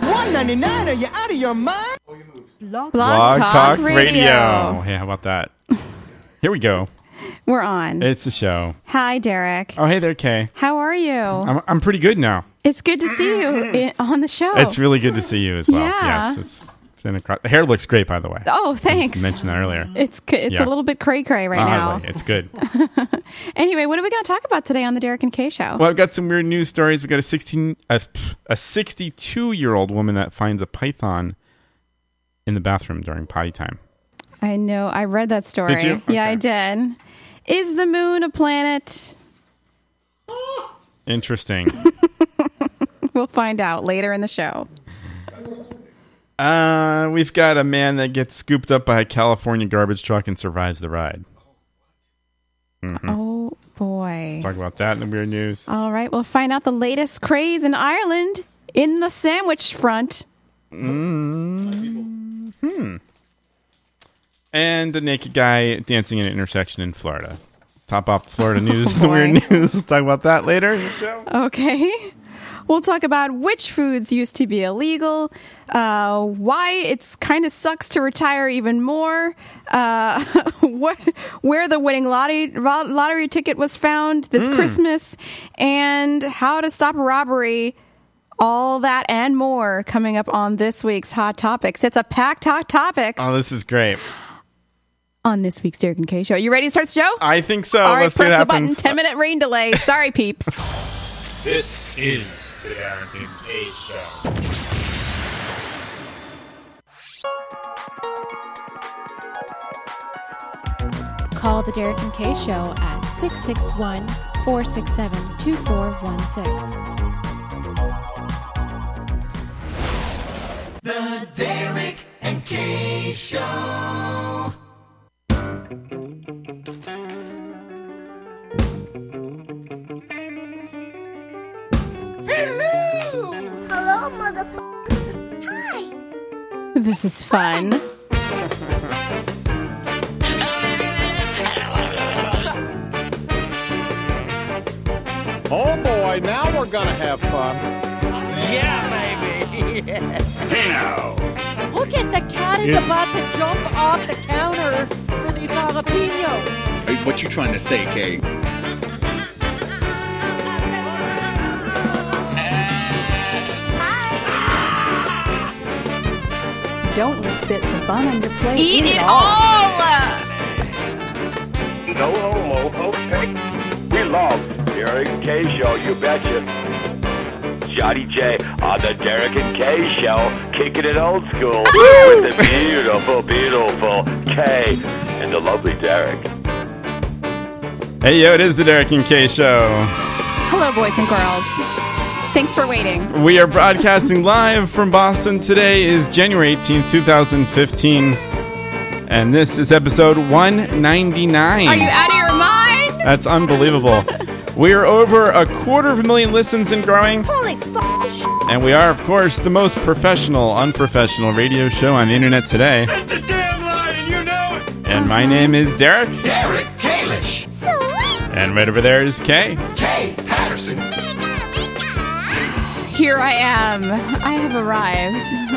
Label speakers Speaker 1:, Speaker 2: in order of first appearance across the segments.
Speaker 1: 199 are you out of your mind
Speaker 2: Blog
Speaker 3: Blog
Speaker 2: Talk, Radio.
Speaker 3: Yeah, how about that? Here we go.
Speaker 2: We're on.
Speaker 3: It's the show.
Speaker 2: Hi, Derek.
Speaker 3: Oh, hey there, Kay.
Speaker 2: How are you?
Speaker 3: I'm, I'm pretty good now.
Speaker 2: it's good to see you i- on the show.
Speaker 3: It's really good to see you as well.
Speaker 2: Oh. Yeah.
Speaker 3: Yes, it's been across. The hair looks great, by the way.
Speaker 2: oh,
Speaker 3: You
Speaker 2: thanks.
Speaker 3: mentioned that earlier.
Speaker 2: It's c- it's
Speaker 3: Yeah. Ah,
Speaker 2: a little bit cray cray right now.
Speaker 3: Oddly, it's good.
Speaker 2: Anyway, what are we going to talk about today on the Derek and Kay Show?
Speaker 3: Well, I've got some weird news stories. We've got a 16, a, pff, a 62 year old woman that finds a python in the bathroom during potty time.
Speaker 2: I know I read that story.
Speaker 3: Did you?
Speaker 2: Yeah, I
Speaker 3: Okay.
Speaker 2: did. Is the moon a planet?
Speaker 3: Interesting.
Speaker 2: We'll find out later in the show.
Speaker 3: uh, we've got a man that gets scooped up by a California garbage truck and survives the ride. Hmm. Mm-hmm.
Speaker 2: Oh boy!
Speaker 3: Talk about that in the weird news.
Speaker 2: All right, we'll find out the latest craze in Ireland in the sandwich front.
Speaker 3: Mm-hmm. and the naked guy dancing at an intersection in Florida. Top off Florida news, the
Speaker 2: Oh, boy.
Speaker 3: weird news. We'll talk about that later in the show.
Speaker 2: Okay. We'll talk about which foods used to be illegal, uh, why it's kind of sucks to retire even more, uh, what where the winning lottery ro- lottery ticket was found
Speaker 3: Hmm.
Speaker 2: this Christmas, and how to stop robbery. All that and more coming up on this week's hot topics. It's a packed hot topics
Speaker 3: Oh, this is great.
Speaker 2: on this week's Derek and Kay show. You ready to start the show?
Speaker 3: I think so.
Speaker 2: All right,
Speaker 3: Let's see
Speaker 2: press
Speaker 3: what
Speaker 2: the button.
Speaker 3: happens.
Speaker 2: Ten minute rain delay. Sorry, peeps.
Speaker 4: This is the Derek and Kay Show.
Speaker 5: Call the Derek and Kay Show at 661 467 2416.
Speaker 1: the derek and kay show
Speaker 6: Hello! Hello, motherfucker! Hi!
Speaker 2: This is fun.
Speaker 7: Oh boy, now we're gonna have fun.
Speaker 4: Hey now!
Speaker 5: Look at the cat is about to jump off the counter for these jalapenos.
Speaker 8: What you trying to say, Kay?
Speaker 2: Don't lick bits of bun on your plate.
Speaker 5: Eat it
Speaker 4: No homo, okay? We love Derek and Kay Show, you betcha. Johnny J on the Derek and Kay Show, kicking it old school with the beautiful, beautiful Kay and the lovely Derek.
Speaker 3: Hey, yo, it is the Derek and Kay Show.
Speaker 2: Hello, boys and girls. Thanks for waiting.
Speaker 3: We are broadcasting live from Boston. Today is January 18th, 2015. And this is episode 199.
Speaker 2: Are you out of your mind?
Speaker 3: That's unbelievable. we are over a quarter of a million listens and growing.
Speaker 6: Holy f-
Speaker 3: And we are, of course, the most professional, unprofessional radio show on the internet today.
Speaker 4: It's a damn lion, you know it!
Speaker 3: And my name is Derek,
Speaker 1: derek kalish
Speaker 6: Sweet!
Speaker 3: and right over there is Kay.
Speaker 1: kay patterson
Speaker 2: Here I am. I have arrived.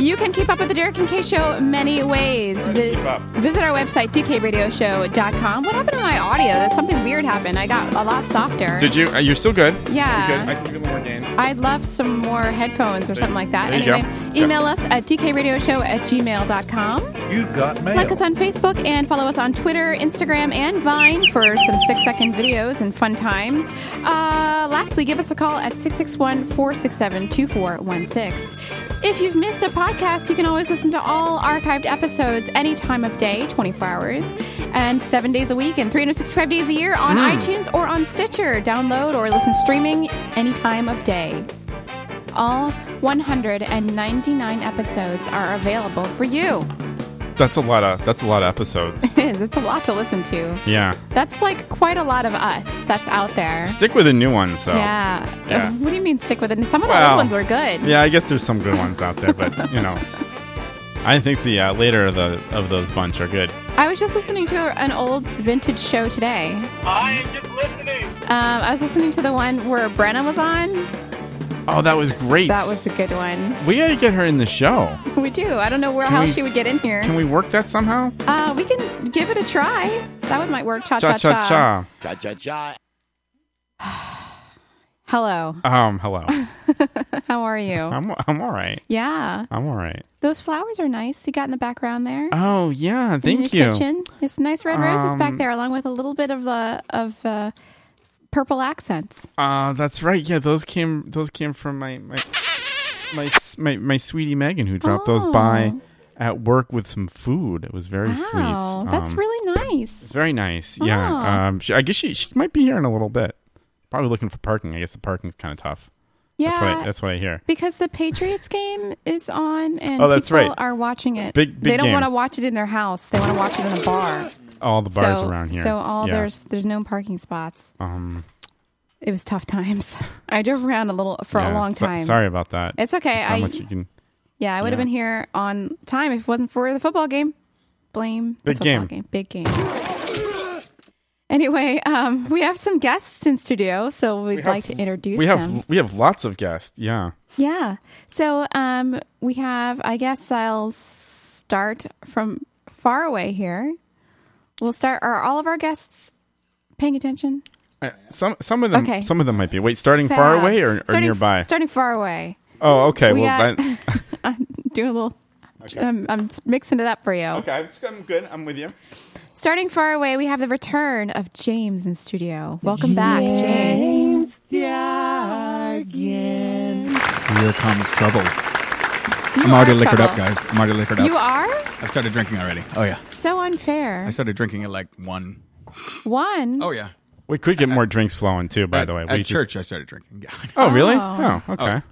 Speaker 2: You can keep up with the Derek and Kay Show many ways. Vi-
Speaker 3: keep up.
Speaker 2: visit our website, dkradioshow.com. What happened to my audio? That something weird happened. I got a lot softer.
Speaker 3: Did you? Uh, you're still good.
Speaker 2: Yeah.
Speaker 3: You're good. I can give you a little more gain.
Speaker 2: I'd love some more headphones or something like that.
Speaker 3: There you go.
Speaker 2: anyway, email us at dkradioshow at gmail.com.
Speaker 4: You got mail.
Speaker 2: Like us on Facebook and follow us on Twitter, Instagram, and Vine for some six second videos and fun times. Uh, lastly, give us a call at 661 467 2416. If you've missed a podcast, you can always listen to all archived episodes any time of day, 24 hours, and seven days a week, and 365 days a year on iTunes or on Stitcher. Download or listen streaming any time of day. All 199 episodes are available for you.
Speaker 3: That's a lot of that's a lot of episodes.
Speaker 2: It is. It's a lot to listen to.
Speaker 3: yeah.
Speaker 2: That's like quite a lot of us that's out there.
Speaker 3: Stick with a new one, so.
Speaker 2: Yeah.
Speaker 3: Yeah.
Speaker 2: What do you mean stick with it? Some of the
Speaker 3: Well,
Speaker 2: old ones were good.
Speaker 3: Yeah, I guess there's some good ones out there, but you know, I think the uh, later of the of those bunch are good.
Speaker 2: I was just listening to an old vintage show today.
Speaker 1: I am just listening.
Speaker 2: Um, I was listening to the one where Brenna was on.
Speaker 3: Oh, that was great.
Speaker 2: That was a good one.
Speaker 3: We got to get her in the show.
Speaker 2: We do. I don't know where how
Speaker 3: we-
Speaker 2: she would get in here.
Speaker 3: Can we work that somehow?
Speaker 2: uh, we can give it a try. That one might work. Cha cha cha.
Speaker 3: cha.
Speaker 9: Cha cha cha.
Speaker 2: Hello.
Speaker 3: Um, hello.
Speaker 2: How are you?
Speaker 3: I'm I'm all right.
Speaker 2: Yeah.
Speaker 3: I'm all right.
Speaker 2: Those flowers are nice. You got in the background there.
Speaker 3: Oh yeah,
Speaker 2: in
Speaker 3: thank
Speaker 2: your
Speaker 3: you.
Speaker 2: Kitchen. It's nice red roses back
Speaker 3: Um,
Speaker 2: there, along with a little bit of uh, of uh, purple accents.
Speaker 3: Uh, that's right. Yeah, those came those came from my my my s- my, my sweetie Megan who dropped those by
Speaker 2: Oh.
Speaker 3: at work with some food. It was very sweet.
Speaker 2: Wow, Oh, that's
Speaker 3: Um,
Speaker 2: really nice.
Speaker 3: Very nice. Yeah.
Speaker 2: Ah.
Speaker 3: Um, she, I guess she, she might be here in a little bit. Probably looking for parking. I guess the parking's kind of tough.
Speaker 2: Yeah,
Speaker 3: That's, what I, that's what I hear.
Speaker 2: because the Patriots game is on, and
Speaker 3: Oh, that's
Speaker 2: people
Speaker 3: right.
Speaker 2: are watching it.
Speaker 3: Big- big
Speaker 2: they don't
Speaker 3: game.
Speaker 2: want to watch it in their house; they want to watch it in a bar.
Speaker 3: All the bars
Speaker 2: so,
Speaker 3: around here.
Speaker 2: So all
Speaker 3: Yeah.
Speaker 2: there's there's no parking spots.
Speaker 3: Um,
Speaker 2: It was tough times. I drove around a little for
Speaker 3: yeah,
Speaker 2: a long
Speaker 3: so-
Speaker 2: time.
Speaker 3: sorry about that.
Speaker 2: It's okay.
Speaker 3: That's how
Speaker 2: I-
Speaker 3: much you can.
Speaker 2: Yeah, I would have
Speaker 3: Yeah.
Speaker 2: been here on time if it wasn't for the football game. Blame the
Speaker 3: Big
Speaker 2: football
Speaker 3: game.
Speaker 2: Big game. Anyway, um, we have some guests in studio, so we'd like to introduce
Speaker 3: We
Speaker 2: them.
Speaker 3: have we have lots of guests. Yeah.
Speaker 2: yeah. So um, we have. I guess I'll start from far away here. We'll start. Are all of our guests paying attention?
Speaker 3: Uh, Some some of them
Speaker 2: Okay.
Speaker 3: some of them might be. Wait, starting far
Speaker 2: Fab.
Speaker 3: away or, or
Speaker 2: starting,
Speaker 3: nearby?
Speaker 2: Starting far away.
Speaker 3: oh, okay.
Speaker 2: we
Speaker 3: well,
Speaker 2: got-
Speaker 3: then-
Speaker 2: Do a little. I'm, I'm mixing it up for you.
Speaker 3: okay. I'm just- I'm good. I'm with you.
Speaker 2: Starting far away, we have the return of James in studio. Welcome back, James.
Speaker 8: Here comes trouble. I'm already
Speaker 2: are
Speaker 8: liquored up,
Speaker 2: trouble.
Speaker 8: guys. I'm already liquored up.
Speaker 2: You are
Speaker 8: I've started drinking already. Oh yeah,
Speaker 2: so unfair.
Speaker 8: I started drinking at like one.
Speaker 2: One.
Speaker 8: Oh yeah.
Speaker 3: We could get more drinks flowing too. By
Speaker 8: At-
Speaker 3: the way,
Speaker 8: at
Speaker 3: we just-
Speaker 8: church I started drinking. Yeah, I know.
Speaker 3: Oh, really?
Speaker 2: Oh.
Speaker 3: Oh, okay.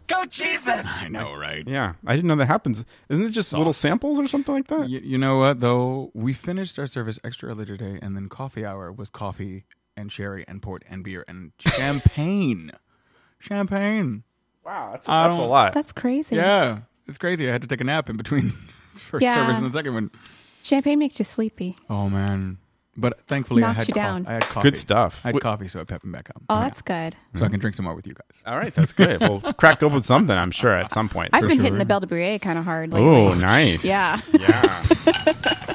Speaker 8: I know, right?
Speaker 3: Yeah, I didn't know that happens. Isn't it just little samples or something like that?
Speaker 8: You, you know what though? We finished our service extra early today, and then coffee hour was coffee and sherry and port and beer and champagne. Champagne.
Speaker 3: Wow, that's,
Speaker 8: I
Speaker 3: that's a
Speaker 8: don't-
Speaker 3: lot.
Speaker 2: Um, That's crazy.
Speaker 8: Yeah, it's crazy. I had to take a nap in between first
Speaker 2: Yeah.
Speaker 8: service and the second one.
Speaker 2: Champagne makes you sleepy.
Speaker 8: Oh man. But thankfully, I
Speaker 2: Knocked
Speaker 8: had,
Speaker 2: you
Speaker 8: coff-
Speaker 2: down.
Speaker 8: I had coffee.
Speaker 3: good stuff.
Speaker 8: I had
Speaker 3: Wh-
Speaker 8: coffee, so it pepped me back up.
Speaker 2: Oh, that's good.
Speaker 8: so I can drink some more with you guys.
Speaker 3: All right, that's great. We'll crack open something, I'm sure, at some point.
Speaker 2: I've been hitting the Belle de Brie kind of hard lately.
Speaker 3: Oh, nice.
Speaker 2: Yeah,
Speaker 3: Yeah.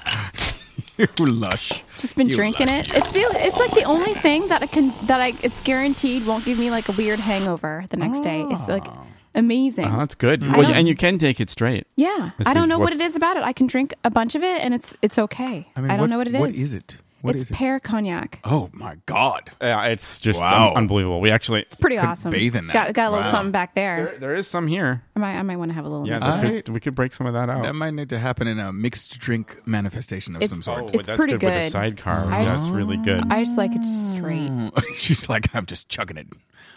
Speaker 8: You lush.
Speaker 2: just been
Speaker 8: You
Speaker 2: drinking
Speaker 8: lucky.
Speaker 2: it. It's the, it's like the only thing that I can that I it's guaranteed won't give me like a weird hangover the next day.
Speaker 8: Oh.
Speaker 2: It's like amazing.
Speaker 8: Uh-huh.
Speaker 3: Oh, that's good.
Speaker 2: I
Speaker 3: Well,
Speaker 2: don't-
Speaker 3: and you can take it straight.
Speaker 2: Yeah,
Speaker 3: This
Speaker 2: I
Speaker 3: is
Speaker 2: don't know
Speaker 3: what-
Speaker 2: what, it is about it. I can drink a bunch of it, and it's it's okay. I, don't know what it is.
Speaker 8: What is it? What is
Speaker 2: it's pear cognac.
Speaker 8: it? Oh my god!
Speaker 3: Yeah, it's just
Speaker 8: Wow.
Speaker 3: un- unbelievable. We actually
Speaker 2: It's pretty
Speaker 8: Could
Speaker 2: awesome.
Speaker 8: bathe in that.
Speaker 2: Got got a little
Speaker 8: Wow.
Speaker 2: something back there.
Speaker 3: there, there is some here.
Speaker 2: I might I might want to have a little.
Speaker 3: Yeah,
Speaker 2: nip.
Speaker 3: that
Speaker 8: I-
Speaker 3: could, we could break some of that out.
Speaker 8: That might need to happen in a mixed drink manifestation of
Speaker 2: It's-
Speaker 8: some
Speaker 3: oh,
Speaker 8: sort.
Speaker 2: It's
Speaker 3: that's
Speaker 2: pretty
Speaker 3: good, with a
Speaker 2: good.
Speaker 3: sidecar.
Speaker 2: I
Speaker 3: that's
Speaker 2: just-
Speaker 3: really good.
Speaker 2: I just like it just straight.
Speaker 8: She's like, I'm just chugging it.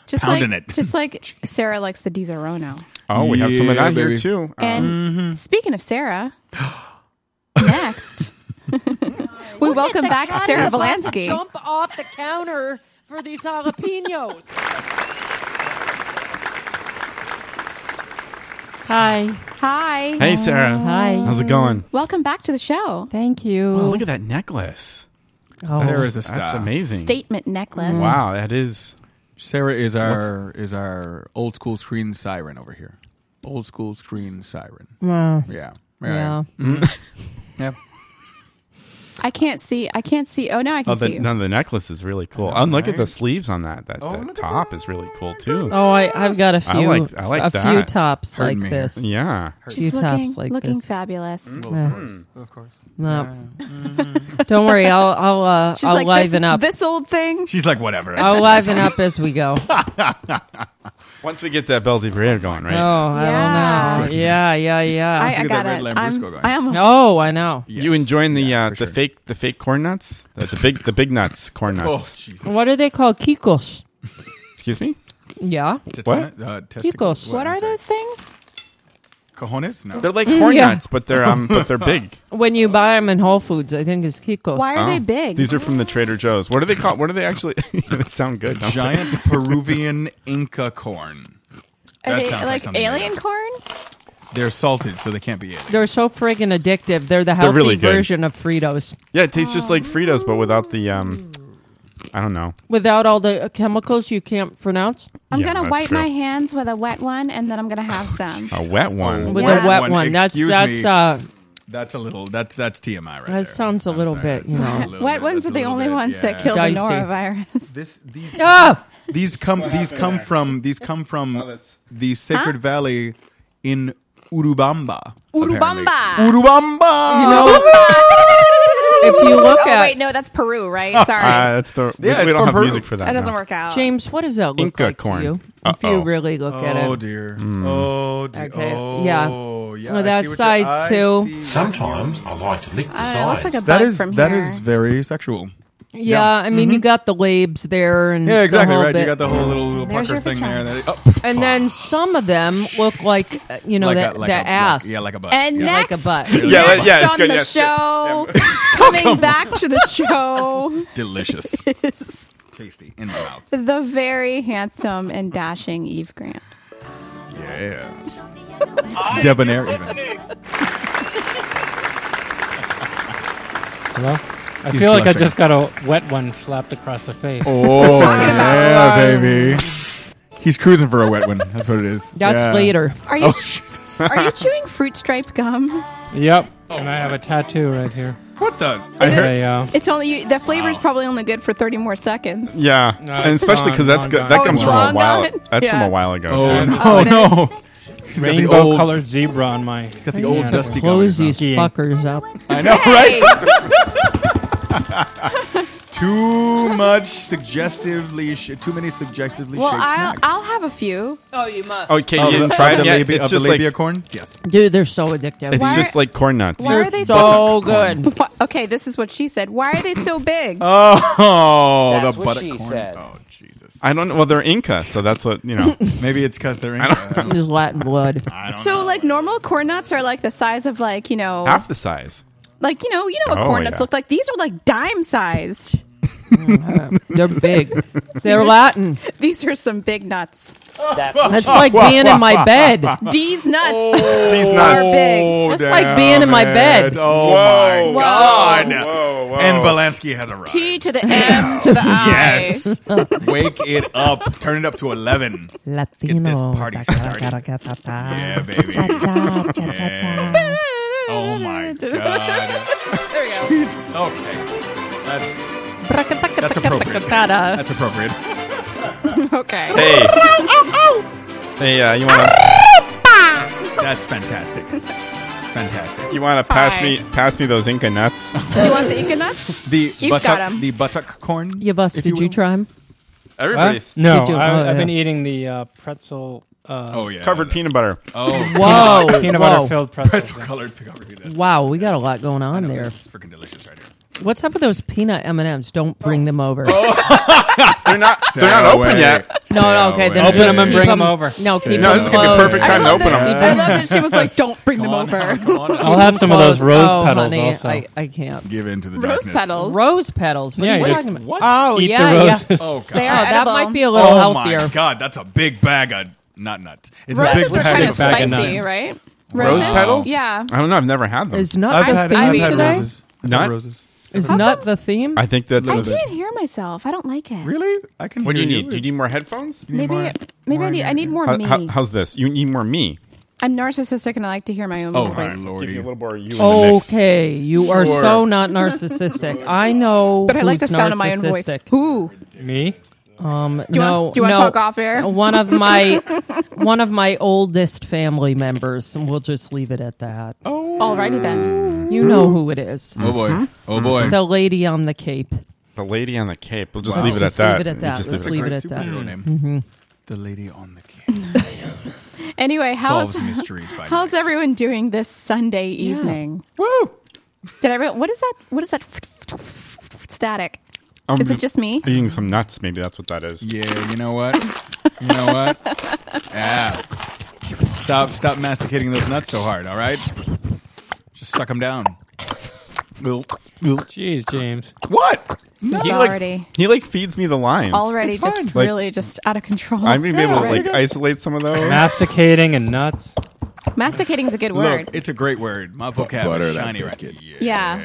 Speaker 2: Just
Speaker 8: Pounding
Speaker 2: like
Speaker 8: it.
Speaker 2: just like Sarah likes the Disaronno.
Speaker 3: oh, we have some of
Speaker 8: Yeah,
Speaker 3: that here
Speaker 8: baby.
Speaker 3: too. Uh,
Speaker 2: And speaking of Sarah, next we welcome back Sarah Volansky.
Speaker 10: Jump off the counter for these jalapenos.
Speaker 11: Hi.
Speaker 2: Hi.
Speaker 3: hey, Sarah.
Speaker 11: Hi.
Speaker 3: How's it going?
Speaker 2: Welcome back to the show.
Speaker 11: Thank you.
Speaker 3: Oh, look at that necklace.
Speaker 11: Oh,
Speaker 8: Sarah's a star.
Speaker 3: That's amazing.
Speaker 2: Statement necklace.
Speaker 3: Wow, that is.
Speaker 8: Sarah is our is our old school screen siren over here. Old school screen siren.
Speaker 11: wow.
Speaker 8: Yeah.
Speaker 11: Yeah.
Speaker 2: Mm-hmm.
Speaker 8: Yep.
Speaker 2: I can't see. I can't see. Oh, now I can
Speaker 3: Oh, the,
Speaker 2: see. you.
Speaker 3: no, the necklace is really cool.
Speaker 8: know,
Speaker 3: and look at the
Speaker 8: right?
Speaker 3: sleeves on that.
Speaker 8: Oh,
Speaker 3: That, that top is really cool too.
Speaker 11: Oh, I, I've got a few.
Speaker 3: I like- I like
Speaker 11: a few
Speaker 3: that.
Speaker 11: tops
Speaker 8: Heard
Speaker 11: like
Speaker 8: me.
Speaker 11: this.
Speaker 3: Yeah.
Speaker 11: A few
Speaker 2: She's looking,
Speaker 11: tops like
Speaker 2: looking
Speaker 11: this. Mm.
Speaker 2: fabulous.
Speaker 3: Hmm.
Speaker 8: Of course.
Speaker 11: No. Mm-hmm. Don't worry. I'll I'll uh,
Speaker 2: She's
Speaker 11: I'll
Speaker 2: like
Speaker 11: liven
Speaker 2: this,
Speaker 11: up.
Speaker 2: this old thing.
Speaker 8: She's like, whatever.
Speaker 11: I'll liven up as we go. Oh,
Speaker 3: Once we get that Belle de Brea going, right?
Speaker 2: Oh,
Speaker 11: I don't know.
Speaker 8: Goodness.
Speaker 11: Oh, Yeah, yeah, yeah.
Speaker 2: I,
Speaker 8: get
Speaker 2: I
Speaker 8: that
Speaker 2: got
Speaker 8: red
Speaker 2: it.
Speaker 8: Lambrusco
Speaker 2: I'm,
Speaker 8: going.
Speaker 2: I almost.
Speaker 11: oh, I know.
Speaker 3: You enjoying the
Speaker 8: Yeah,
Speaker 3: uh,
Speaker 8: for
Speaker 3: the
Speaker 8: sure.
Speaker 3: fake the fake corn nuts? The, the big the big nuts corn
Speaker 8: Oh,
Speaker 3: nuts.
Speaker 8: Jesus.
Speaker 11: What are they called? Kikos.
Speaker 3: Excuse me?
Speaker 11: Yeah.
Speaker 8: Tectonic- Uh, testic-
Speaker 11: Kikos.
Speaker 2: What
Speaker 8: I'm
Speaker 2: are
Speaker 8: sorry.
Speaker 2: those things?
Speaker 8: Cojones? No.
Speaker 3: They're like corn nuts, but they're um, but they're big.
Speaker 11: When you buy them in Whole Foods, I think it's Kiko's.
Speaker 3: Oh. These are from the Trader Joe's. What are they called? What are they actually? they sound good. don't they?
Speaker 8: Giant Peruvian Inca corn.
Speaker 2: Are
Speaker 8: That
Speaker 2: they
Speaker 8: sounds
Speaker 2: like
Speaker 8: something
Speaker 2: alien corn?
Speaker 8: good. They're salted, so they can't be alien.
Speaker 11: They're so friggin' addictive. They're the
Speaker 3: They're
Speaker 11: healthy
Speaker 3: really good.
Speaker 11: version of Fritos
Speaker 3: Yeah, it tastes just like Fritos, but without the um, I don't know.
Speaker 11: without all the chemicals you can't pronounce.
Speaker 2: I'm
Speaker 3: Yeah,
Speaker 2: gonna
Speaker 3: that's
Speaker 2: wipe
Speaker 3: true.
Speaker 2: my hands with a wet one, and then I'm gonna have some.
Speaker 3: A wet one.
Speaker 11: With
Speaker 2: Yeah.
Speaker 11: a wet
Speaker 8: One,
Speaker 11: one, that's
Speaker 8: excuse
Speaker 11: that's
Speaker 8: me.
Speaker 11: uh,
Speaker 8: That's a little. That's that's TMI right
Speaker 11: that sounds a little bit, you know.
Speaker 8: little
Speaker 2: Wet
Speaker 8: bit,
Speaker 2: ones
Speaker 8: that's
Speaker 2: are
Speaker 8: a
Speaker 2: the
Speaker 8: little
Speaker 2: only
Speaker 8: bit,
Speaker 2: ones
Speaker 8: yeah.
Speaker 2: that kill
Speaker 11: Dicey.
Speaker 2: the norovirus.
Speaker 8: This these
Speaker 11: Ah!
Speaker 8: these come these come from these come from the Sacred Valley in Urubamba. apparently.
Speaker 2: Urubamba.
Speaker 8: Urubamba.
Speaker 11: If you look
Speaker 2: oh
Speaker 11: at
Speaker 2: wait, no, that's Peru, right? Sorry,
Speaker 8: Ah,
Speaker 3: Uh, that's the we,
Speaker 8: Yeah, it's
Speaker 3: we don't
Speaker 8: from
Speaker 3: have
Speaker 8: Peru.
Speaker 3: music for that.
Speaker 2: that doesn't
Speaker 3: no.
Speaker 2: work out.
Speaker 11: James, what does that look
Speaker 3: Inca
Speaker 11: like
Speaker 3: corn.
Speaker 11: to you? If
Speaker 3: Uh-oh. Hmm.
Speaker 11: you really look at it,
Speaker 8: Oh dear. Oh dear.
Speaker 11: Okay.
Speaker 8: Oh,
Speaker 11: Yeah.
Speaker 8: yeah.
Speaker 11: Well,
Speaker 8: I see
Speaker 11: that
Speaker 8: what you-
Speaker 11: side,
Speaker 8: I
Speaker 11: too.
Speaker 8: see what
Speaker 1: Sometimes I like to lick
Speaker 11: Uh,
Speaker 1: the
Speaker 2: I don't know, it looks
Speaker 1: sides.
Speaker 2: like a
Speaker 8: That
Speaker 2: bug
Speaker 8: is
Speaker 2: from
Speaker 8: that
Speaker 2: here.
Speaker 8: is very sexual. Mm-hmm.
Speaker 11: yeah, I mean,
Speaker 3: Mm-hmm.
Speaker 11: you got the labes there, and
Speaker 8: Yeah,
Speaker 11: the
Speaker 8: exactly
Speaker 11: whole
Speaker 8: right. You
Speaker 11: bit.
Speaker 8: got the whole little, little
Speaker 2: There's
Speaker 8: pucker
Speaker 2: your
Speaker 8: thing
Speaker 2: vagina.
Speaker 8: there. That, oh,
Speaker 11: and then some of them look like uh, you know
Speaker 8: like
Speaker 11: that
Speaker 8: a, like
Speaker 11: the
Speaker 8: a,
Speaker 11: ass.
Speaker 8: Like, yeah, like a butt.
Speaker 2: And
Speaker 8: yeah.
Speaker 2: next,
Speaker 11: a butt.
Speaker 2: next
Speaker 3: Yeah, like- yeah, it's
Speaker 2: on
Speaker 3: good,
Speaker 2: the
Speaker 3: yeah, it's good.
Speaker 2: show, Oh, coming back to the show,
Speaker 8: delicious, tasty in my mouth.
Speaker 2: the very handsome and dashing Eve Grant.
Speaker 8: Yeah. Debonair even.
Speaker 12: Hello? I
Speaker 8: He's
Speaker 12: feel like I
Speaker 8: blushing.
Speaker 12: just got a wet one slapped across the face.
Speaker 8: Oh yeah, baby. He's cruising for a wet one. That's what it is.
Speaker 11: That's
Speaker 8: Yeah.
Speaker 11: later.
Speaker 2: Are you
Speaker 8: Oh, Jesus.
Speaker 2: are you chewing fruit stripe gum?
Speaker 12: Yep. and I have a tattoo right here.
Speaker 8: Oh, What the?
Speaker 3: I heard,
Speaker 12: A, uh,
Speaker 2: It's only you, the flavor's probably only good for thirty more seconds.
Speaker 3: yeah,
Speaker 12: No,
Speaker 3: Ah, and
Speaker 12: it's
Speaker 3: especially because
Speaker 12: gone,
Speaker 3: that's
Speaker 12: gone,
Speaker 3: good.
Speaker 12: gone.
Speaker 3: That
Speaker 2: Oh,
Speaker 3: comes
Speaker 2: it's
Speaker 3: from a
Speaker 2: long
Speaker 3: while.
Speaker 2: gone?
Speaker 3: That's from
Speaker 2: Yeah.
Speaker 3: a while ago.
Speaker 8: Oh
Speaker 3: too.
Speaker 8: no,
Speaker 2: Oh, it is.
Speaker 8: no. He's got the
Speaker 12: rainbow
Speaker 8: old-
Speaker 12: colored zebra on my. He's
Speaker 8: got the old dusty
Speaker 11: Close
Speaker 8: gum.
Speaker 11: these fuckers up.
Speaker 8: I know, right? too much suggestively, sh- too many suggestively
Speaker 2: Well,
Speaker 8: shaped
Speaker 2: I'll,
Speaker 8: snacks.
Speaker 2: I'll have a few.
Speaker 11: Oh, you must,
Speaker 3: Okay, you didn't try
Speaker 8: the
Speaker 3: it yet.
Speaker 8: labia,
Speaker 3: It's
Speaker 8: of the
Speaker 3: just like
Speaker 8: labia corn. Yes,
Speaker 11: dude. They're so addictive.
Speaker 3: it's
Speaker 2: Why
Speaker 3: just
Speaker 2: are-
Speaker 3: like corn nuts.
Speaker 2: Why are they so?
Speaker 11: so good.
Speaker 2: Wha- Okay, this is what she said. Why are they so big?
Speaker 8: Oh,
Speaker 13: That's
Speaker 8: the
Speaker 13: what
Speaker 8: buttock
Speaker 13: she
Speaker 8: corn.
Speaker 13: said.
Speaker 8: Oh, Jesus.
Speaker 3: I don't. know. Well, they're Inca, so that's what you know.
Speaker 8: Maybe it's because they're in. I don't,
Speaker 11: It's Latin blood.
Speaker 8: I don't
Speaker 2: So
Speaker 8: know.
Speaker 2: like normal corn nuts are like the size of like you know
Speaker 3: half the size.
Speaker 2: like you know you know what
Speaker 3: Oh,
Speaker 2: corn nuts
Speaker 3: yeah.
Speaker 2: look like. These are like dime sized.
Speaker 11: They're big. They're Latin.
Speaker 2: These are some big nuts.
Speaker 11: It's like being in my bed.
Speaker 2: These nuts.
Speaker 3: These
Speaker 2: are
Speaker 3: nuts.
Speaker 2: big.
Speaker 8: Oh,
Speaker 11: That's like
Speaker 8: damn
Speaker 11: being in my
Speaker 8: it.
Speaker 11: bed.
Speaker 3: Whoa.
Speaker 8: Oh my
Speaker 3: Whoa.
Speaker 8: God!
Speaker 3: Whoa, whoa.
Speaker 8: And Balansky has arrived.
Speaker 2: T to the M to the I.
Speaker 8: Yes. Wake it up. Turn it up to 11.
Speaker 11: Latino.
Speaker 8: party Yeah, baby. Yeah. Oh my god.
Speaker 2: There we go.
Speaker 8: Jesus. Okay. That's that's appropriate. That's appropriate.
Speaker 2: Okay.
Speaker 3: Hey. hey, uh, you wanna
Speaker 8: That's fantastic. Fantastic.
Speaker 3: you wanna pass
Speaker 2: Hi.
Speaker 3: me pass me those Inca nuts?
Speaker 2: You want the Inca nuts?
Speaker 8: The
Speaker 2: You've
Speaker 8: buttock,
Speaker 2: got 'em.
Speaker 8: the buttock corn.
Speaker 11: You bust?
Speaker 8: if you
Speaker 11: Did you
Speaker 8: will.
Speaker 11: try 'em?
Speaker 12: Huh?
Speaker 3: Everybody's
Speaker 12: No,
Speaker 11: You do.
Speaker 12: I,
Speaker 11: Oh,
Speaker 12: I've
Speaker 11: yeah.
Speaker 12: been eating the uh, pretzel. Uh,
Speaker 8: Oh yeah.
Speaker 3: covered peanut butter.
Speaker 8: Oh.
Speaker 11: Whoa!
Speaker 12: peanut
Speaker 11: whoa.
Speaker 12: butter filled pretzels.
Speaker 8: Pretzel
Speaker 12: yeah.
Speaker 8: colored covered peanut.
Speaker 11: Wow, we got a lot going on
Speaker 8: No,
Speaker 11: there.
Speaker 8: This is freaking delicious Oh. right here.
Speaker 11: What's up with those peanut M and M's? Don't bring them over.
Speaker 3: They're not they're not open yet.
Speaker 11: No, no, okay. Then
Speaker 12: Open
Speaker 11: just
Speaker 12: 'em and
Speaker 11: keep
Speaker 12: bring 'em over.
Speaker 11: No, keep
Speaker 3: No,
Speaker 11: them
Speaker 3: this is gonna be a
Speaker 11: closed.
Speaker 3: perfect time to
Speaker 2: love
Speaker 3: open
Speaker 2: that-
Speaker 3: them.
Speaker 2: I love that she was like, "Don't bring them
Speaker 8: Come on
Speaker 2: over."
Speaker 8: now, come on now.
Speaker 12: I'll have some of those
Speaker 11: Closed.
Speaker 12: rose
Speaker 11: oh,
Speaker 12: petals
Speaker 11: honey,
Speaker 12: also.
Speaker 11: I, I can't.
Speaker 8: Give in to the
Speaker 2: Rose
Speaker 8: darkness.
Speaker 2: petals.
Speaker 11: Rose petals. What
Speaker 12: Yeah,
Speaker 11: are you
Speaker 12: you just-
Speaker 11: talking about?
Speaker 12: what?
Speaker 11: Oh,
Speaker 12: Eat the
Speaker 11: yeah,
Speaker 12: roses.
Speaker 11: yeah.
Speaker 8: Oh god.
Speaker 2: They
Speaker 11: Oh,
Speaker 2: are
Speaker 11: that
Speaker 2: edible.
Speaker 11: might be a little
Speaker 8: oh
Speaker 11: healthier.
Speaker 8: my god, that's a big bag of nut nut. It's a big
Speaker 2: Roses are
Speaker 8: bag
Speaker 2: kind
Speaker 12: big
Speaker 2: of
Speaker 12: bag of
Speaker 2: spicy,
Speaker 12: nuts.
Speaker 2: right?
Speaker 3: Rose
Speaker 2: Roses?
Speaker 3: petals?
Speaker 2: Yeah.
Speaker 3: I don't know, I've never had them.
Speaker 11: Is nut
Speaker 8: I've
Speaker 11: the
Speaker 8: had,
Speaker 11: theme
Speaker 8: I've had
Speaker 11: today?
Speaker 8: roses. I've had
Speaker 3: Nut?
Speaker 8: roses.
Speaker 11: Is nut the theme?
Speaker 3: I think that's
Speaker 2: I can't hear myself. I don't like it.
Speaker 8: Really? I can.
Speaker 3: what do
Speaker 8: hear
Speaker 3: you need? Do you
Speaker 8: It's-
Speaker 3: need more headphones?
Speaker 8: you need
Speaker 2: Maybe
Speaker 8: more-
Speaker 2: maybe
Speaker 8: more
Speaker 2: I need I need more
Speaker 3: How,
Speaker 2: me.
Speaker 3: how- how's this? You need more me.
Speaker 2: I'm narcissistic and I like to hear my own
Speaker 8: Oh my
Speaker 2: voice.
Speaker 3: Give you a
Speaker 8: lordy!
Speaker 3: little more you in the mix.
Speaker 11: Okay, you are
Speaker 3: Sure.
Speaker 11: so not narcissistic. I know,
Speaker 2: But I like the
Speaker 11: who's
Speaker 2: sound of my own voice.
Speaker 11: narcissistic.
Speaker 2: Who?
Speaker 12: Me?
Speaker 11: Um,
Speaker 2: you wanna-
Speaker 11: no,
Speaker 2: do you wanna
Speaker 11: no.
Speaker 2: talk off air?
Speaker 11: One of my one of my oldest family members, and we'll just leave it at that.
Speaker 3: Oh.
Speaker 2: Alrighty then.
Speaker 11: You know who it is?
Speaker 8: Oh boy! Oh boy!
Speaker 11: The lady on the cape.
Speaker 3: The lady on the cape. We'll just
Speaker 8: Wow.
Speaker 3: leave it at
Speaker 11: Let's
Speaker 3: that.
Speaker 11: just leave it at that.
Speaker 3: Just
Speaker 11: Let's
Speaker 3: leave
Speaker 11: leave
Speaker 3: it
Speaker 11: it
Speaker 8: Great
Speaker 11: at that.
Speaker 8: superhero
Speaker 11: Mm-hmm.
Speaker 8: name. The lady on the cake
Speaker 2: Anyway, how's
Speaker 8: solves mysteries by
Speaker 2: how's
Speaker 8: night.
Speaker 2: everyone doing this Sunday evening?
Speaker 8: Woo!
Speaker 2: Did everyone? What is that? What is that? Static.
Speaker 3: Um,
Speaker 2: Is it just me?
Speaker 3: Eating some nuts, maybe that's what that is.
Speaker 8: Yeah, you know what? You know what? Yeah. Stop, stop masticating those nuts so hard. All right, just suck them down.
Speaker 12: Jeez, James.
Speaker 8: What?
Speaker 2: This is
Speaker 3: He like,
Speaker 2: already
Speaker 3: he like feeds me the lines.
Speaker 2: already just
Speaker 3: Like,
Speaker 2: really just out of control.
Speaker 3: I'm gonna be able to like isolate some of those.
Speaker 12: Masticating and nuts.
Speaker 2: Masticating is a good word.
Speaker 8: Look, it's a great word. My vocab
Speaker 12: butter
Speaker 8: is
Speaker 12: that
Speaker 8: shiny right
Speaker 2: yeah.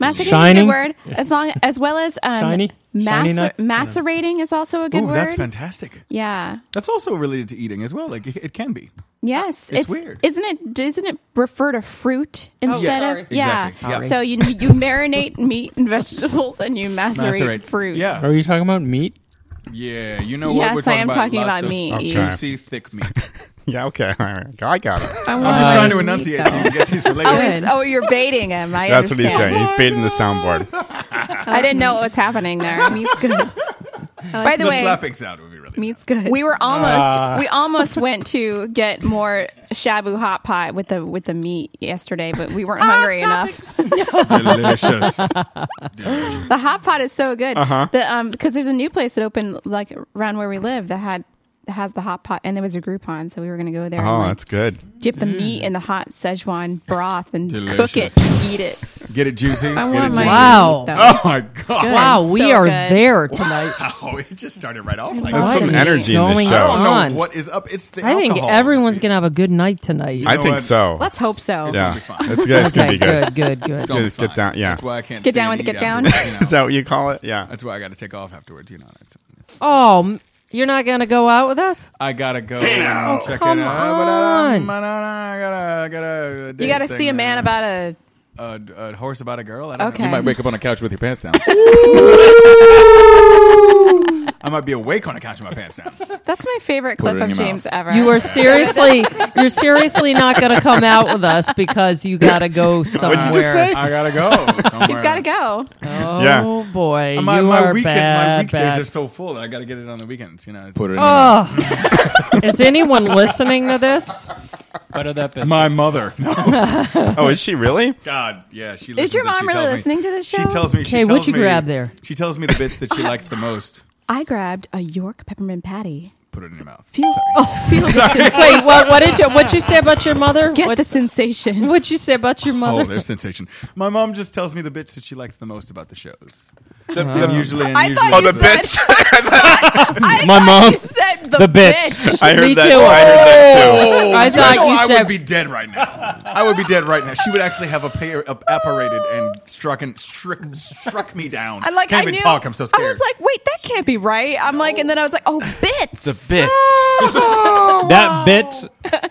Speaker 2: Masticating
Speaker 8: Shiny?
Speaker 2: is a good word. As long as well as um,
Speaker 8: Shiny? Shiny
Speaker 2: macer-
Speaker 8: nuts?
Speaker 2: macerating is also a good
Speaker 8: Ooh,
Speaker 2: word.
Speaker 8: that's fantastic.
Speaker 2: Yeah.
Speaker 8: That's also related to eating as well. Like it, it can be.
Speaker 2: Yes,
Speaker 8: It's weird.
Speaker 2: Isn't it? Doesn't it refer to fruit
Speaker 8: Oh,
Speaker 2: instead
Speaker 8: yes.
Speaker 2: of
Speaker 8: Sorry.
Speaker 2: yeah?
Speaker 8: Exactly. Sorry.
Speaker 2: So you you marinate meat and vegetables and you macerate, fruit.
Speaker 8: Yeah.
Speaker 12: Are you talking about meat?
Speaker 8: Yeah, you know
Speaker 2: Yes,
Speaker 8: what we're
Speaker 2: I
Speaker 8: talking
Speaker 2: am
Speaker 8: about.
Speaker 2: talking
Speaker 8: Lots
Speaker 2: about
Speaker 8: of
Speaker 2: meat. Okay.
Speaker 8: Juicy, thick meat.
Speaker 3: yeah. Okay. All right. I got it.
Speaker 2: I
Speaker 8: I'm just trying to
Speaker 2: meat,
Speaker 8: enunciate
Speaker 2: though.
Speaker 8: so you get these
Speaker 2: Oh,
Speaker 8: related.
Speaker 2: it's- oh, you're baiting him. I
Speaker 3: That's what
Speaker 2: understand.
Speaker 3: he's saying. He's baiting the soundboard.
Speaker 2: I didn't know what was happening there. Meat's good. By the, way,
Speaker 8: sound would be really
Speaker 2: meat's good. We were almost
Speaker 8: Ah.
Speaker 2: we almost went to get more shabu hot pot with the with the meat yesterday, but we weren't hungry enough.
Speaker 8: Delicious.
Speaker 2: The hot pot is so good.
Speaker 8: Uh-huh.
Speaker 2: The um because there's a new place that opened like around where we live that had has the hot pot and there was a Groupon, so we were gonna go there. and,
Speaker 3: Oh,
Speaker 2: like,
Speaker 3: that's good.
Speaker 2: Dip the meat in the hot Szechuan broth and cook it,
Speaker 8: Delicious.
Speaker 2: eat it.
Speaker 8: Get it juicy.
Speaker 2: I
Speaker 8: Get
Speaker 2: want
Speaker 8: it
Speaker 2: my
Speaker 8: juicy.
Speaker 11: Wow. meat, though.
Speaker 8: Oh my
Speaker 11: It's
Speaker 8: god.
Speaker 11: good. Wow, we So are good. there tonight.
Speaker 8: Wow, it just started right off like
Speaker 3: There's
Speaker 8: that.
Speaker 3: some energy in this
Speaker 11: going
Speaker 3: show.
Speaker 8: I don't know
Speaker 11: on?
Speaker 8: what is up. It's the
Speaker 11: I think
Speaker 8: alcohol.
Speaker 11: everyone's gonna have a good night tonight.
Speaker 3: I think so.
Speaker 2: Let's hope so.
Speaker 3: yeah, it's good. It's gonna be
Speaker 11: Okay, good,
Speaker 3: good.
Speaker 11: good, good.
Speaker 3: It's
Speaker 11: Gonna
Speaker 3: gonna
Speaker 11: be
Speaker 3: Get down. Yeah.
Speaker 8: That's why I can't
Speaker 2: Get down
Speaker 8: stand
Speaker 2: with the
Speaker 8: to
Speaker 2: get
Speaker 8: eat
Speaker 2: down.
Speaker 8: afterwards, you know.
Speaker 3: Is that what you call it? Yeah.
Speaker 8: That's why I got to take off afterwards. You know, It's-
Speaker 11: Oh, m- you're not gonna go out with us?
Speaker 8: I gotta go
Speaker 11: Oh,
Speaker 8: and check
Speaker 11: come
Speaker 8: it out.
Speaker 11: on.
Speaker 8: I gotta, I gotta.
Speaker 2: You got to see a man about a
Speaker 8: a, a horse about a girl. I don't
Speaker 2: Okay.
Speaker 8: know. You might wake up on a couch with your pants down. I might be awake on a couch with my pants down.
Speaker 2: That's my favorite
Speaker 8: Put it
Speaker 2: clip
Speaker 8: in
Speaker 2: of
Speaker 8: your
Speaker 2: James
Speaker 8: mouth.
Speaker 2: ever.
Speaker 11: You are seriously, you're seriously not going to come out with us because you got to go somewhere.
Speaker 8: say? I gotta go.
Speaker 2: He's got to go.
Speaker 11: Oh
Speaker 8: Yeah.
Speaker 11: boy,
Speaker 8: Uh, my,
Speaker 11: you
Speaker 8: my
Speaker 11: are
Speaker 8: weekend, my
Speaker 11: bad,
Speaker 8: weekdays
Speaker 11: bad.
Speaker 8: are so full that I gotta get it on the weekends. You know, put
Speaker 11: Oh. Is anyone listening to this?
Speaker 12: Butter that biscuit.
Speaker 8: My mother. No.
Speaker 3: oh, is she really?
Speaker 8: God, yeah. She
Speaker 2: Is
Speaker 8: listens
Speaker 2: your
Speaker 8: and she
Speaker 2: mom really
Speaker 8: tells me-
Speaker 2: listening to this
Speaker 8: She
Speaker 2: show?
Speaker 8: tells me. she
Speaker 11: Okay,
Speaker 8: tells
Speaker 11: what'd you
Speaker 8: me-
Speaker 11: grab there?
Speaker 8: She tells me the bits that she likes the most.
Speaker 2: I grabbed a York peppermint patty.
Speaker 8: Put it in your mouth.
Speaker 2: Feel, oh, feel the sensation.
Speaker 11: Wait, what? What did you? What you say about your mother?
Speaker 2: Get
Speaker 11: what,
Speaker 2: the sensation.
Speaker 11: What you say about your mother?
Speaker 8: Oh, there's sensation. My mom just tells me the bits that she likes the most about the shows.
Speaker 3: The-
Speaker 8: And
Speaker 3: the-
Speaker 8: usually, and
Speaker 3: I
Speaker 8: usually
Speaker 3: thought you Oh, the said- bits.
Speaker 12: My mom.
Speaker 2: said
Speaker 12: the bitch.
Speaker 3: I heard
Speaker 8: Me
Speaker 3: that.
Speaker 8: too.
Speaker 3: I heard that too.
Speaker 8: Oh,
Speaker 11: I thought
Speaker 8: know
Speaker 11: you
Speaker 8: I
Speaker 11: said-
Speaker 8: would be dead right now. I would be dead right now. She would actually have a pair up apparated and struck and struck struck me down.
Speaker 2: I like.
Speaker 8: Can't
Speaker 2: I
Speaker 8: even
Speaker 2: knew.
Speaker 8: talk. I'm so scared.
Speaker 2: I was like, wait, that can't be right. I'm like, and then I was like, oh, bits.
Speaker 12: The bits. that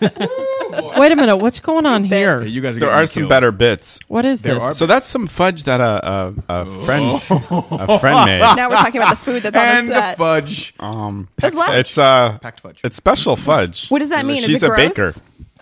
Speaker 12: bits.
Speaker 11: Wait a minute. What's going on here?
Speaker 8: you guys
Speaker 3: There are some better bits.
Speaker 11: What is There this? are
Speaker 3: So that's some fudge that a a, a friend a
Speaker 8: Oh.
Speaker 3: friend made.
Speaker 2: Now we're talking about the food that's on
Speaker 8: and
Speaker 2: the
Speaker 8: the
Speaker 2: set.
Speaker 8: fudge.
Speaker 3: Um,
Speaker 2: It's left.
Speaker 3: it's uh,
Speaker 8: Packed fudge.
Speaker 3: it's special fudge.
Speaker 2: What does that mean? Is
Speaker 3: She's
Speaker 2: it
Speaker 3: a
Speaker 2: gross?
Speaker 3: baker.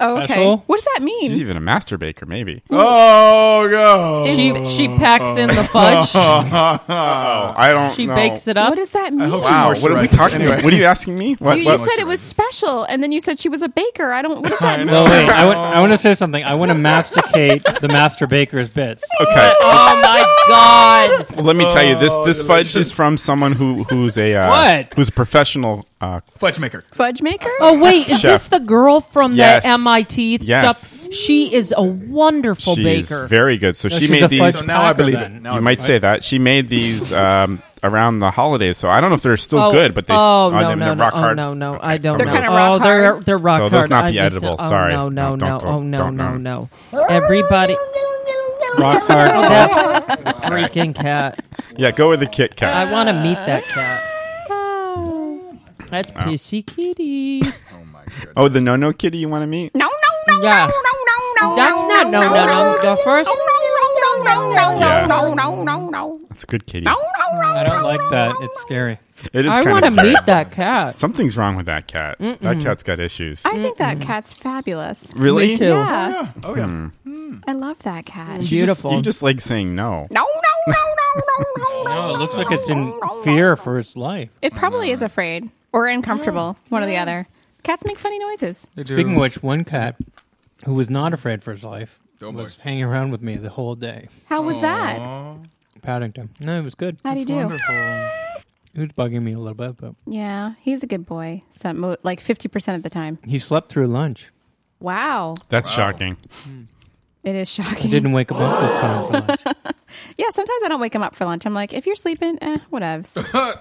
Speaker 2: Oh, okay.
Speaker 12: Special?
Speaker 2: What does that mean?
Speaker 3: She's even a master baker, maybe.
Speaker 8: Oh god.
Speaker 11: She she packs in the fudge.
Speaker 3: Uh-oh. I don't.
Speaker 11: She
Speaker 3: know.
Speaker 11: bakes it up.
Speaker 2: What does that mean?
Speaker 3: Wow, what are we
Speaker 8: moisturizes.
Speaker 3: talking
Speaker 8: Anyway.
Speaker 3: about? What are you asking me? What,
Speaker 2: you
Speaker 3: what-
Speaker 2: just said it was special, and then you said she was a baker. I don't. What does that mean?
Speaker 12: No, wait. I want, I want to say something. I want to masticate the master baker's bits.
Speaker 3: okay.
Speaker 11: Oh my god! Oh,
Speaker 3: Well, let me tell you this. This fudge is from someone who who's a uh,
Speaker 12: What?
Speaker 3: Who's a professional. Uh,
Speaker 8: fudge maker.
Speaker 2: Fudge maker.
Speaker 11: Oh wait, is
Speaker 3: Chef.
Speaker 11: this the girl from
Speaker 3: Yes.
Speaker 11: the MIT
Speaker 3: Yes.
Speaker 11: stuff? She is a wonderful
Speaker 3: she's
Speaker 11: baker.
Speaker 3: very good. So
Speaker 12: No,
Speaker 3: she
Speaker 12: she's
Speaker 3: made
Speaker 12: a
Speaker 3: these.
Speaker 12: fudge
Speaker 8: So now I
Speaker 12: packer
Speaker 8: believe
Speaker 12: then.
Speaker 8: it. Now
Speaker 3: you
Speaker 8: I
Speaker 3: might
Speaker 8: believe
Speaker 3: say
Speaker 8: it.
Speaker 3: that she made these um, around the holidays. So I don't know if they're still
Speaker 11: Oh,
Speaker 3: good, but they
Speaker 11: oh
Speaker 3: are
Speaker 11: no
Speaker 3: they,
Speaker 11: no
Speaker 3: they're
Speaker 11: no
Speaker 3: rock
Speaker 11: oh,
Speaker 3: hard.
Speaker 11: no no I don't
Speaker 3: They're
Speaker 11: know.
Speaker 2: kinda
Speaker 11: oh
Speaker 2: rock
Speaker 11: they're
Speaker 2: hard.
Speaker 11: they're rock
Speaker 3: So
Speaker 11: hard.
Speaker 3: those not
Speaker 11: I
Speaker 3: be
Speaker 11: just-
Speaker 3: edible.
Speaker 11: oh,
Speaker 3: Sorry.
Speaker 11: no no
Speaker 3: No, don't
Speaker 11: no
Speaker 3: go-
Speaker 11: oh no
Speaker 3: don't-
Speaker 11: no
Speaker 3: don't.
Speaker 11: no. Everybody,
Speaker 12: Rock hard.
Speaker 11: that freaking cat.
Speaker 3: Yeah, go with the Kit Kat.
Speaker 11: I want to meet that cat. That's pissy kitty.
Speaker 3: oh, the No No Kitty you want to meet?
Speaker 2: No, no, no,
Speaker 11: Yeah.
Speaker 2: no, no, no.
Speaker 11: That's not no no no. The first
Speaker 2: No, no, no, no, no,
Speaker 3: Yeah.
Speaker 2: no, no, no, no, no.
Speaker 3: That's a good kitty.
Speaker 2: No, no, no.
Speaker 12: I don't like that. It's scary.
Speaker 3: It is
Speaker 11: I
Speaker 3: kind
Speaker 11: want to
Speaker 3: of
Speaker 11: meet that cat.
Speaker 3: Something's wrong with that cat. That cat's got issues.
Speaker 2: I think that cat's fabulous.
Speaker 3: really?
Speaker 11: Me too.
Speaker 2: Yeah,
Speaker 8: Oh yeah.
Speaker 12: Mm.
Speaker 2: I love that cat.
Speaker 3: You just-
Speaker 11: Beautiful.
Speaker 3: you just like saying no.
Speaker 2: No, no, no, no, no, no, no.
Speaker 12: No, it looks like it's in fear for its life.
Speaker 2: It probably
Speaker 8: Mm.
Speaker 2: is afraid or uncomfortable, one or the other. Cats make funny noises.
Speaker 12: Speaking of which, one cat who was not afraid for his life
Speaker 8: Oh, boy.
Speaker 12: was hanging around with me the whole day.
Speaker 2: How was that?
Speaker 12: Paddington. No, it was good.
Speaker 2: How'd he do?
Speaker 8: Wonderful.
Speaker 12: He was bugging me a little bit, but
Speaker 2: Yeah, he's a good boy. Some mo- like fifty percent of the time.
Speaker 12: he slept through lunch.
Speaker 2: Wow,
Speaker 3: That's shocking.
Speaker 2: it is
Speaker 12: I
Speaker 2: shocking.
Speaker 12: didn't wake him up this time. For lunch.
Speaker 2: yeah, sometimes I don't wake him up for lunch. I'm like, if you're sleeping, eh, whatevs.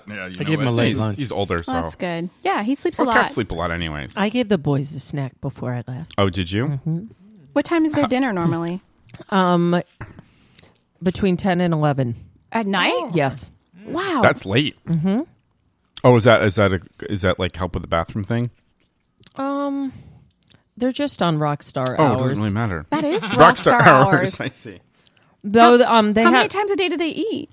Speaker 3: Yeah, you
Speaker 12: I gave him a late
Speaker 3: he's,
Speaker 12: lunch.
Speaker 3: He's older, so
Speaker 2: That's good. Yeah, he sleeps
Speaker 3: Well,
Speaker 2: a
Speaker 3: cats
Speaker 2: lot.
Speaker 3: sleep a lot, anyways.
Speaker 11: I gave the boys a snack before I left.
Speaker 3: oh, did you?
Speaker 8: Mm-hmm.
Speaker 2: What time is their dinner normally?
Speaker 11: Um, between ten and eleven.
Speaker 2: At night?
Speaker 11: Yes.
Speaker 2: Wow.
Speaker 3: That's late.
Speaker 11: Mm-hmm.
Speaker 3: Oh, is that is that a is that like help with the bathroom thing?
Speaker 11: Um, they're just on rock star
Speaker 3: Oh, it
Speaker 11: hours.
Speaker 3: doesn't really matter.
Speaker 2: That is
Speaker 3: Rockstar
Speaker 2: rockstar
Speaker 3: hours.
Speaker 2: hours.
Speaker 3: I see.
Speaker 11: Though um, they
Speaker 2: How
Speaker 11: have
Speaker 2: many times a day do they eat?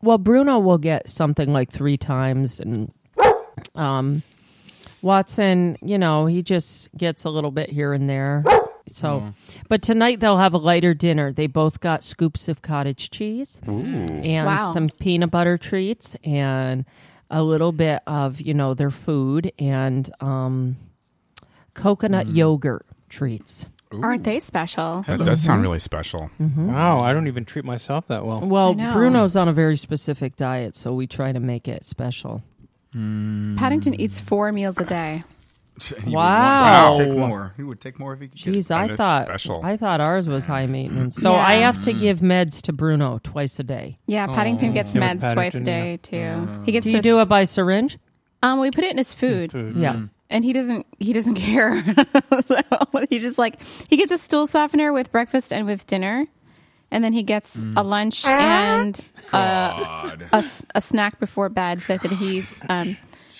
Speaker 11: well, Bruno will get something like three times, and um, Watson, you know, he just gets a little bit here and there. So,
Speaker 3: Mm.
Speaker 11: but tonight they'll have a lighter dinner. They both got scoops of cottage cheese and
Speaker 2: Wow.
Speaker 11: some peanut butter treats and a little bit of you know their food and um, coconut yogurt treats.
Speaker 2: Aren't they special?
Speaker 3: Mm. That does sound really special.
Speaker 12: Mm-hmm.
Speaker 2: Mm-hmm.
Speaker 12: Wow, I don't even treat myself that well.
Speaker 11: Well,
Speaker 2: know.
Speaker 11: Bruno's on a very specific diet, so we try to make it special.
Speaker 2: Paddington eats four meals a day.
Speaker 8: He would
Speaker 11: Wow.
Speaker 8: want- he would take more. He would take more if he could.
Speaker 11: Jeez,
Speaker 3: That
Speaker 11: I
Speaker 3: is
Speaker 11: thought
Speaker 3: special.
Speaker 11: I thought ours was high maintenance. So I
Speaker 2: Yeah.
Speaker 11: have to give meds to Bruno twice a day.
Speaker 2: Yeah, Paddington gets
Speaker 8: Oh.
Speaker 12: Yeah,
Speaker 2: meds twice a
Speaker 12: Paddington,
Speaker 2: day too.
Speaker 8: Uh,
Speaker 2: He gets
Speaker 11: Do you
Speaker 2: this-
Speaker 11: do it by syringe?
Speaker 2: um we put it in his food.
Speaker 3: Mm.
Speaker 11: Yeah.
Speaker 8: Mm.
Speaker 2: And he doesn't he doesn't care. so he just like he gets a stool softener with breakfast and with dinner. And then he gets a
Speaker 11: Mm.
Speaker 2: lunch and a, a, s- a snack before bed so that he's um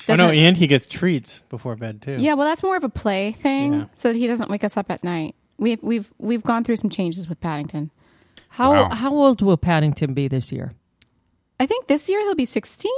Speaker 12: Oh no,
Speaker 2: doesn't-
Speaker 12: and he gets treats before bed too.
Speaker 2: Yeah, well, that's more of a play thing,
Speaker 12: Yeah.
Speaker 2: so that he doesn't wake us up at night. We've we've we've gone through some changes with Paddington.
Speaker 11: How
Speaker 3: Wow.
Speaker 11: how old will Paddington be this year?
Speaker 2: I think this year he'll be sixteen.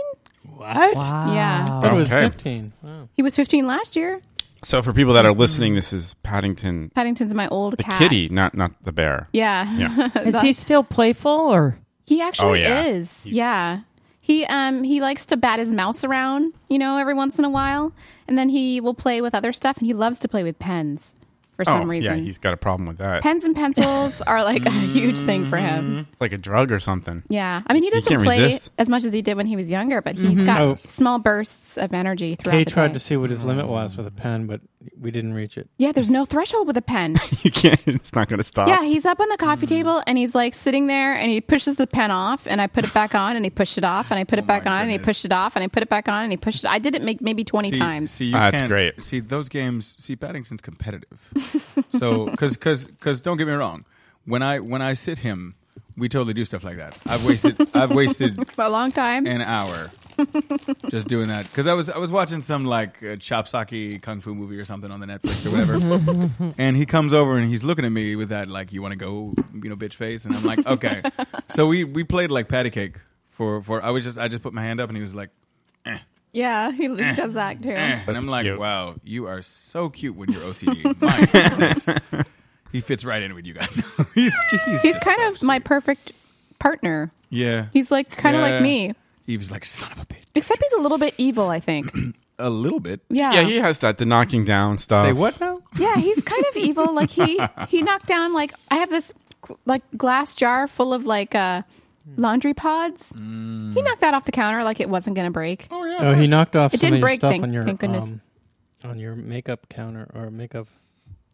Speaker 12: What?
Speaker 11: Wow.
Speaker 2: Yeah.
Speaker 12: But it was
Speaker 3: Okay.
Speaker 12: fifteen. Wow.
Speaker 2: He was fifteen last year.
Speaker 3: So for people that are listening, this is Paddington
Speaker 2: Paddington's my old
Speaker 3: the
Speaker 2: Mm-hmm. cat.
Speaker 3: kitty, not not the bear.
Speaker 2: Yeah.
Speaker 3: Yeah.
Speaker 11: Is he still playful or
Speaker 2: He actually
Speaker 3: Oh, yeah.
Speaker 2: is. Yeah. He um he likes to bat his mouse around, you know, every once in a while, and then he will play with other stuff, and he loves to play with pens for
Speaker 3: oh,
Speaker 2: some reason.
Speaker 3: yeah, he's got a problem with that.
Speaker 2: Pens and pencils are like a huge thing for him.
Speaker 3: It's like a drug or something.
Speaker 2: Yeah, I mean, he doesn't
Speaker 3: Mm-hmm. can't
Speaker 2: play
Speaker 3: resist.
Speaker 2: as much as he did when he was younger, but he's got
Speaker 12: Oh.
Speaker 2: small bursts of energy throughout
Speaker 12: Kay
Speaker 2: the
Speaker 12: tried
Speaker 2: day.
Speaker 12: to see what his limit was
Speaker 3: Mm.
Speaker 12: with a pen, but we didn't reach it.
Speaker 2: yeah, there's no threshold with a pen.
Speaker 3: You can't. It's not going to stop.
Speaker 2: yeah, he's up on the coffee
Speaker 8: Mm.
Speaker 2: table and he's like sitting there and he pushes the pen off and I put it back on and he pushed it off and I
Speaker 8: Oh
Speaker 2: put it back on and he pushed it off and I put it back on and he pushed it. I did it make, maybe 20
Speaker 8: See-
Speaker 2: times.
Speaker 8: See, you
Speaker 3: Ah, that's
Speaker 8: can't-
Speaker 3: great.
Speaker 8: See those games. See, Paddington's competitive. so, because because because don't get me wrong, when I when I sit him, we totally do stuff like that. I've wasted I've wasted
Speaker 2: For a long time.
Speaker 8: an hour just doing that because I was I was watching some like uh, chopsaki kung fu movie or something on the Netflix or whatever, and he comes over and he's looking at me with that like you want to go you know bitch face, and I'm like okay. so we we played like patty cake for for I was just I just put my hand up and he was like.
Speaker 2: yeah, he does that too.
Speaker 8: Eh, and I'm like,
Speaker 3: cute.
Speaker 8: wow, you are so cute when you're OCD. My goodness. He fits right in with you guys. he's he's,
Speaker 2: He's
Speaker 8: just
Speaker 2: kind
Speaker 8: so
Speaker 2: of my
Speaker 8: sweet.
Speaker 2: perfect partner.
Speaker 8: yeah.
Speaker 2: He's like kind of
Speaker 8: Yeah.
Speaker 2: like me,
Speaker 8: He was like son of a bitch.
Speaker 2: except he's a little bit evil, I think.
Speaker 8: A little bit.
Speaker 2: Yeah.
Speaker 3: Yeah, he has that the knocking down stuff.
Speaker 8: Say what now?
Speaker 2: Yeah, he's kind of evil. Like he he knocked down like I have this like glass jar full of like uh laundry pods. He knocked that off the counter like it wasn't gonna
Speaker 8: Mm.
Speaker 2: break.
Speaker 8: Oh yeah.
Speaker 12: Oh, he knocked off
Speaker 2: It
Speaker 12: some
Speaker 2: didn't
Speaker 12: of your
Speaker 2: break,
Speaker 12: stuff
Speaker 2: thank-
Speaker 12: on your
Speaker 2: thank goodness.
Speaker 12: um, on your makeup counter or makeup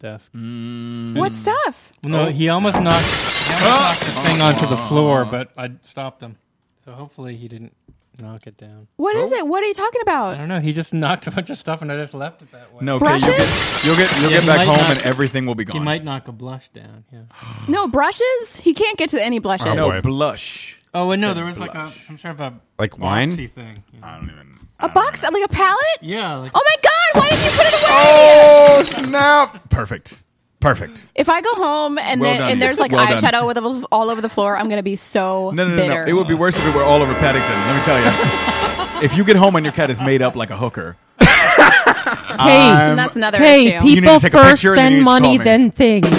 Speaker 12: desk.
Speaker 3: Mm.
Speaker 2: What stuff?
Speaker 12: Well, no, he
Speaker 3: Oh.
Speaker 12: almost knocked, he almost knocked the thing onto the
Speaker 3: Ah.
Speaker 12: floor, but I stopped him. So hopefully he didn't knock it down.
Speaker 2: What is it? What are you talking
Speaker 12: I
Speaker 2: about?
Speaker 12: don't know. He just knocked a bunch of stuff, and I just left it that way.
Speaker 8: No, okay,
Speaker 2: Brushes?
Speaker 8: you'll get you'll get, you'll
Speaker 12: Yeah,
Speaker 8: get
Speaker 12: he
Speaker 8: back
Speaker 12: might
Speaker 8: home
Speaker 12: not-
Speaker 8: and everything will be gone.
Speaker 12: He might knock a blush down. Yeah.
Speaker 2: No brushes? He can't get to any blushes.
Speaker 8: no
Speaker 3: Boy.
Speaker 8: blush.
Speaker 12: Oh, and no, there was like a some sort of a
Speaker 3: Like wine?
Speaker 12: boxy thing. Yeah.
Speaker 8: I don't even.
Speaker 2: A box like a palette?
Speaker 12: Yeah, like
Speaker 2: Oh my god, why didn't you put it away?
Speaker 8: Oh snap! Perfect. Perfect.
Speaker 2: If I go home and
Speaker 8: Well
Speaker 2: then,
Speaker 8: done.
Speaker 2: and there's like
Speaker 8: Well done.
Speaker 2: eyeshadow with all over the floor, I'm gonna be so
Speaker 8: No, no, no,
Speaker 2: bitter.
Speaker 8: no. It would be worse if it were all over Paddington. Let me tell you. if you get home and your cat is made up like a hooker,
Speaker 11: Hey,
Speaker 2: and Um, that's another
Speaker 11: hey,
Speaker 2: issue.
Speaker 8: You need
Speaker 11: people
Speaker 8: to take a
Speaker 11: first,
Speaker 8: picture and
Speaker 11: then
Speaker 8: you need to call
Speaker 11: money,
Speaker 8: me.
Speaker 11: then things.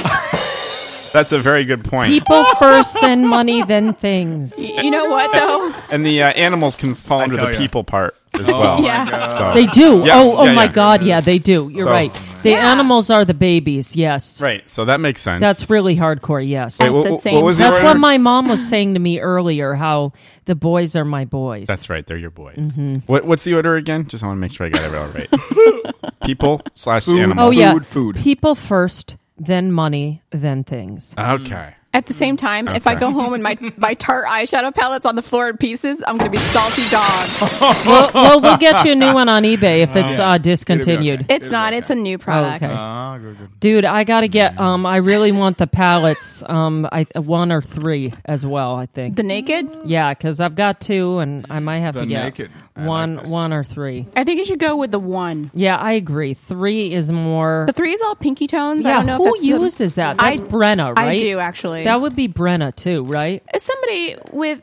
Speaker 3: That's a very good point.
Speaker 11: people first, then money, then things.
Speaker 2: you know what though?
Speaker 3: And the uh, animals can fall under
Speaker 8: tell
Speaker 3: the
Speaker 8: ya. Oh
Speaker 3: people part as well.
Speaker 2: Yeah.
Speaker 3: So-
Speaker 11: They do.
Speaker 3: Yeah,
Speaker 11: oh, oh
Speaker 3: yeah,
Speaker 11: my
Speaker 3: yeah.
Speaker 11: God! Yeah, they do. You're
Speaker 3: So-
Speaker 11: right. The
Speaker 1: Yeah.
Speaker 11: animals are the babies. Yes.
Speaker 3: Right. So that makes sense.
Speaker 11: That's really hardcore. Yes.
Speaker 3: Wait, At wha- the wha- what same was your
Speaker 11: That's
Speaker 3: order?
Speaker 11: what my mom was saying to me earlier. How the boys are my boys.
Speaker 3: That's right. They're your boys.
Speaker 11: Mhm.
Speaker 3: What, what's the order again? Just I want to make sure I got it all right. People slash
Speaker 8: Food.
Speaker 3: animals.
Speaker 11: Oh yeah.
Speaker 8: Food, food.
Speaker 11: People first, then money, then things.
Speaker 3: Uh, Okay.
Speaker 1: At the same time, if I
Speaker 11: Okay.
Speaker 1: go home and my, my tart eyeshadow palette's on the floor in pieces, I'm going to be salty dog.
Speaker 11: well, well, we'll get you a new one on eBay if it's
Speaker 1: Yeah.
Speaker 11: uh, discontinued.
Speaker 1: It's not. It's a new product.
Speaker 11: Okay.
Speaker 8: Ah,
Speaker 11: Dude, I gotta get. Um, I really want the pallets. Um, I one or three as well. I think
Speaker 2: The naked?
Speaker 11: Yeah, because I've got two, and I might have
Speaker 8: The
Speaker 11: to get
Speaker 8: naked.
Speaker 11: one, one or three.
Speaker 2: I think you should go with the one.
Speaker 11: Yeah, I agree. Three is more.
Speaker 2: The
Speaker 1: three is all pinky tones.
Speaker 11: yeah,
Speaker 2: I don't know if
Speaker 11: who
Speaker 2: that's the-
Speaker 11: uses that? That's
Speaker 2: I-
Speaker 11: Brenna,
Speaker 2: I
Speaker 11: right?
Speaker 2: do, actually.
Speaker 11: That would be Brenna too, right?
Speaker 2: As somebody with,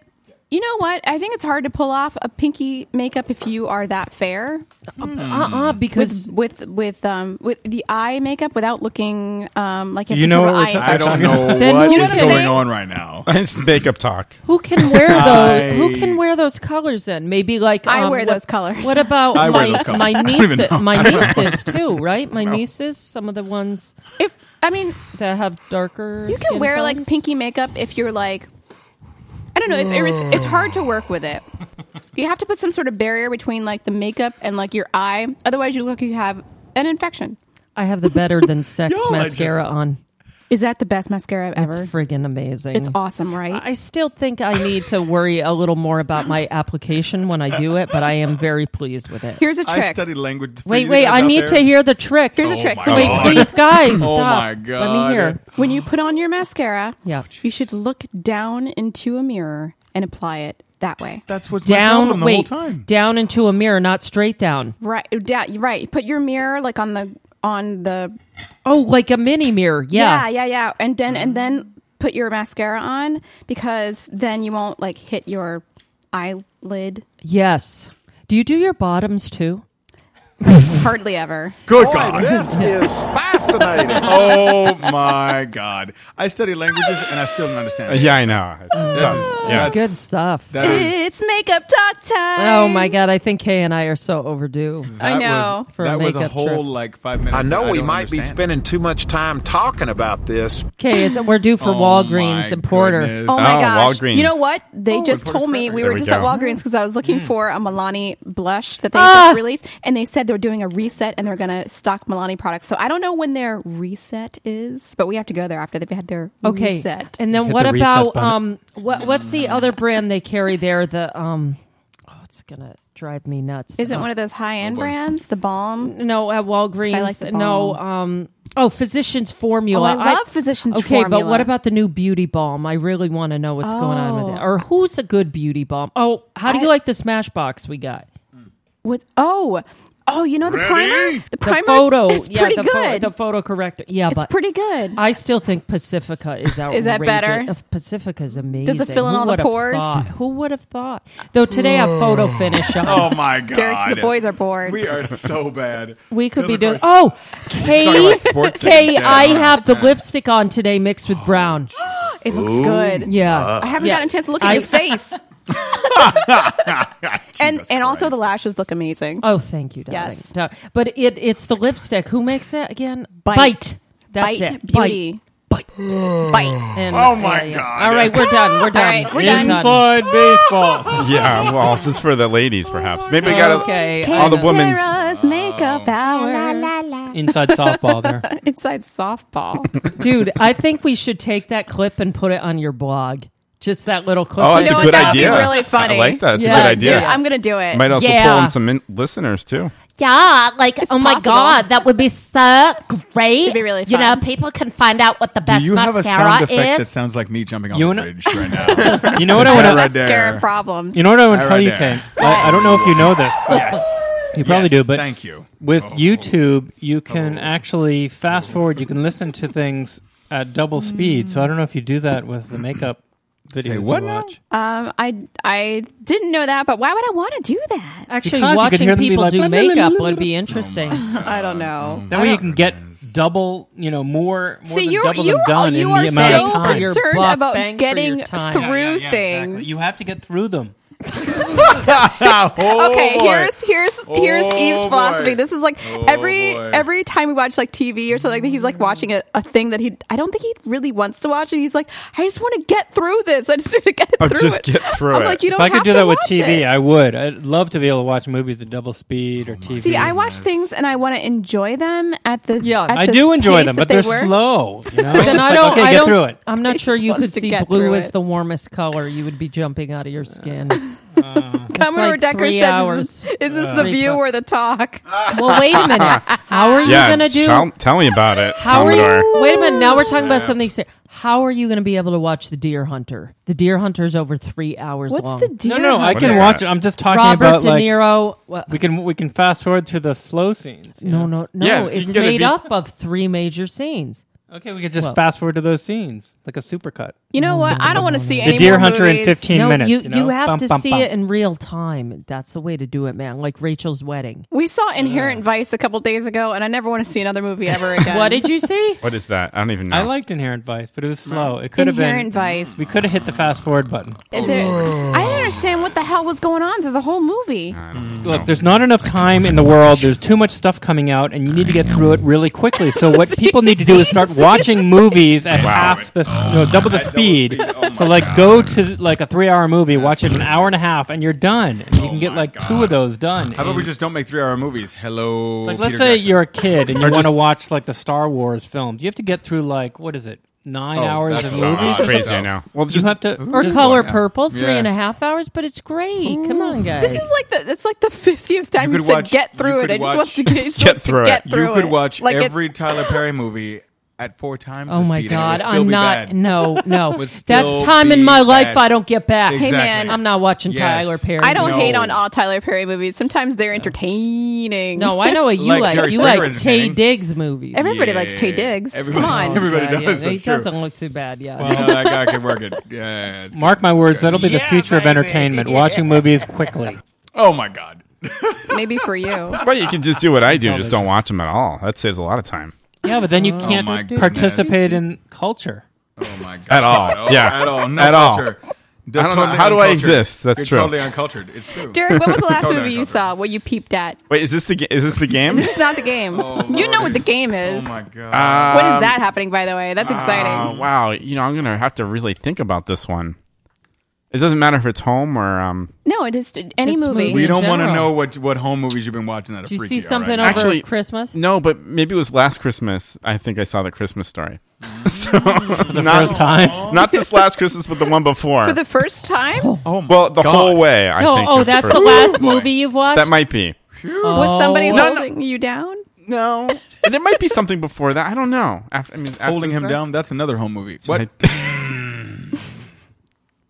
Speaker 2: you know what? I think it's hard to pull off a pinky makeup if you are that fair.
Speaker 8: Hmm.
Speaker 11: uh-uh, because-
Speaker 2: with with with, um, with the eye makeup without looking um, like you have
Speaker 8: You
Speaker 2: some
Speaker 8: know
Speaker 2: sort of
Speaker 8: what we're
Speaker 2: eye
Speaker 8: talking- I don't
Speaker 2: infection.
Speaker 8: know
Speaker 2: Then
Speaker 8: what
Speaker 2: you know
Speaker 8: is
Speaker 2: what I'm
Speaker 8: going
Speaker 2: saying?
Speaker 8: on right now.
Speaker 3: it's makeup talk.
Speaker 11: Who can wear
Speaker 8: I-
Speaker 11: those? Who can wear those colors? Then maybe like
Speaker 2: I
Speaker 11: um,
Speaker 2: wear
Speaker 11: what-
Speaker 2: those colors.
Speaker 11: What about
Speaker 2: I wear
Speaker 11: my,
Speaker 2: those colors.
Speaker 11: my
Speaker 2: I don't even
Speaker 11: nieces?
Speaker 2: know.
Speaker 11: My
Speaker 2: I don't know.
Speaker 11: nieces too, right? My
Speaker 2: No.
Speaker 11: nieces. Some of the ones.
Speaker 2: If I mean
Speaker 11: that have darker.
Speaker 2: You can
Speaker 11: skin
Speaker 2: wear
Speaker 11: tones.
Speaker 2: like pinky makeup if you're like, I don't know. It's, it's it's hard to work with it. You have to put some sort of barrier between like the makeup and like your eye. Otherwise, you look like you have an infection.
Speaker 11: I have the better than sex
Speaker 2: Y'all are
Speaker 11: mascara
Speaker 2: just-
Speaker 11: on.
Speaker 2: Is that the best mascara I've ever?
Speaker 11: It's friggin' amazing.
Speaker 2: It's awesome, right?
Speaker 11: I still think I need to worry a little more about my application when I do it, but I am very pleased with it.
Speaker 1: Here's a
Speaker 8: I
Speaker 1: trick.
Speaker 8: studied language. for
Speaker 11: Wait,
Speaker 8: you
Speaker 11: wait!
Speaker 8: guys
Speaker 11: I
Speaker 8: out
Speaker 11: need
Speaker 8: there.
Speaker 11: to hear the trick.
Speaker 8: Here's a Oh trick. my
Speaker 11: Wait,
Speaker 8: God.
Speaker 11: please, guys,
Speaker 8: Oh
Speaker 11: stop.
Speaker 8: my
Speaker 11: Let
Speaker 8: God.
Speaker 11: me hear.
Speaker 2: When you put on your mascara,
Speaker 11: yeah,
Speaker 2: you should look down into a mirror and apply it that way.
Speaker 8: That's what's
Speaker 11: Down, wait, down into a mirror, not straight down.
Speaker 2: Right? Yeah, you're right. Put your mirror like on the on the
Speaker 11: Oh, like a mini mirror. Yeah,
Speaker 2: yeah, yeah, yeah. And then and then put your mascara on because then you won't like hit your eyelid
Speaker 11: Yes. Do you do your bottoms too?
Speaker 2: hardly ever.
Speaker 8: Good
Speaker 2: Boy,
Speaker 8: God.
Speaker 2: this
Speaker 8: is fascinating. oh my God. I study languages and I still don't understand.
Speaker 3: Yeah, I know. It's dumb.
Speaker 11: That's good stuff.
Speaker 8: That is-
Speaker 2: It's makeup talk time.
Speaker 11: Oh my god! I think Kay and I are so overdue.
Speaker 2: I
Speaker 8: that
Speaker 2: know.
Speaker 8: Was,
Speaker 11: For a
Speaker 8: that was a
Speaker 11: makeup
Speaker 8: whole
Speaker 11: trip.
Speaker 8: like five minutes.
Speaker 5: I know
Speaker 8: that
Speaker 5: we
Speaker 8: don't
Speaker 5: might be
Speaker 8: understand.
Speaker 5: spending too much time talking about this.
Speaker 11: Okay, it's, we're due for
Speaker 5: Oh
Speaker 11: Walgreens and Porter.
Speaker 5: goodness.
Speaker 2: Oh my
Speaker 5: Oh,
Speaker 2: gosh!
Speaker 5: Walgreens.
Speaker 2: You know what? They
Speaker 5: Oh,
Speaker 2: just
Speaker 5: Reporter's
Speaker 2: told me
Speaker 5: Corner.
Speaker 2: we
Speaker 5: There
Speaker 2: were
Speaker 5: we
Speaker 2: just
Speaker 5: go.
Speaker 2: at Walgreens because I was looking for a Milani blush that they
Speaker 11: Ah!
Speaker 2: just released, and they said they're doing a reset and they're going to stock Milani products. So I don't know when their reset is, but we have to go there after they've had their
Speaker 11: Okay,
Speaker 2: reset.
Speaker 11: and then
Speaker 2: Hit
Speaker 11: what
Speaker 2: the reset
Speaker 11: about
Speaker 2: button.
Speaker 11: um what what's the other brand they carry there? The um oh, it's gonna drive me nuts.
Speaker 2: Isn't
Speaker 11: Uh,
Speaker 2: one of those high
Speaker 12: Oh,
Speaker 2: end brands the balm?
Speaker 11: no at Walgreens?
Speaker 2: I like the
Speaker 11: no, um oh Physicians Formula.
Speaker 2: Oh, I love Physicians
Speaker 11: okay,
Speaker 2: Formula.
Speaker 11: but what about the new beauty balm? I really want to know what's going on with it,
Speaker 2: Oh.
Speaker 11: or who's a good beauty balm? Oh, how do you like the Smashbox we got?
Speaker 2: What? Oh, oh, you know the primer. The primer
Speaker 11: photo,
Speaker 2: is, is
Speaker 11: yeah,
Speaker 2: pretty
Speaker 11: the Photo,
Speaker 2: good.
Speaker 11: the photo corrector, yeah,
Speaker 2: it's
Speaker 11: but
Speaker 2: pretty good.
Speaker 11: I still think Pacifica is outrageous.
Speaker 2: Is that better?
Speaker 11: If Pacifica is amazing.
Speaker 2: Does it fill in
Speaker 11: Who
Speaker 2: all the
Speaker 11: would've
Speaker 2: pores?
Speaker 11: thought? Who would have thought? Though today I photo finish on.
Speaker 8: Oh my God.
Speaker 2: Derek's- the boys are bored.
Speaker 8: We are so bad.
Speaker 11: We could be
Speaker 8: Those
Speaker 11: doing.
Speaker 8: are gross.
Speaker 11: Oh,
Speaker 8: talking
Speaker 11: Kay,
Speaker 8: about sports
Speaker 11: Kay,
Speaker 8: things. Yeah,
Speaker 11: I
Speaker 8: all right.
Speaker 11: have the lipstick on today mixed with brown.
Speaker 2: it looks good.
Speaker 11: Yeah,
Speaker 2: I haven't
Speaker 11: Yeah.
Speaker 2: gotten a chance to look at
Speaker 11: I-
Speaker 2: your face, and and also the lashes look amazing.
Speaker 11: Oh, thank you, darling.
Speaker 2: Yes.
Speaker 11: Dar- But it it's the lipstick. Who makes that again?
Speaker 2: Bite.
Speaker 11: That's
Speaker 2: Bite
Speaker 11: it.
Speaker 2: Beauty.
Speaker 11: Bite.
Speaker 2: Bite.
Speaker 11: And-
Speaker 2: Oh my
Speaker 8: God.
Speaker 11: All right, we're done. We're done.
Speaker 2: right, we're
Speaker 11: We're
Speaker 2: done.
Speaker 12: Inside baseball.
Speaker 3: Yeah, well, just for the ladies, perhaps. Maybe we got
Speaker 11: Oh Okay,
Speaker 3: all the
Speaker 11: I know.
Speaker 3: women's.
Speaker 2: Sarah's makeup hour.
Speaker 12: Inside softball there.
Speaker 2: Inside softball.
Speaker 11: Dude, I think we should take that clip and put it on your blog. Just that little clip.
Speaker 3: Oh,
Speaker 11: that
Speaker 3: that's
Speaker 11: you
Speaker 3: a good
Speaker 11: took.
Speaker 3: idea.
Speaker 2: be really funny.
Speaker 3: I like that. It's
Speaker 11: Yes,
Speaker 3: a good idea.
Speaker 11: dude,
Speaker 2: I'm gonna do it.
Speaker 3: Might also pull
Speaker 11: Yeah.
Speaker 3: in some in- listeners too.
Speaker 11: Yeah, like oh my
Speaker 2: possible.
Speaker 11: god, that would be so great.
Speaker 2: It'd be really
Speaker 11: You know,
Speaker 2: fun.
Speaker 11: people can find out what the
Speaker 8: Do
Speaker 11: best
Speaker 8: you have a sound
Speaker 11: mascara
Speaker 8: effect that
Speaker 11: is.
Speaker 8: sounds like me jumping off
Speaker 12: You
Speaker 8: the
Speaker 12: know-
Speaker 8: bridge right now?
Speaker 12: You know what I want
Speaker 8: That
Speaker 12: to
Speaker 8: right there.
Speaker 2: Staring problems.
Speaker 12: You know what I want
Speaker 8: That
Speaker 12: to
Speaker 8: right
Speaker 12: tell you,
Speaker 8: there.
Speaker 12: Kate? I, I don't know if you know this. but
Speaker 8: Yes.
Speaker 12: You probably
Speaker 8: Yes,
Speaker 12: do, but
Speaker 8: thank you. Oh,
Speaker 12: With YouTube, you can actually fast forward. You can listen to things at double speed. So I don't know if you do that with the makeup videos. you
Speaker 8: what now?
Speaker 12: watch.
Speaker 2: Um, I I didn't know that, but why would I want to do that?
Speaker 11: Actually,
Speaker 12: Because you could
Speaker 11: watching
Speaker 12: hear them be
Speaker 11: people
Speaker 12: like,
Speaker 11: do
Speaker 12: "Blah, blah, blah,
Speaker 11: makeup
Speaker 12: blah,
Speaker 11: would
Speaker 12: blah." Mm.
Speaker 11: be interesting.
Speaker 2: I don't know.
Speaker 12: That way you can get double, you know, more. more
Speaker 2: See,
Speaker 12: than
Speaker 2: you
Speaker 12: double
Speaker 2: you
Speaker 12: than
Speaker 2: are,
Speaker 12: done
Speaker 2: you
Speaker 12: in
Speaker 2: are
Speaker 12: the amount
Speaker 2: so
Speaker 12: of time.
Speaker 11: Your
Speaker 2: concerned
Speaker 11: buck
Speaker 2: about
Speaker 11: bang for your
Speaker 2: getting
Speaker 11: time.
Speaker 2: through
Speaker 12: Yeah,
Speaker 2: things.
Speaker 12: exactly. You have to get through them. Oh,
Speaker 2: okay,
Speaker 14: boy.
Speaker 2: here's here's here's
Speaker 14: Oh,
Speaker 2: Eve's
Speaker 14: boy.
Speaker 2: philosophy. This is like
Speaker 14: Oh,
Speaker 2: every
Speaker 14: boy.
Speaker 2: every time we watch like TV or something, he's like watching a, a thing that he I don't think he really wants to watch, and he's like, I just want to get through this. I just want to get
Speaker 12: Oh,
Speaker 2: through
Speaker 12: just
Speaker 2: it.
Speaker 12: get
Speaker 2: through I'm it. like, you
Speaker 12: if
Speaker 2: don't
Speaker 12: I could
Speaker 2: have
Speaker 12: do
Speaker 2: to
Speaker 12: that with
Speaker 2: watch
Speaker 12: TV,
Speaker 2: it.
Speaker 12: I would. I'd love to be able to watch movies at double speed or TV.
Speaker 15: See, I watch things and I want to enjoy them at the yeah.
Speaker 12: I do enjoy them, but they're slow. Oh, You know?
Speaker 11: But then
Speaker 12: It's
Speaker 11: I
Speaker 12: like,
Speaker 11: don't.
Speaker 12: okay,
Speaker 11: I
Speaker 12: get
Speaker 11: don't.
Speaker 12: through it.
Speaker 11: I'm not sure you could
Speaker 2: wants to
Speaker 11: see
Speaker 2: get
Speaker 11: blue
Speaker 2: through
Speaker 11: as
Speaker 2: it.
Speaker 11: the warmest color. You would be jumping out of your skin. It's
Speaker 2: Commodore
Speaker 11: like
Speaker 2: Decker
Speaker 11: three
Speaker 2: says,
Speaker 11: hours.
Speaker 2: "Is this, is this the
Speaker 11: Three
Speaker 2: view
Speaker 11: bucks.
Speaker 2: or the talk?"
Speaker 11: Well, wait a minute. How are
Speaker 3: yeah,
Speaker 11: you gonna do?
Speaker 3: Tell, tell me about it.
Speaker 11: How
Speaker 3: Commodore.
Speaker 11: are you? Wait a minute. Now we're talking about
Speaker 3: Yeah.
Speaker 11: something. ser- How are you going to be able to watch The Deer Hunter? The Deer Hunter is over three hours
Speaker 12: What's
Speaker 11: long.
Speaker 12: The No, no, I can watch it. I'm just talking
Speaker 11: Robert
Speaker 12: about
Speaker 11: De
Speaker 12: like,
Speaker 11: Niro. Well,
Speaker 12: We can we can fast forward to the slow scenes. you
Speaker 11: no,
Speaker 12: know?
Speaker 11: no, no. it's made up of three major scenes.
Speaker 12: Okay, we could just fast forward to those scenes like a supercut.
Speaker 2: You know what? I don't want to see
Speaker 12: The
Speaker 2: any
Speaker 12: Deer
Speaker 2: more
Speaker 12: Hunter in
Speaker 2: movies.
Speaker 12: 15
Speaker 11: No,
Speaker 12: minutes.
Speaker 11: You,
Speaker 12: you know?
Speaker 11: you have
Speaker 12: Bum,
Speaker 11: to
Speaker 12: bum,
Speaker 11: see
Speaker 12: bum.
Speaker 11: it in real time. That's the way to do it, man. Like Rachel's wedding.
Speaker 2: We saw Inherent Vice a couple days ago, and I never want to see another movie ever again.
Speaker 11: What did you see?
Speaker 3: What is that? I don't even know.
Speaker 12: I liked Inherent Vice, but it was slow. It could have been
Speaker 2: Inherent Vice.
Speaker 12: We could have hit the fast forward button.
Speaker 15: I didn't understand what the hell was going on through the whole movie.
Speaker 3: Mm,
Speaker 12: Look, there's not enough time in the world. There's too much stuff coming out, and you need to get through it really quickly. So what people need to do is start watching movies at half the s-
Speaker 3: Ah,
Speaker 12: no, double the speed.
Speaker 3: Oh
Speaker 12: so like, go to like a three-hour movie, watch it an hour and a half, and you're done.
Speaker 3: Oh.
Speaker 12: And you can get like two of those done.
Speaker 8: How about we just don't make three-hour movies? Hello.
Speaker 12: Like, let's
Speaker 8: Peter
Speaker 12: say
Speaker 8: Jackson.
Speaker 12: you're a kid and
Speaker 8: Or
Speaker 12: you want
Speaker 8: just-
Speaker 12: to watch like the Star Wars films. You have to get through like what is it? Nine
Speaker 8: Oh,
Speaker 12: hours
Speaker 8: that's
Speaker 12: of
Speaker 8: a lot.
Speaker 12: movies.
Speaker 8: That's crazy, I know. Well,
Speaker 12: you
Speaker 8: just-
Speaker 12: have to
Speaker 11: Or
Speaker 12: just-
Speaker 11: Color Purple, three
Speaker 12: Yeah.
Speaker 11: and a half hours, but it's great. Come on, guys.
Speaker 2: This is like the it's like the fiftieth time you,
Speaker 8: could
Speaker 2: said
Speaker 8: watch-
Speaker 2: get through
Speaker 8: you
Speaker 2: it.
Speaker 8: could
Speaker 2: I just want to
Speaker 8: watch-
Speaker 2: get, just wants to get through
Speaker 8: you could
Speaker 2: it.
Speaker 8: watch
Speaker 2: Like it's-
Speaker 8: every Tyler Perry movie at four times.
Speaker 11: Oh
Speaker 8: the
Speaker 11: my
Speaker 8: speed
Speaker 11: God!
Speaker 8: and it would still
Speaker 11: I'm
Speaker 8: be
Speaker 11: not.
Speaker 8: Bad.
Speaker 11: No, no.
Speaker 8: Would
Speaker 11: That's
Speaker 8: still
Speaker 11: time in
Speaker 8: be
Speaker 11: my life
Speaker 8: bad.
Speaker 11: I don't get back.
Speaker 8: Hey, man.
Speaker 11: I'm not watching
Speaker 8: Yes.
Speaker 11: Tyler Perry.
Speaker 2: I don't
Speaker 11: No.
Speaker 2: hate on all Tyler Perry movies. Sometimes they're entertaining.
Speaker 11: No, I know what you like.
Speaker 8: Jerry
Speaker 11: you
Speaker 8: Springer
Speaker 11: like Tay
Speaker 8: entertaining.
Speaker 11: Diggs movies.
Speaker 2: Everybody likes Tay Diggs.
Speaker 8: Everybody-
Speaker 2: Come on.
Speaker 8: everybody
Speaker 11: Yeah, yeah,
Speaker 8: does.
Speaker 11: he
Speaker 8: that's true.
Speaker 11: doesn't look too bad. Yeah.
Speaker 8: Well, that guy can work it. Yeah, yeah, yeah, it's
Speaker 12: Mark my words, that'll be
Speaker 8: Yeah,
Speaker 12: the future of
Speaker 8: baby.
Speaker 12: entertainment. Watching movies quickly.
Speaker 8: Oh my god!
Speaker 2: Maybe for you.
Speaker 3: But you can just do what I do. Just don't watch them at all. That saves a lot of time.
Speaker 12: Yeah, but then you
Speaker 8: Oh
Speaker 12: can't
Speaker 8: my goodness.
Speaker 12: participate in culture.
Speaker 8: Oh my god!
Speaker 3: At all.
Speaker 8: Oh,
Speaker 3: Yeah.
Speaker 8: At all. No
Speaker 3: At all.
Speaker 8: culture.
Speaker 3: I don't know. How do I exist? That's
Speaker 8: You're
Speaker 3: true.
Speaker 8: Totally uncultured. It's true.
Speaker 2: Derek, what was the last
Speaker 8: Totally
Speaker 2: movie you
Speaker 8: uncultured.
Speaker 2: saw? What you peeped at?
Speaker 3: Wait, is this the ga- is this the game?
Speaker 2: This is not the game. you know what the game is.
Speaker 8: Oh my god! Um,
Speaker 2: When is
Speaker 3: Um,
Speaker 2: that happening? By the way, that's exciting.
Speaker 3: Uh, wow, you know I'm gonna have to really think about this one. It doesn't matter if it's home or um.
Speaker 2: no, it is any
Speaker 11: Just
Speaker 2: movie.
Speaker 8: we don't want to
Speaker 11: general.
Speaker 8: know what what home movies you've been watching that are
Speaker 11: Did you
Speaker 8: freaky.
Speaker 11: see
Speaker 8: all
Speaker 11: something
Speaker 8: right?
Speaker 11: over
Speaker 3: Actually-
Speaker 11: Christmas?
Speaker 3: No, but maybe it was last Christmas. I think I saw the Christmas story.
Speaker 2: Mm.
Speaker 3: so the not,
Speaker 12: first time?
Speaker 3: not this last Christmas, but the one before.
Speaker 2: For the first time,
Speaker 8: Oh,
Speaker 3: well, the whole way. I
Speaker 11: No,
Speaker 3: think.
Speaker 11: oh,
Speaker 3: is
Speaker 11: that's the
Speaker 3: first.
Speaker 11: last movie you've watched.
Speaker 3: That might be.
Speaker 2: was somebody
Speaker 11: Oh.
Speaker 2: holding you down?
Speaker 3: No, there might be something before that. I don't know. After I mean, after
Speaker 8: Holding him
Speaker 3: that?
Speaker 8: down. That's another home movie. What?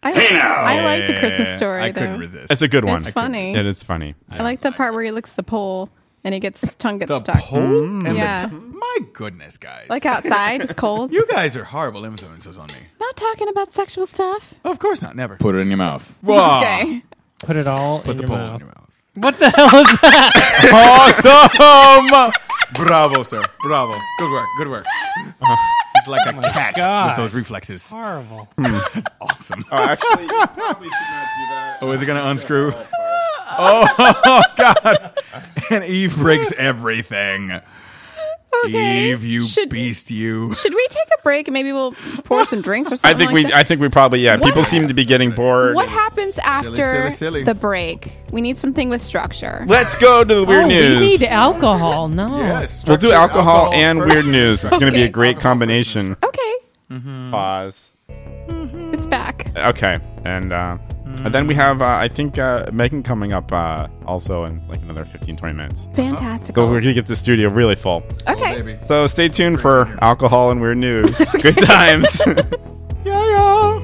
Speaker 2: I, I like the Christmas story.
Speaker 8: I
Speaker 2: though.
Speaker 8: couldn't resist.
Speaker 3: It's a good one.
Speaker 2: It's funny.
Speaker 3: It is funny.
Speaker 2: I like the part where he licks the pole and he gets his tongue gets
Speaker 8: The
Speaker 2: stuck.
Speaker 8: pole and
Speaker 2: Yeah.
Speaker 8: the t- my goodness, guys!
Speaker 2: Like outside, it's cold.
Speaker 8: you guys are horrible influences on me.
Speaker 2: Not talking about sexual stuff.
Speaker 8: Of course not. Never.
Speaker 16: Put it in your mouth.
Speaker 8: Whoa.
Speaker 2: Okay.
Speaker 12: Put it all
Speaker 8: Put
Speaker 12: in
Speaker 8: the
Speaker 12: your
Speaker 8: pole
Speaker 12: mouth.
Speaker 8: in your mouth.
Speaker 12: What the hell is that?
Speaker 8: Awesome! Bravo, sir. Bravo. Good work. Good work. It's like a cat
Speaker 12: God.
Speaker 8: with those reflexes. Hmm.
Speaker 12: Horrible.
Speaker 8: That's awesome.
Speaker 3: Oh, actually,
Speaker 8: Oh, is it going to unscrew? Oh, God. And Eve breaks everything.
Speaker 2: Okay.
Speaker 8: Eve, you
Speaker 2: Should-
Speaker 8: beast, you.
Speaker 2: Should we take a break? and Maybe we'll pour some drinks or
Speaker 3: I
Speaker 2: something.
Speaker 3: think
Speaker 2: like
Speaker 3: we.
Speaker 2: that?
Speaker 3: I think we probably. Yeah,
Speaker 2: What?
Speaker 3: people seem to be getting bored.
Speaker 2: what happens after
Speaker 8: silly, silly.
Speaker 2: the break? We need something with structure.
Speaker 3: Let's go to the weird
Speaker 11: oh,
Speaker 3: news.
Speaker 11: We need alcohol. No.
Speaker 8: Yes.
Speaker 3: We'll do
Speaker 8: structure,
Speaker 3: alcohol, and
Speaker 8: first.
Speaker 3: weird news. It's going to be a
Speaker 2: Okay.
Speaker 3: great combination.
Speaker 2: Okay,
Speaker 11: Mm-hmm.
Speaker 3: Pause.
Speaker 2: it's back.
Speaker 3: Okay, and uh, and then we have uh, I think uh, Megan coming up uh, also in like another 15, 20 minutes.
Speaker 2: Fantastic.
Speaker 3: So we're going to get the studio really full.
Speaker 8: Oh,
Speaker 2: okay.
Speaker 8: baby.
Speaker 3: So stay tuned for alcohol and weird news. Good times.
Speaker 8: Yeah, yeah.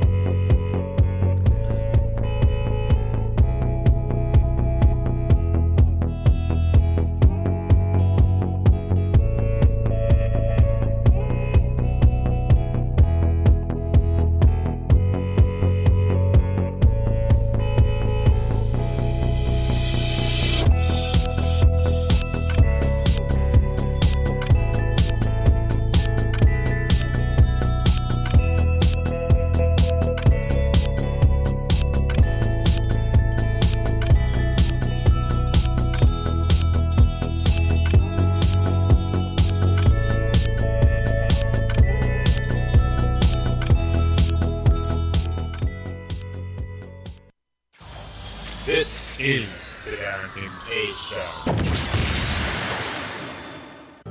Speaker 4: This is the Derek and Kay Show.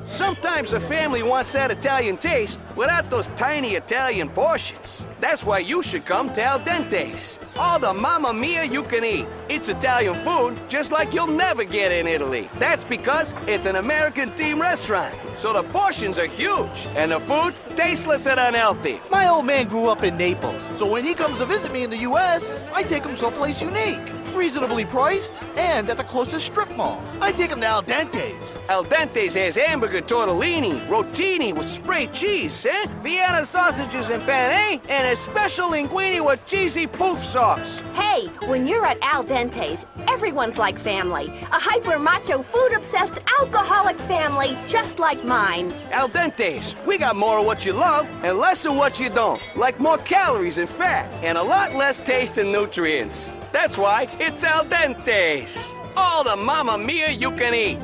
Speaker 17: Sometimes a family wants that Italian taste without those tiny Italian portions. That's why you should come to Al Dente's. All the mamma mia you can eat. It's Italian food just like you'll never get in Italy. That's because it's an American themed restaurant. So the portions are huge and the food tasteless and unhealthy.
Speaker 18: My old man grew up in Naples, so when he comes to visit me in the U.S., I take him someplace unique, reasonably priced, and at the closest strip mall. I take him to Al Dente's.
Speaker 17: Al Dente's has hamburger tortellini, rotini with spray cheese, eh? Vienna sausages and penne, and a special linguine with cheesy poof sauce.
Speaker 19: Hey, when you're at Al Dente's, everyone's like family. A hyper macho, food obsessed, alcoholic family just like mine.
Speaker 17: Al Dente's, we got more of what you love and less of what you don't, like more calories and fat, and a lot less taste and nutrients. That's why it's Al Dente's. All the mamma mia you can eat.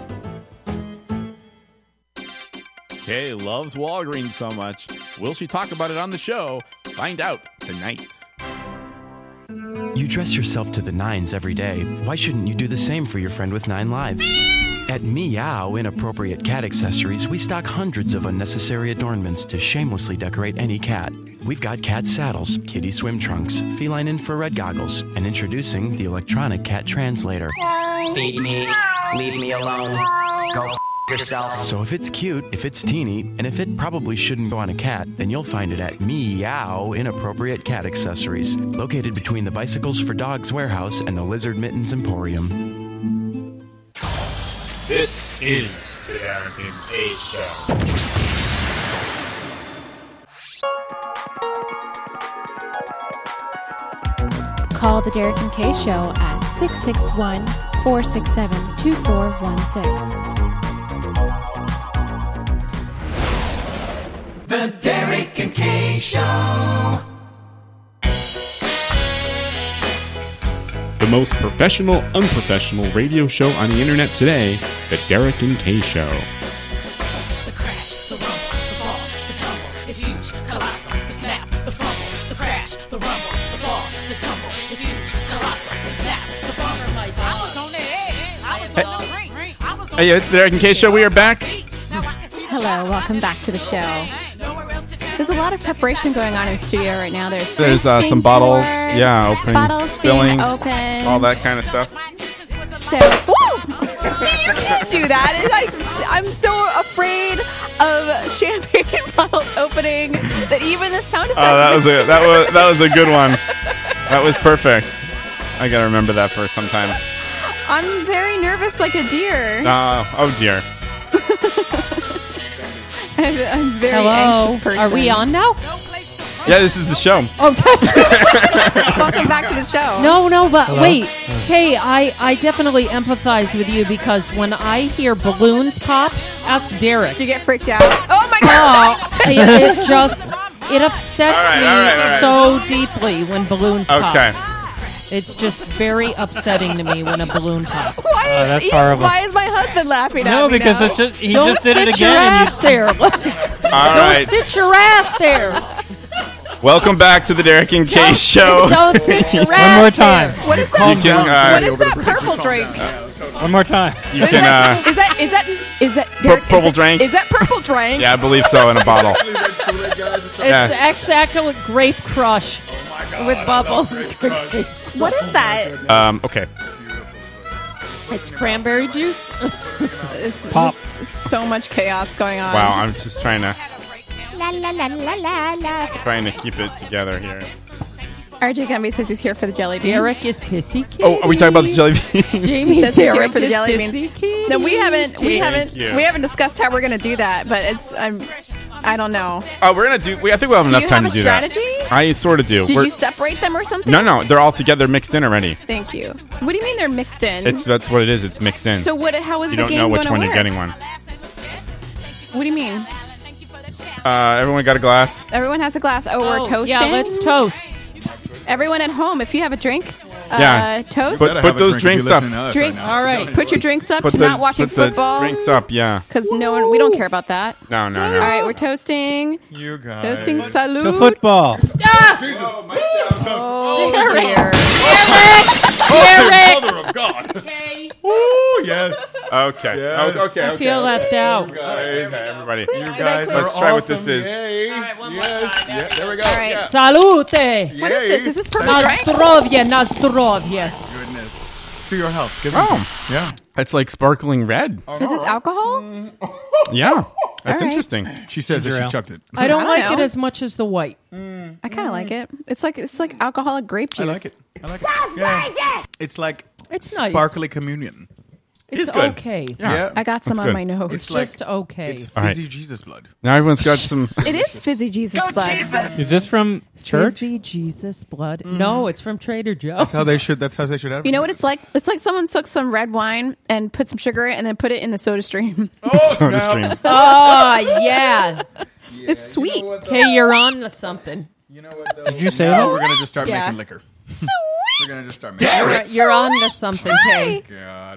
Speaker 20: Kay loves Walgreens so much. Will she talk about it on the show? Find out tonight.
Speaker 21: You dress yourself to the nines every day. Why shouldn't you do the same for your friend with nine lives? At Meow Inappropriate Cat Accessories, we stock hundreds of unnecessary adornments to shamelessly decorate any cat. We've got cat saddles, kitty swim trunks, feline infrared goggles, and introducing the electronic cat translator.
Speaker 22: Feed me. Leave me alone. Go f- yourself.
Speaker 21: So if it's cute, if it's teeny, and if it probably shouldn't go on a cat, then you'll find it at Meow Inappropriate Cat Accessories, located between the Bicycles for Dogs warehouse and the Lizard Mittens Emporium.
Speaker 4: This is the Derek and Kay Show.
Speaker 5: Call the Derek and Kay Show at 661 467 2416.
Speaker 23: The Derek and Kay Show.
Speaker 24: The most professional, unprofessional radio show on the internet today, The Derek and Kay Show.
Speaker 1: The crash, the rumble, the fall, the tumble is huge, colossal. The snap, the fumble, the crash, the rumble, the fall, the tumble is huge, colossal. The snap, the fumble. I was on that edge. I was on the brink. I was on
Speaker 3: Hey, it's the Derek and Kay Show. We are back.
Speaker 2: Hello, welcome back to the show.
Speaker 25: There's a lot of preparation going on in the studio right now. There's
Speaker 3: There's uh,
Speaker 25: drinks
Speaker 3: some
Speaker 25: being
Speaker 3: bottles.
Speaker 25: poured,
Speaker 3: Yeah, opening,
Speaker 25: bottles
Speaker 3: spilling,
Speaker 25: being opened.
Speaker 3: all that kind of stuff.
Speaker 2: So, woo! See, you can't do that. I, am so afraid of champagne bottles opening that even the sound effect.
Speaker 3: Oh, that was a that was that was a good one. That was perfect. I gotta remember that for some time.
Speaker 2: I'm very nervous, like a deer.
Speaker 3: Uh, oh dear.
Speaker 2: I'm, I'm very
Speaker 11: Hello.
Speaker 2: anxious person.
Speaker 11: Are we on now?
Speaker 3: Yeah, this is the show.
Speaker 2: Welcome back to the show.
Speaker 11: No, no, but
Speaker 3: Hello?
Speaker 11: wait.
Speaker 3: Oh.
Speaker 11: Hey, I, I definitely empathize with you because when I hear balloons pop, ask Derek. Do
Speaker 2: you get freaked out? Oh my god!
Speaker 11: it, it just it upsets
Speaker 3: All right,
Speaker 11: me
Speaker 3: all right, all
Speaker 11: so deeply when balloons pop.
Speaker 3: Okay. Uh,
Speaker 11: It's just very upsetting to me when a balloon pops.
Speaker 2: Why
Speaker 12: Oh, that's horrible.
Speaker 2: Why is my husband laughing at
Speaker 12: No,
Speaker 2: me
Speaker 12: because
Speaker 2: now?
Speaker 12: it's just, he
Speaker 11: Don't
Speaker 12: just did
Speaker 11: sit
Speaker 12: it
Speaker 11: your
Speaker 12: again.
Speaker 11: ass there.
Speaker 3: All
Speaker 11: Don't
Speaker 3: right.
Speaker 11: sit your ass there.
Speaker 3: Welcome back to the Derek and Kay Show.
Speaker 11: don't sit your One
Speaker 12: ass more time.
Speaker 2: What is
Speaker 3: You
Speaker 2: that?
Speaker 3: can, uh,
Speaker 2: what is that purple drink?
Speaker 12: One more time.
Speaker 3: You can. Uh,
Speaker 2: Is that is that is that Derek, is
Speaker 3: purple
Speaker 2: that-
Speaker 3: drink?
Speaker 2: Is that purple drink?
Speaker 3: yeah, I believe so. In a bottle.
Speaker 11: It's
Speaker 3: Yeah.
Speaker 11: actually actually grape crush with
Speaker 3: Oh
Speaker 11: bubbles.
Speaker 2: What is that?
Speaker 3: Um, okay.
Speaker 11: It's cranberry juice.
Speaker 2: It's
Speaker 3: Pop.
Speaker 2: there's so much chaos going on.
Speaker 3: Wow, I'm just trying to
Speaker 2: La, la, la, la, la, la.
Speaker 3: trying to keep it together here.
Speaker 2: RJ Gumby says he's here for the jelly beans.
Speaker 11: Derek is pissy.
Speaker 3: Oh, are we talking about the jelly bean?
Speaker 11: Jamie
Speaker 2: says he's here
Speaker 11: Derek
Speaker 2: for the
Speaker 11: is
Speaker 2: jelly
Speaker 11: busy
Speaker 2: beans. No, we haven't. We
Speaker 3: Thank
Speaker 2: haven't.
Speaker 3: you.
Speaker 2: We haven't discussed how we're going to do that. But it's. I'm. I don't know.
Speaker 3: Oh, we're gonna do. We, I think we'll have
Speaker 2: Do
Speaker 3: enough
Speaker 2: you
Speaker 3: time
Speaker 2: have
Speaker 3: to
Speaker 2: a
Speaker 3: do that.
Speaker 2: strategy?
Speaker 3: I sort of do.
Speaker 2: Did
Speaker 3: We're-
Speaker 2: you separate them or something?
Speaker 3: no, no, they're all together, mixed in already.
Speaker 2: Thank you. What do you mean they're mixed in?
Speaker 3: It's that's what it is. It's mixed in.
Speaker 2: so what? How is
Speaker 3: you
Speaker 2: the
Speaker 3: don't
Speaker 2: game
Speaker 3: know which
Speaker 2: gonna
Speaker 3: one
Speaker 2: work?
Speaker 3: you're getting one.
Speaker 2: What do you mean?
Speaker 3: Uh, everyone got a glass.
Speaker 2: Everyone has a glass. Oh, we're
Speaker 11: Oh,
Speaker 2: toasting.
Speaker 11: yeah, let's toast.
Speaker 2: Everyone at home, if you have a drink,
Speaker 3: Yeah.
Speaker 2: uh, toast.
Speaker 3: Put- put those drinks up.
Speaker 2: drink. All right. Put your drinks up
Speaker 3: Put
Speaker 2: to
Speaker 3: the-
Speaker 2: not watching
Speaker 3: put the
Speaker 2: football
Speaker 3: Drinks up. Yeah.
Speaker 2: because no one. We don't care about that.
Speaker 3: No, no, no.
Speaker 2: All right, we're toasting. You
Speaker 3: guys.
Speaker 2: Toasting salute.
Speaker 3: Oh,
Speaker 1: Oh,
Speaker 12: To football.
Speaker 2: Oh, dear.
Speaker 11: Derek!
Speaker 26: Mother of God.
Speaker 11: Okay.
Speaker 26: Ooh, yes.
Speaker 3: Okay.
Speaker 26: Yes.
Speaker 3: Oh, okay.
Speaker 11: I feel
Speaker 3: okay.
Speaker 11: left out.
Speaker 3: You guys, everybody.
Speaker 11: You guys
Speaker 3: Let's
Speaker 11: are
Speaker 3: try what this
Speaker 11: awesome.
Speaker 3: is.
Speaker 11: Yeah,
Speaker 26: there we go.
Speaker 11: All right.
Speaker 26: Yeah.
Speaker 11: Salute.
Speaker 26: What is this? Is this purple
Speaker 11: Na
Speaker 26: drink?
Speaker 11: zdrowie, na zdrowie.
Speaker 8: Goodness. To your health. Give
Speaker 3: Oh.
Speaker 8: them- Yeah.
Speaker 3: That's like sparkling red.
Speaker 2: Is this alcohol?
Speaker 3: Yeah. That's
Speaker 2: right.
Speaker 3: interesting.
Speaker 8: She says that she chucked it.
Speaker 11: I don't
Speaker 2: I don't
Speaker 11: like
Speaker 2: know.
Speaker 11: it as much as the white.
Speaker 2: I kind of like it. It's like it's like alcoholic grape juice.
Speaker 8: I like it. I like it. Yeah. It's like
Speaker 11: It's nice.
Speaker 8: sparkly communion.
Speaker 11: It's It's good. okay. Yeah. I got some
Speaker 3: That's
Speaker 11: on
Speaker 3: good.
Speaker 11: my nose. It's just okay.
Speaker 8: It's fizzy
Speaker 3: All right.
Speaker 8: Jesus blood.
Speaker 3: Now everyone's got some.
Speaker 2: It is fizzy Jesus blood.
Speaker 12: Is this from
Speaker 2: church?
Speaker 11: Fizzy Jesus blood. No, it's from Trader Joe's.
Speaker 8: That's how they should. That's how they should have.
Speaker 2: You know what it's like? It's like someone took some red wine and put some sugar in it and then put it in the soda stream.
Speaker 3: Soda stream.
Speaker 11: Oh yeah.
Speaker 2: Ah, it's sweet.
Speaker 11: Okay, you're on to something.
Speaker 8: Did
Speaker 12: you say
Speaker 8: Now
Speaker 12: that?
Speaker 8: We're gonna just start
Speaker 11: Yeah.
Speaker 8: making liquor. Sweet. We're gonna just start making.
Speaker 11: You're, you're on to something, Kay.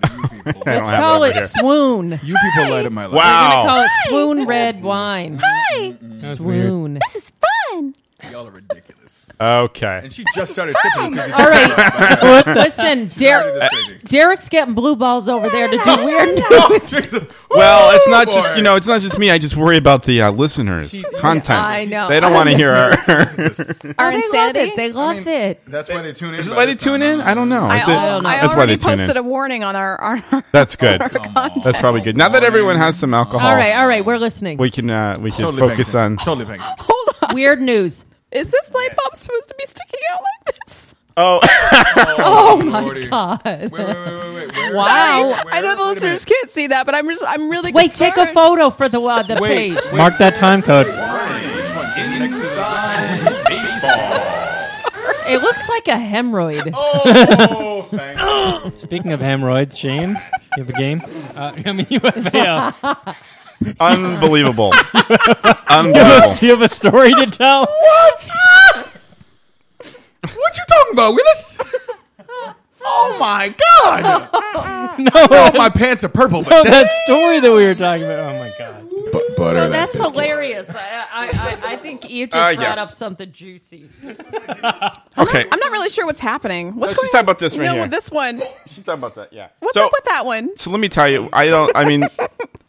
Speaker 3: I don't
Speaker 11: Let's
Speaker 3: have
Speaker 11: call
Speaker 3: over
Speaker 11: it
Speaker 3: here.
Speaker 11: swoon.
Speaker 8: You people light up my life.
Speaker 11: We're gonna call
Speaker 3: Wow.
Speaker 11: it swoon red wine.
Speaker 2: Hi.
Speaker 11: Swoon.
Speaker 2: This is fun.
Speaker 8: Y'all are ridiculous.
Speaker 3: Okay.
Speaker 8: And she just started sipping. because
Speaker 11: All
Speaker 8: it's-
Speaker 11: right. Listen, Derek.
Speaker 8: this crazy. Oh,
Speaker 11: Derek's getting blue balls over there to do weird news.
Speaker 3: Well, it's not
Speaker 8: boy.
Speaker 3: just you know, it's not just me. I just worry about the uh, listeners content.
Speaker 11: I know.
Speaker 3: They don't want to hear our.
Speaker 11: Our insanity. They love it.
Speaker 8: That's why they tune in.
Speaker 3: Is
Speaker 8: by
Speaker 3: why they
Speaker 8: this time.
Speaker 3: tune in? I don't know.
Speaker 2: I,
Speaker 3: Is it-
Speaker 2: al- I
Speaker 3: That's why
Speaker 2: already
Speaker 3: they tune
Speaker 2: posted
Speaker 3: in.
Speaker 2: a warning on our, our, our
Speaker 3: That's good. That's probably good. Now that everyone has some
Speaker 1: Oh.
Speaker 3: alcohol,
Speaker 11: All right, all right, we're listening.
Speaker 3: we can uh, we can
Speaker 8: Totally
Speaker 3: focus
Speaker 8: banked
Speaker 3: on.
Speaker 8: in. Totally banked. in.
Speaker 11: Weird news.
Speaker 2: Is this light bulb supposed to be sticking out like this?
Speaker 3: Oh,
Speaker 11: Oh, my
Speaker 8: Lordy.
Speaker 11: god!
Speaker 2: Sorry.
Speaker 11: Wow!
Speaker 2: I know the listeners can't see that, but I'm just I'm really
Speaker 11: Wait, take a
Speaker 2: concerned.
Speaker 11: photo for the uh, the page.
Speaker 12: Mark that time code.
Speaker 8: Which one? Inside
Speaker 11: It looks like a hemorrhoid.
Speaker 8: Oh, thank you.
Speaker 12: Speaking of hemorrhoids, James, you have a game. Uh, I mean, you have a. Uh,
Speaker 3: Unbelievable.
Speaker 12: you,
Speaker 3: Unbelievable.
Speaker 12: have, you have a story to tell.
Speaker 8: What? what you talking about, Willis? Oh my God!
Speaker 12: No,
Speaker 8: Oh, my pants are purple.
Speaker 12: no,
Speaker 8: But
Speaker 12: that story that we were talking about. Oh my god.
Speaker 8: butter.
Speaker 11: Oh, that's hilarious. I, I, I, I think you just
Speaker 3: Uh, yeah.
Speaker 11: brought up something juicy.
Speaker 3: Okay.
Speaker 2: I'm not really sure what's happening.
Speaker 3: Let's
Speaker 2: What's going
Speaker 3: just talk
Speaker 2: on?
Speaker 3: about this right
Speaker 2: no,
Speaker 3: here.
Speaker 2: with this one.
Speaker 3: She's talking about that. Yeah.
Speaker 2: What's
Speaker 3: so
Speaker 2: up with that one?
Speaker 3: so let me tell you. I don't. I mean,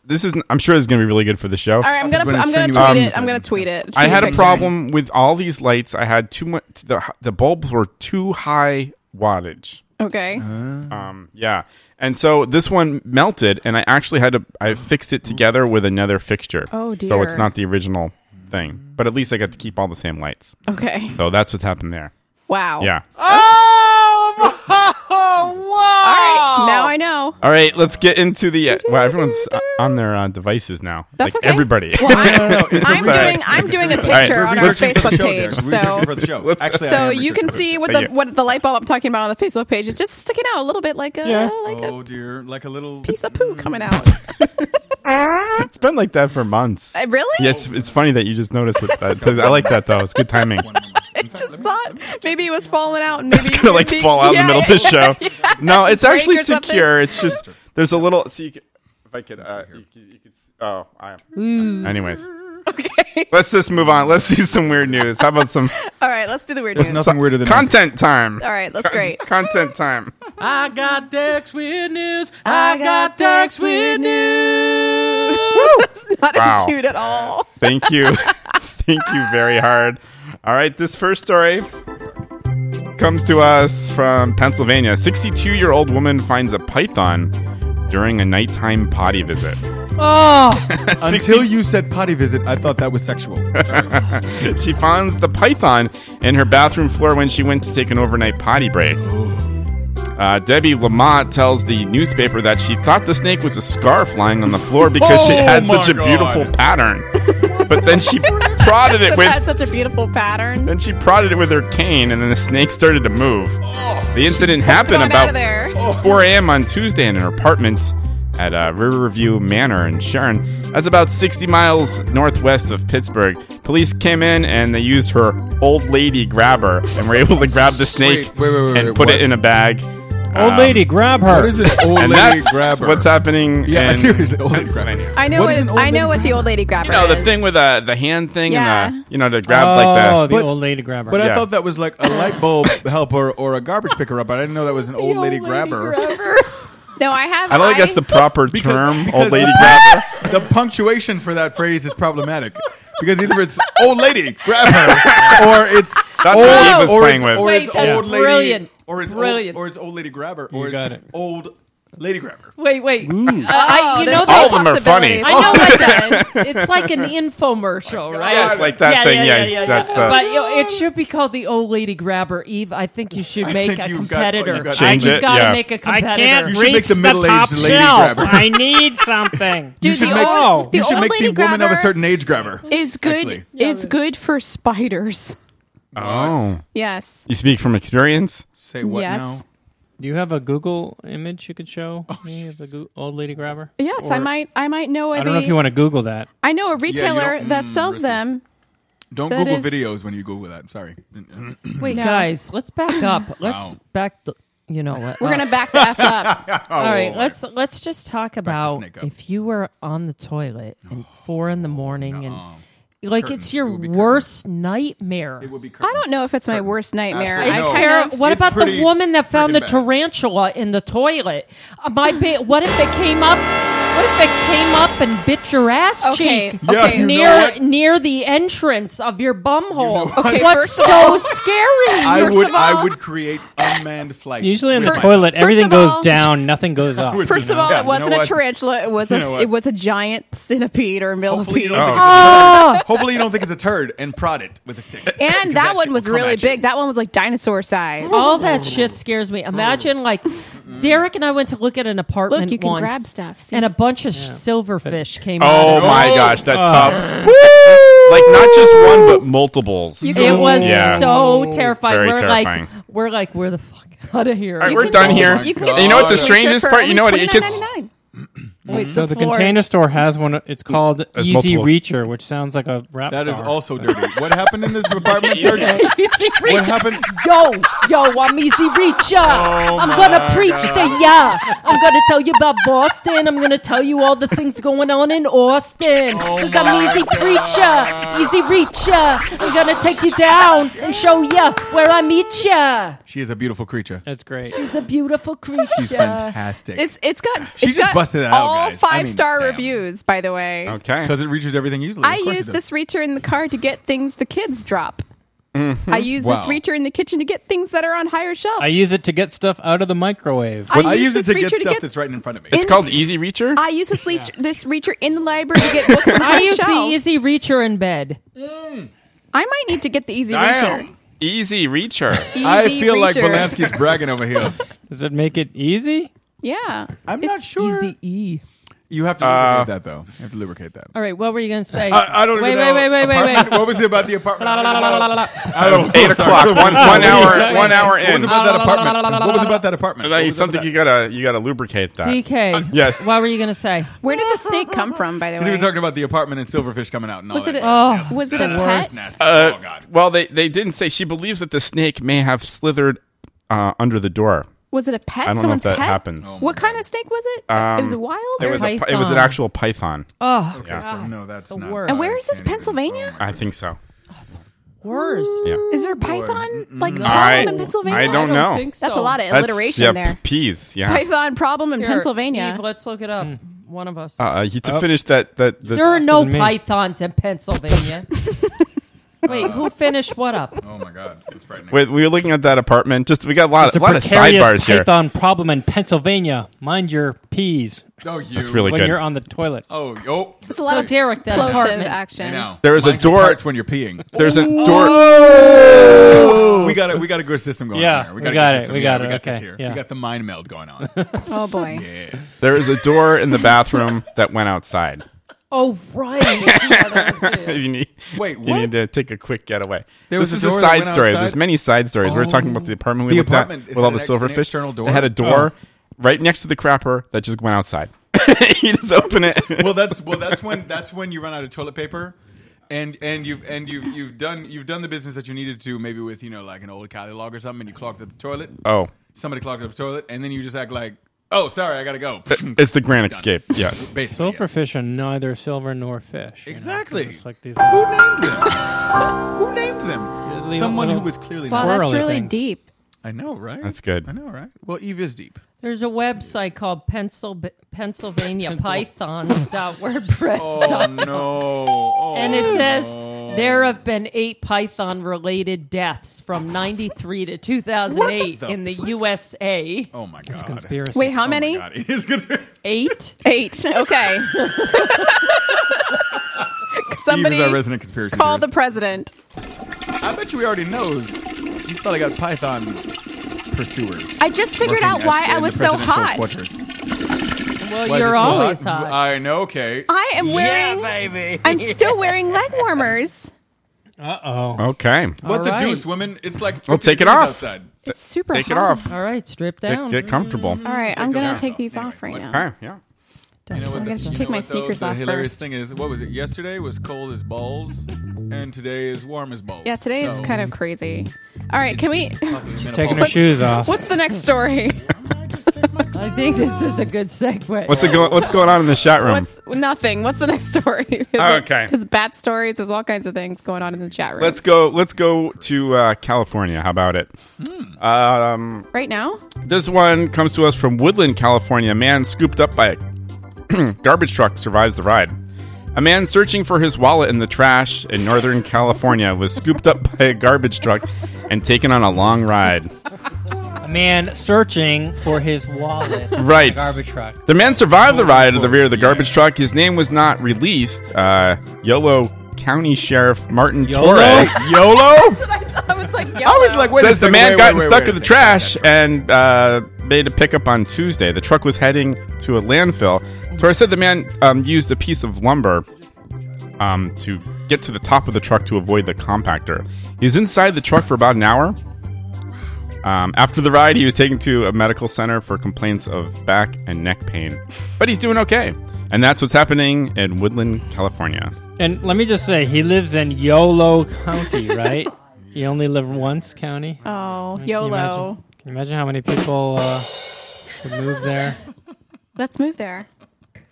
Speaker 3: this is. I'm sure this is going to be really good for the show. Um,
Speaker 2: All right, I'm gonna
Speaker 8: When
Speaker 2: I'm
Speaker 8: it's
Speaker 2: gonna tweet
Speaker 8: strenuous.
Speaker 2: it. I'm gonna tweet it.
Speaker 3: I
Speaker 2: Tweet
Speaker 3: had a
Speaker 2: picture.
Speaker 3: problem with all these lights. I had too much. The the bulbs were too high wattage.
Speaker 2: Okay.
Speaker 3: Um, yeah. And so this one melted, and I actually had to. I fixed it together with another fixture.
Speaker 2: Oh,
Speaker 3: So
Speaker 2: dear.
Speaker 3: it's not the original thing, but at least I got to keep all the same lights.
Speaker 2: Okay.
Speaker 3: So that's what happened there.
Speaker 2: Wow. Oh!
Speaker 3: Yeah.
Speaker 2: All right. Now I know.
Speaker 3: All right, let's get into the. Uh, well, everyone's uh, on their uh, devices now.
Speaker 2: That's
Speaker 3: like
Speaker 2: okay.
Speaker 3: everybody.
Speaker 2: I'm
Speaker 3: all right.
Speaker 2: doing I'm doing a
Speaker 3: All right.
Speaker 2: picture on our Facebook page, so
Speaker 8: for the show. Actually, I
Speaker 2: so
Speaker 8: am
Speaker 2: you can
Speaker 8: researching.
Speaker 2: see what the
Speaker 3: Thank you.
Speaker 2: what the light bulb I'm talking about on the Facebook page is just sticking out a little bit like a
Speaker 3: Yeah.
Speaker 2: like a
Speaker 8: Oh dear, like a little. Mm.
Speaker 2: piece of poo coming out.
Speaker 3: It's been like that for months.
Speaker 2: Uh, really?
Speaker 3: Yeah, it's, it's funny that you just noticed it. uh, 'cause I like that though. It's good timing.
Speaker 2: I just thought maybe it was falling out and maybe
Speaker 3: It's gonna like
Speaker 2: maybe-
Speaker 3: fall out in the
Speaker 2: Yeah,
Speaker 3: middle of the
Speaker 2: yeah,
Speaker 3: show.
Speaker 2: yeah.
Speaker 3: No, it's
Speaker 2: Break
Speaker 3: actually
Speaker 2: or something.
Speaker 3: secure. It's just there's a little. So you can, if I could, uh, you could, you could. Oh, I.
Speaker 11: Mm.
Speaker 3: Anyways,
Speaker 2: Okay.
Speaker 3: let's just move on. Let's do some weird news. How about some
Speaker 2: All right, let's do the weird
Speaker 8: There's
Speaker 2: news.
Speaker 8: nothing weirder than
Speaker 3: content time?
Speaker 2: All right, that's great.
Speaker 3: Content time.
Speaker 11: I got Derek's weird news. I got Derek's weird news.
Speaker 2: Not
Speaker 3: Wow.
Speaker 2: in tune at all.
Speaker 3: Thank you. Thank you very hard. All right, this first story comes to us from Pennsylvania. 62 year old woman finds a python during a nighttime potty visit.
Speaker 11: Oh,
Speaker 8: Until you said potty visit, I thought that was sexual.
Speaker 3: she finds the python in her bathroom floor when she went to take an overnight potty break. Uh, Debbie Lamont tells the newspaper that she thought the snake was a scarf lying on the floor because she
Speaker 8: Oh
Speaker 3: had
Speaker 8: my
Speaker 3: such a
Speaker 8: God.
Speaker 3: beautiful pattern. But then she prodded it
Speaker 2: That's
Speaker 3: with
Speaker 2: such a beautiful pattern.
Speaker 3: Then she prodded it with her cane, and then the snake started to move.
Speaker 2: Oh,
Speaker 3: the incident happened
Speaker 2: Going
Speaker 3: about
Speaker 2: out of there.
Speaker 3: 4 a.m. on Tuesday in her apartment at uh, Riverview Manor in Sharon. That's about 60 miles northwest of Pittsburgh. Police came in and they used her old lady grabber and were able to grab the snake
Speaker 8: Wait, wait, wait, wait,
Speaker 3: and put
Speaker 8: what?
Speaker 3: it in a bag. Um,
Speaker 12: Old lady, grab her.
Speaker 8: What is it? Old
Speaker 3: and
Speaker 8: lady,
Speaker 3: that's
Speaker 8: grab her.
Speaker 3: what's happening.
Speaker 8: Yeah,
Speaker 3: in
Speaker 8: seriously, old lady,
Speaker 3: grab her.
Speaker 2: I know
Speaker 3: What
Speaker 2: what,
Speaker 3: is
Speaker 8: an old
Speaker 2: I know what the old lady grabber
Speaker 3: You know the
Speaker 2: is.
Speaker 3: thing with uh, the hand thing
Speaker 2: Yeah.
Speaker 3: and the you know to grab like the,
Speaker 8: But-
Speaker 12: Oh, lady grabber.
Speaker 8: But I
Speaker 3: Yeah.
Speaker 8: thought that was like a light bulb helper or a garbage picker up. I didn't know that was an old, lady, grabber.
Speaker 2: No, I have.
Speaker 3: I don't think that's the proper
Speaker 8: Because-
Speaker 3: term,
Speaker 8: because
Speaker 3: old lady grabber.
Speaker 8: The punctuation for that phrase is problematic because either it's old lady grab her or it's
Speaker 3: That's
Speaker 8: old,
Speaker 3: what Eve was
Speaker 8: or
Speaker 3: playing
Speaker 8: it's,
Speaker 3: with.
Speaker 8: or
Speaker 3: Wait,
Speaker 8: it's
Speaker 3: that's
Speaker 8: old lady
Speaker 11: brilliant.
Speaker 8: or it's
Speaker 11: Brilliant.
Speaker 8: Old, or it's old lady grabber
Speaker 12: You
Speaker 8: or
Speaker 12: got
Speaker 8: it's
Speaker 12: it.
Speaker 8: old lady grabber.
Speaker 11: Wait, wait. Uh,
Speaker 12: Ooh.
Speaker 11: I, you
Speaker 8: Oh,
Speaker 11: know
Speaker 8: there's All of
Speaker 11: that-
Speaker 8: them are funny.
Speaker 11: I know like
Speaker 8: Oh.
Speaker 11: a, it's like an infomercial, right?
Speaker 3: Yeah, it's like that thing, yeah, that's the-
Speaker 11: But you know, it should be called the old lady grabber. Eve, I think you should
Speaker 8: I
Speaker 11: make
Speaker 8: think
Speaker 11: a
Speaker 8: you've got- oh,
Speaker 11: competitor.
Speaker 8: you've got-
Speaker 3: Change
Speaker 11: You've
Speaker 3: it,
Speaker 11: gotta
Speaker 3: yeah.
Speaker 11: make a
Speaker 8: I
Speaker 11: competitor.
Speaker 8: can't You should reach make the the middle-aged top lady shelf. grabber. I
Speaker 12: need something.
Speaker 2: Dude, the old, the
Speaker 8: you Oh, should
Speaker 2: old
Speaker 8: make
Speaker 2: lady
Speaker 8: the woman of a
Speaker 2: grabber
Speaker 8: certain age grabber.
Speaker 2: is good.
Speaker 8: actually.
Speaker 2: Is good for spiders.
Speaker 3: oh,
Speaker 2: Yes.
Speaker 3: you speak from experience.
Speaker 8: Say
Speaker 2: what Yes. now?
Speaker 12: Do you have a Google image you could show
Speaker 8: Oh,
Speaker 12: me as a go- old lady grabber?
Speaker 2: Yes, I
Speaker 12: Or-
Speaker 2: might. I might know.
Speaker 12: I
Speaker 2: Every,
Speaker 12: don't know if you want to Google that.
Speaker 2: I know a
Speaker 8: you
Speaker 2: retailer
Speaker 8: don't-
Speaker 2: that
Speaker 8: mm,
Speaker 2: sells
Speaker 8: risky.
Speaker 2: them.
Speaker 8: Don't
Speaker 2: That
Speaker 8: Google
Speaker 2: is-
Speaker 8: videos when you Google that. Sorry.
Speaker 11: Wait,
Speaker 2: No.
Speaker 11: guys, let's back up. Let's
Speaker 8: Wow.
Speaker 11: back the. You know what?
Speaker 2: We're
Speaker 11: up.
Speaker 2: gonna back the f up.
Speaker 11: Oh, All right,
Speaker 8: Oh.
Speaker 11: let's let's just talk about
Speaker 8: snake up.
Speaker 11: if you were on the toilet and four in the morning and like
Speaker 8: Curtains.
Speaker 11: it's your worst nightmare.
Speaker 8: It would be
Speaker 2: I don't know if it's my worst nightmare.
Speaker 8: Absolutely.
Speaker 2: I
Speaker 8: No.
Speaker 2: kind
Speaker 11: Tara,
Speaker 2: of-
Speaker 11: what
Speaker 8: It's
Speaker 11: about
Speaker 8: pretty
Speaker 11: the woman that found
Speaker 8: freaking
Speaker 11: the
Speaker 8: bad.
Speaker 11: tarantula in the toilet? Uh, my ba- what if they came up? What if they came up and bit your ass
Speaker 2: Okay,
Speaker 11: cheek
Speaker 2: Yeah, okay. you know
Speaker 11: near
Speaker 8: what?
Speaker 11: near the entrance of your bum hole?
Speaker 2: what? Okay,
Speaker 11: What's
Speaker 2: first of
Speaker 11: so
Speaker 2: all-
Speaker 11: scary?
Speaker 8: I
Speaker 2: First
Speaker 8: would
Speaker 2: of all-
Speaker 8: I would create unmanned flight.
Speaker 12: Usually in the
Speaker 8: with my-
Speaker 12: toilet,
Speaker 2: First
Speaker 12: everything
Speaker 2: of
Speaker 12: goes
Speaker 2: all-
Speaker 12: down, nothing goes up.
Speaker 2: First of all,
Speaker 8: Yeah,
Speaker 2: it
Speaker 8: you
Speaker 2: wasn't
Speaker 8: know
Speaker 2: a
Speaker 8: what?
Speaker 2: tarantula. It was
Speaker 8: You
Speaker 2: a
Speaker 8: know what?
Speaker 2: it was a giant centipede or
Speaker 8: Hopefully
Speaker 2: millipede.
Speaker 8: you, don't think
Speaker 11: Oh.
Speaker 8: it's a turd. Hopefully you don't think it's a turd and prod it with a stick.
Speaker 2: And that one was really
Speaker 8: at you.
Speaker 2: big. That one was like dinosaur size.
Speaker 11: All that shit scares
Speaker 8: Oh.
Speaker 11: me. Imagine like Derek and I went to look at an apartment
Speaker 2: Look, you can
Speaker 11: once,
Speaker 2: grab stuff, see?
Speaker 11: and a bunch of silverfish came.
Speaker 3: Oh
Speaker 11: out
Speaker 3: my
Speaker 8: Oh.
Speaker 3: gosh, that's
Speaker 12: Oh.
Speaker 3: tough. like not just one, but multiples.
Speaker 11: of it. It was
Speaker 3: Yeah.
Speaker 11: so terrifying.
Speaker 3: Very
Speaker 11: we're
Speaker 3: terrifying.
Speaker 11: like, we're like, we're the fuck out of here.
Speaker 3: All right,
Speaker 2: You
Speaker 3: we're
Speaker 2: can
Speaker 3: done
Speaker 2: get-
Speaker 3: here.
Speaker 2: You, can
Speaker 8: Oh
Speaker 2: get
Speaker 8: my
Speaker 3: you know what the
Speaker 8: God.
Speaker 3: strangest part? You know what? It gets.
Speaker 2: $29.99.
Speaker 11: Wait,
Speaker 12: Mm-hmm. So the
Speaker 11: floor-
Speaker 12: container store has one. It's called
Speaker 3: There's
Speaker 12: Easy
Speaker 3: multiple.
Speaker 12: Reacher, which sounds like a rap.
Speaker 8: Hmm. That is
Speaker 12: star.
Speaker 8: also dirty. What happened in this apartment search?
Speaker 11: You see,
Speaker 8: What
Speaker 11: Rachel-
Speaker 8: happened?
Speaker 11: Yo, yo, I'm Easy Reacher.
Speaker 3: Oh
Speaker 11: I'm gonna preach to ya. I'm gonna tell you about Boston. I'm gonna tell you all the things going on in Austin.
Speaker 3: Oh
Speaker 11: Cause I'm an Easy Preacher, Easy Reacher. I'm gonna take you down and show ya where I meet ya.
Speaker 8: She is a beautiful creature.
Speaker 12: That's great.
Speaker 11: The beautiful creature.
Speaker 8: She's fantastic.
Speaker 2: It's it's got
Speaker 8: She
Speaker 2: it's
Speaker 8: just
Speaker 2: got
Speaker 8: busted it out,
Speaker 2: all
Speaker 8: guys. I mean,
Speaker 2: five star
Speaker 8: damn.
Speaker 2: reviews. By the way,
Speaker 3: Okay.
Speaker 8: because it reaches everything easily.
Speaker 2: I
Speaker 8: Of course it
Speaker 2: use
Speaker 8: does.
Speaker 2: this reacher in the car to get things the kids drop. I
Speaker 3: Hmm?
Speaker 2: use this
Speaker 8: mm-hmm. Wow.
Speaker 2: reacher in the kitchen to get things that are on higher shelf.
Speaker 12: I use it to get stuff out of the microwave.
Speaker 2: I
Speaker 8: I use it
Speaker 2: this
Speaker 8: to
Speaker 2: reacher
Speaker 8: get
Speaker 2: to
Speaker 8: stuff
Speaker 2: get-
Speaker 8: that's right in front of me.
Speaker 3: It's called Easy Reacher.
Speaker 2: I use this, leech this reacher in the library to get books on
Speaker 11: I
Speaker 2: higher
Speaker 11: use the
Speaker 2: shelves.
Speaker 11: Easy Reacher in bed.
Speaker 3: Mm.
Speaker 2: I might need to get the easy reacher.
Speaker 8: Damn.
Speaker 3: Easy Reacher.
Speaker 2: Easy
Speaker 8: I feel like
Speaker 2: reacher.
Speaker 8: Polanski's bragging over here.
Speaker 12: Does it make it easy?
Speaker 2: Yeah.
Speaker 8: I'm not sure.
Speaker 11: Easy E.
Speaker 8: You have to lubricate that though. You have to lubricate that.
Speaker 11: All right, what were you gonna say?
Speaker 8: I, I don't
Speaker 11: wait,
Speaker 8: even
Speaker 11: wait,
Speaker 8: know.
Speaker 11: Wait, wait, wait, wait,
Speaker 8: Apartment- What was it about the apartment?
Speaker 11: La, la, la, la, la, la, la.
Speaker 8: I don't know.
Speaker 3: Eight o'clock. One, one hour. One hour
Speaker 8: What
Speaker 3: in.
Speaker 8: was about that apartment? What was about that
Speaker 3: But
Speaker 8: apartment?
Speaker 3: that
Speaker 8: What
Speaker 3: is
Speaker 8: was
Speaker 3: something
Speaker 8: about
Speaker 3: you gotta you gotta lubricate that.
Speaker 11: DK.
Speaker 8: Uh,
Speaker 3: yes.
Speaker 11: What were you gonna say?
Speaker 2: Where did the snake come from, by the
Speaker 8: that? We
Speaker 2: way?
Speaker 8: were talking about the apartment and silverfish coming out and all
Speaker 2: was it
Speaker 8: that.
Speaker 2: a,
Speaker 11: Oh,
Speaker 2: was it a
Speaker 8: That's
Speaker 2: pet?
Speaker 8: nasty.
Speaker 3: Uh,
Speaker 8: oh god.
Speaker 3: Well, they they didn't say. She believes that the snake may have slithered uh, under the door.
Speaker 2: Was it a pet?
Speaker 3: I don't know
Speaker 2: Someone's
Speaker 3: if that
Speaker 2: pet?
Speaker 3: happens. Oh my
Speaker 2: what kind of snake was it? it was a wild.
Speaker 3: It
Speaker 2: or-
Speaker 3: was a, pi- it
Speaker 11: Python.
Speaker 3: was an actual Ah, python.
Speaker 11: Oh,
Speaker 8: Okay, so no, that's
Speaker 11: the
Speaker 8: not.
Speaker 11: worst.
Speaker 2: and where is this?
Speaker 8: Can't even-
Speaker 2: Pennsylvania?
Speaker 3: I think so.
Speaker 8: Oh.
Speaker 11: worst.
Speaker 2: Is there a python like problem
Speaker 3: I-
Speaker 2: oh, in Pennsylvania?
Speaker 3: I don't know.
Speaker 11: think so.
Speaker 2: That's a lot of
Speaker 3: That's-
Speaker 2: alliteration
Speaker 3: yeah,
Speaker 2: there.
Speaker 3: p- peas. Yeah.
Speaker 2: Python problem in
Speaker 11: Here,
Speaker 2: Pennsylvania.
Speaker 11: Eve, let's look it up. One of us.
Speaker 3: Uh, you to
Speaker 12: Oh.
Speaker 3: finish that that. Hmm. That's,
Speaker 11: there are no
Speaker 12: than me.
Speaker 11: pythons in Pennsylvania. Wait, who finished what up?
Speaker 8: Oh my god, that's frightening.
Speaker 3: Wait, we were looking at that apartment. Just we got a lot,
Speaker 12: It's a
Speaker 3: a lot of
Speaker 12: precarious
Speaker 3: sidebars here.
Speaker 12: python problem in Pennsylvania. Mind your peas
Speaker 8: oh, you.
Speaker 3: That's really
Speaker 12: when
Speaker 3: good.
Speaker 12: you're on the toilet.
Speaker 8: Oh, yo.
Speaker 2: It's a lot
Speaker 11: So
Speaker 2: of
Speaker 11: Derek, that
Speaker 2: plosive
Speaker 11: apartment.
Speaker 8: I
Speaker 2: action.
Speaker 8: know.
Speaker 3: There is a
Speaker 8: Mind your
Speaker 3: door-
Speaker 8: parts when you're peeing.
Speaker 3: There's a door.
Speaker 1: Oh!
Speaker 8: We got a, we got a good system going.
Speaker 12: Yeah,
Speaker 8: here.
Speaker 12: we
Speaker 8: a good
Speaker 12: got it,
Speaker 8: system.
Speaker 12: we
Speaker 8: Yeah,
Speaker 12: got
Speaker 8: We
Speaker 12: it,
Speaker 8: got this
Speaker 12: okay,
Speaker 8: here.
Speaker 12: yeah.
Speaker 8: We got the mind meld going on.
Speaker 2: Oh boy.
Speaker 3: There is a door in the bathroom that went outside.
Speaker 11: Oh, right. Yeah, that was it.
Speaker 3: you need,
Speaker 8: Wait,
Speaker 3: You
Speaker 8: what?
Speaker 3: need to take a quick getaway.
Speaker 8: There
Speaker 3: this is
Speaker 8: was a
Speaker 3: a
Speaker 8: door that
Speaker 3: side
Speaker 8: went
Speaker 3: story.
Speaker 8: outside? Oh.
Speaker 3: There's many side stories. we were talking about the apartment we
Speaker 8: The
Speaker 3: looked
Speaker 8: apartment,
Speaker 3: at
Speaker 8: it
Speaker 3: with all the
Speaker 8: had an ex- an
Speaker 3: silverfish.
Speaker 8: external door. Oh.
Speaker 3: It had a door right next to the crapper that just went outside. you just open it.
Speaker 8: well, that's well, that's when that's when you run out of toilet paper, and and you've and you've you've done you've done the business that you needed to maybe with you know like an old catalog or something and you clogged up the toilet.
Speaker 3: Oh.
Speaker 8: somebody clogged up the toilet, and then you just act like, oh, sorry, I gotta go.
Speaker 3: It's the Grand Escape. Yes.
Speaker 8: Basically,
Speaker 12: Silverfish are neither silver nor fish. you know?
Speaker 8: Exactly.
Speaker 12: It's like these.
Speaker 8: Who named them? Who named them?
Speaker 12: Little-
Speaker 8: Someone who
Speaker 12: little
Speaker 8: was clearly
Speaker 12: Wow,
Speaker 8: not-
Speaker 12: that's squirrely really
Speaker 15: deep.
Speaker 8: I know, right?
Speaker 3: That's good.
Speaker 8: I know, right? Well, Eve is deep.
Speaker 11: There's a website called Pencil, Pennsylvania Pythons.wordpress.com.
Speaker 8: Oh no! Oh,
Speaker 11: and it says
Speaker 8: no.
Speaker 11: there have been eight python related deaths from 93 to 2008
Speaker 8: What the
Speaker 11: in the USA.
Speaker 8: Oh my god! It's
Speaker 11: conspiracy.
Speaker 2: Wait, how many?
Speaker 8: It is conspiracy.
Speaker 11: Eight?
Speaker 2: Eight. Okay. Somebody
Speaker 8: Eve is our resident conspiracy.
Speaker 2: call the
Speaker 8: theorist.
Speaker 2: president.
Speaker 8: I bet you he already knows. He's probably got Python pursuers.
Speaker 2: I just figured
Speaker 8: working
Speaker 2: out
Speaker 8: at-
Speaker 2: why I
Speaker 8: in the
Speaker 2: was so
Speaker 8: presidential
Speaker 2: hot.
Speaker 8: quarters.
Speaker 11: Well,
Speaker 8: Why is
Speaker 11: you're
Speaker 8: it so
Speaker 11: always hot.
Speaker 8: I know. Okay.
Speaker 2: I am wearing. I'm still wearing leg warmers.
Speaker 12: Uh oh.
Speaker 3: Okay.
Speaker 8: What the deuce, women? It's like.
Speaker 3: Well, take it
Speaker 8: 50
Speaker 3: off.
Speaker 8: degrees Outside.
Speaker 2: It's super
Speaker 3: Take it
Speaker 2: hot.
Speaker 3: off.
Speaker 11: All right, strip
Speaker 3: Get,
Speaker 11: down. Mm.
Speaker 3: get comfortable.
Speaker 2: All right, I'm
Speaker 8: those
Speaker 2: gonna
Speaker 8: off.
Speaker 2: take these off right now.
Speaker 3: Okay. Yeah.
Speaker 8: You know
Speaker 2: I'm
Speaker 8: what
Speaker 2: gonna
Speaker 8: the-
Speaker 2: just
Speaker 8: you
Speaker 2: take
Speaker 8: know
Speaker 2: my
Speaker 8: what, though?
Speaker 2: sneakers
Speaker 8: The
Speaker 2: off
Speaker 8: hilarious
Speaker 2: first.
Speaker 8: thing is, what was it? Yesterday was cold as balls, and today is warm as balls.
Speaker 2: Yeah, today is
Speaker 8: So-
Speaker 2: kind of crazy. All right, can we?
Speaker 8: She's
Speaker 12: taking her shoes off.
Speaker 2: What's the next story?
Speaker 11: I think this is a good segue.
Speaker 3: What's it going? What's going on in the chat room?
Speaker 2: What's nothing? What's the next story? There's-
Speaker 3: Okay.
Speaker 2: There's bat stories. There's all kinds of things going on in the chat room.
Speaker 3: Let's go. Let's go to uh, California. How about it?
Speaker 8: Hmm.
Speaker 3: Um,
Speaker 2: right now.
Speaker 3: This one comes to us from Woodland, California. A man scooped up by a garbage truck survives the ride. A man searching for his wallet in the trash in Northern California was scooped up by a garbage truck and taken on a long ride.
Speaker 12: A man searching for his wallet. in a
Speaker 3: Right.
Speaker 12: Garbage truck.
Speaker 3: The man survived the ride at the rear of the garbage truck. His name was not released. Uh, Yolo County Sheriff Martin Torres. Yolo?
Speaker 2: I was like,
Speaker 8: I was like, wait a
Speaker 3: says the
Speaker 8: second,
Speaker 3: man
Speaker 8: wait,
Speaker 3: got
Speaker 8: wait, wait,
Speaker 3: stuck
Speaker 8: wait
Speaker 3: in
Speaker 8: a
Speaker 3: the
Speaker 8: second.
Speaker 3: trash and uh, made a pickup on Tuesday. The truck was heading to a landfill. Torres said the man um, used a piece of lumber um, to get to the top of the truck to avoid the compactor. He was inside the truck for about an hour. Um, after the ride, he was taken to a medical center for complaints of back and neck pain, but he's doing okay. And that's what's happening in Woodland, California.
Speaker 12: And let me just say, he lives in Yolo County, right? you only live once, county.
Speaker 2: Oh,
Speaker 12: Can you
Speaker 2: YOLO.
Speaker 12: imagine- Can you imagine how many people uh, would move there?
Speaker 2: Let's move there.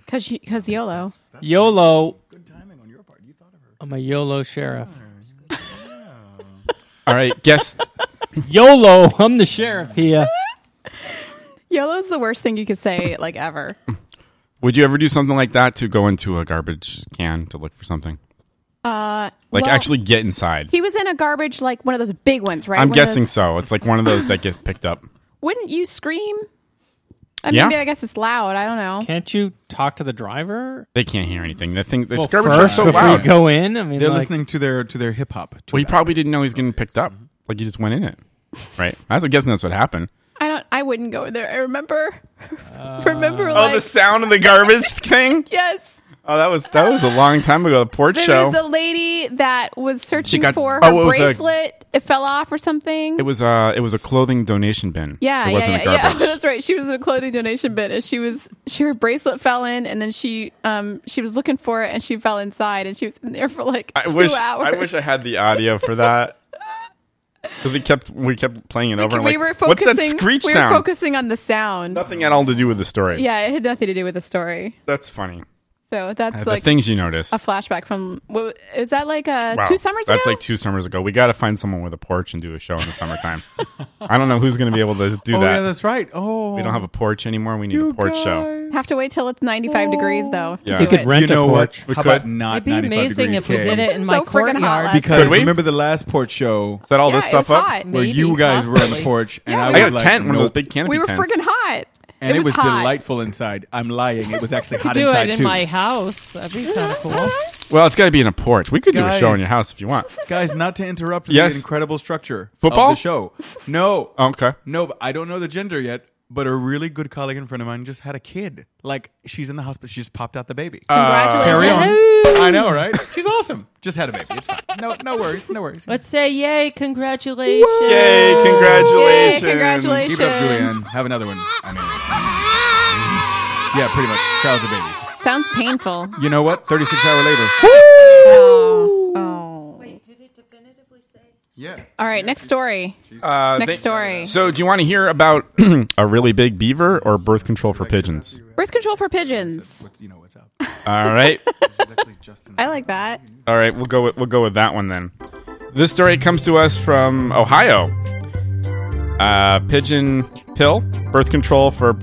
Speaker 2: Cause, you- cause YOLO.
Speaker 12: YOLO. I'm a YOLO sheriff.
Speaker 11: Oh,
Speaker 3: All right, guess
Speaker 12: YOLO. I'm the sheriff here.
Speaker 2: YOLO's the worst thing you could say, like ever.
Speaker 3: would you ever do something like that to go into a garbage can to look for something?
Speaker 2: Uh,
Speaker 3: Like
Speaker 2: well,
Speaker 3: actually get inside?
Speaker 2: he was in a garbage, like one of those big ones, right?
Speaker 3: I'm
Speaker 2: One of
Speaker 3: guessing
Speaker 2: those-
Speaker 3: so. It's like one of those that gets picked up.
Speaker 2: Wouldn't you scream? I mean,
Speaker 3: Yeah.
Speaker 2: maybe I guess it's loud. I don't know.
Speaker 12: Can't you talk to the driver?
Speaker 3: They can't hear anything. The thing, the
Speaker 12: Well,
Speaker 3: garbage truck's
Speaker 12: first,
Speaker 3: so
Speaker 12: before
Speaker 3: loud.
Speaker 12: you go in, I mean,
Speaker 8: They're
Speaker 12: like,
Speaker 8: listening to their to their hip hop.
Speaker 3: well, he probably didn't know he was getting picked up. Like he just went in it, right? I was guessing that's what happened.
Speaker 2: I don't. I wouldn't go in there. I remember. remember, like
Speaker 3: sound of Oh, the garbage thing.
Speaker 2: yes,
Speaker 3: Oh, that was that was a long time ago. The porch
Speaker 2: there
Speaker 3: show.
Speaker 2: was a lady that was searching
Speaker 3: got-
Speaker 2: for her
Speaker 3: oh, it was a-
Speaker 2: bracelet. it fell off or something.
Speaker 3: it was uh it was a clothing donation bin.
Speaker 2: yeah,
Speaker 3: it
Speaker 2: yeah,
Speaker 3: wasn't
Speaker 2: yeah,
Speaker 3: a
Speaker 2: yeah.
Speaker 3: garbage.
Speaker 2: That's right. She was in a clothing donation bin, and she was she her bracelet fell in, and then she um she was looking for it, and she fell inside, and she was in there for like
Speaker 3: I
Speaker 2: two
Speaker 3: wish
Speaker 2: hours.
Speaker 3: I wish I had the audio for that. 'Cause we kept we kept playing it over. and
Speaker 2: we
Speaker 3: like,
Speaker 2: were focusing.
Speaker 3: What's that screech
Speaker 2: we were
Speaker 3: sound?
Speaker 2: focusing on the sound.
Speaker 3: Nothing at all to do with the story.
Speaker 2: Yeah, it had nothing to do with the story.
Speaker 3: that's funny.
Speaker 2: So that's
Speaker 3: Uh, the
Speaker 2: like
Speaker 3: things you noticed.
Speaker 2: a flashback from what, is that like uh,
Speaker 3: Wow.
Speaker 2: two summers
Speaker 3: That's
Speaker 2: ago?
Speaker 3: like two summers ago. We got to find someone with a porch and do a show in the summertime. I don't know who's going to be able to do
Speaker 8: Oh
Speaker 3: that.
Speaker 8: yeah, that's right. Oh,
Speaker 3: we don't have a porch anymore. We need a porch show.
Speaker 2: Have to wait till it's 95 degrees though. To
Speaker 3: Yeah.
Speaker 2: do
Speaker 3: We could
Speaker 2: it.
Speaker 12: rent
Speaker 8: you know
Speaker 12: a
Speaker 8: what?
Speaker 12: porch.
Speaker 3: We
Speaker 8: How
Speaker 3: could.
Speaker 8: about not
Speaker 11: It'd be
Speaker 8: 95
Speaker 11: amazing
Speaker 8: degrees
Speaker 11: if we
Speaker 8: K?
Speaker 11: did it in my
Speaker 2: So friggin' hot
Speaker 11: courtyard.
Speaker 2: last
Speaker 8: Because
Speaker 3: Could we?
Speaker 8: remember the last porch show
Speaker 3: Set all
Speaker 2: Yeah,
Speaker 3: this
Speaker 2: it
Speaker 3: stuff
Speaker 2: was
Speaker 3: up.
Speaker 2: hot.
Speaker 8: where
Speaker 11: Maybe,
Speaker 8: you guys were in the
Speaker 11: possibly.
Speaker 8: porch and
Speaker 2: Yeah,
Speaker 8: I
Speaker 2: we
Speaker 8: was
Speaker 3: I got a
Speaker 8: like,
Speaker 3: tent, one of those
Speaker 8: nope.
Speaker 3: big canopy
Speaker 2: We were
Speaker 3: tents.
Speaker 2: friggin' hot.
Speaker 8: and it was,
Speaker 2: hot.
Speaker 8: delightful inside. I'm lying; it was actually hot
Speaker 11: Do
Speaker 8: inside
Speaker 11: it in
Speaker 8: too.
Speaker 11: my house. That'd be kind of cool.
Speaker 3: Well, it's got to be in a porch. We could do a show in
Speaker 8: Guys.
Speaker 3: your house if you want.
Speaker 8: Guys, not to interrupt
Speaker 3: Yes.
Speaker 8: the incredible structure
Speaker 3: Football?
Speaker 8: of the show. No,
Speaker 3: Okay.
Speaker 8: no, but I don't know the gender yet. But a really good colleague and friend of mine just had a kid. Like she's in the hospital. She just popped out the baby.
Speaker 2: Congratulations.
Speaker 8: Carry on. I know, right? She's awesome. Just had a baby. It's fine. No, no worries. No worries.
Speaker 11: Let's say yay, congratulations.
Speaker 3: Yay! Congratulations.
Speaker 2: Yay, congratulations.
Speaker 8: Keep it up, Julianne. Have another one. I mean, yeah, pretty much. Crowds of babies.
Speaker 2: Sounds painful.
Speaker 8: You know what? 36 hour labor.
Speaker 2: Oh.
Speaker 8: Yeah.
Speaker 2: All right, next story.
Speaker 3: Uh,
Speaker 2: next
Speaker 3: they-
Speaker 2: story.
Speaker 3: So, do you want to hear about a really big beaver or birth control for pigeons?
Speaker 2: birth control for pigeons.
Speaker 3: All right.
Speaker 2: I like that.
Speaker 3: All right, we'll go with, we'll go with that one then. This story comes to us from Ohio. Uh, pigeon pill birth control for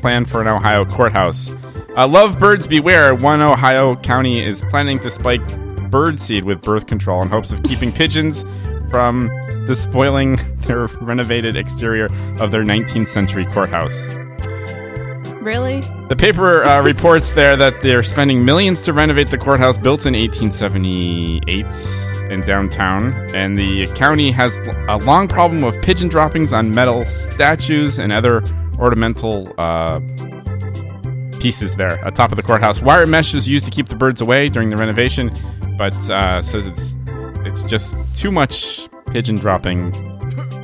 Speaker 3: plan for an Ohio courthouse. Uh, love birds beware. One Ohio county is planning to spike bird seed with birth control in hopes of keeping pigeons from despoiling their renovated exterior of their 19th century courthouse.
Speaker 2: Really?
Speaker 3: The paper uh, reports there that they're spending millions to renovate the courthouse built in 1878 in downtown, and the county has a long problem of pigeon droppings on metal statues and other ornamental uh, pieces there atop of the courthouse. Wire mesh is used to keep the birds away during the renovation, but uh, says it's it's just too much pigeon dropping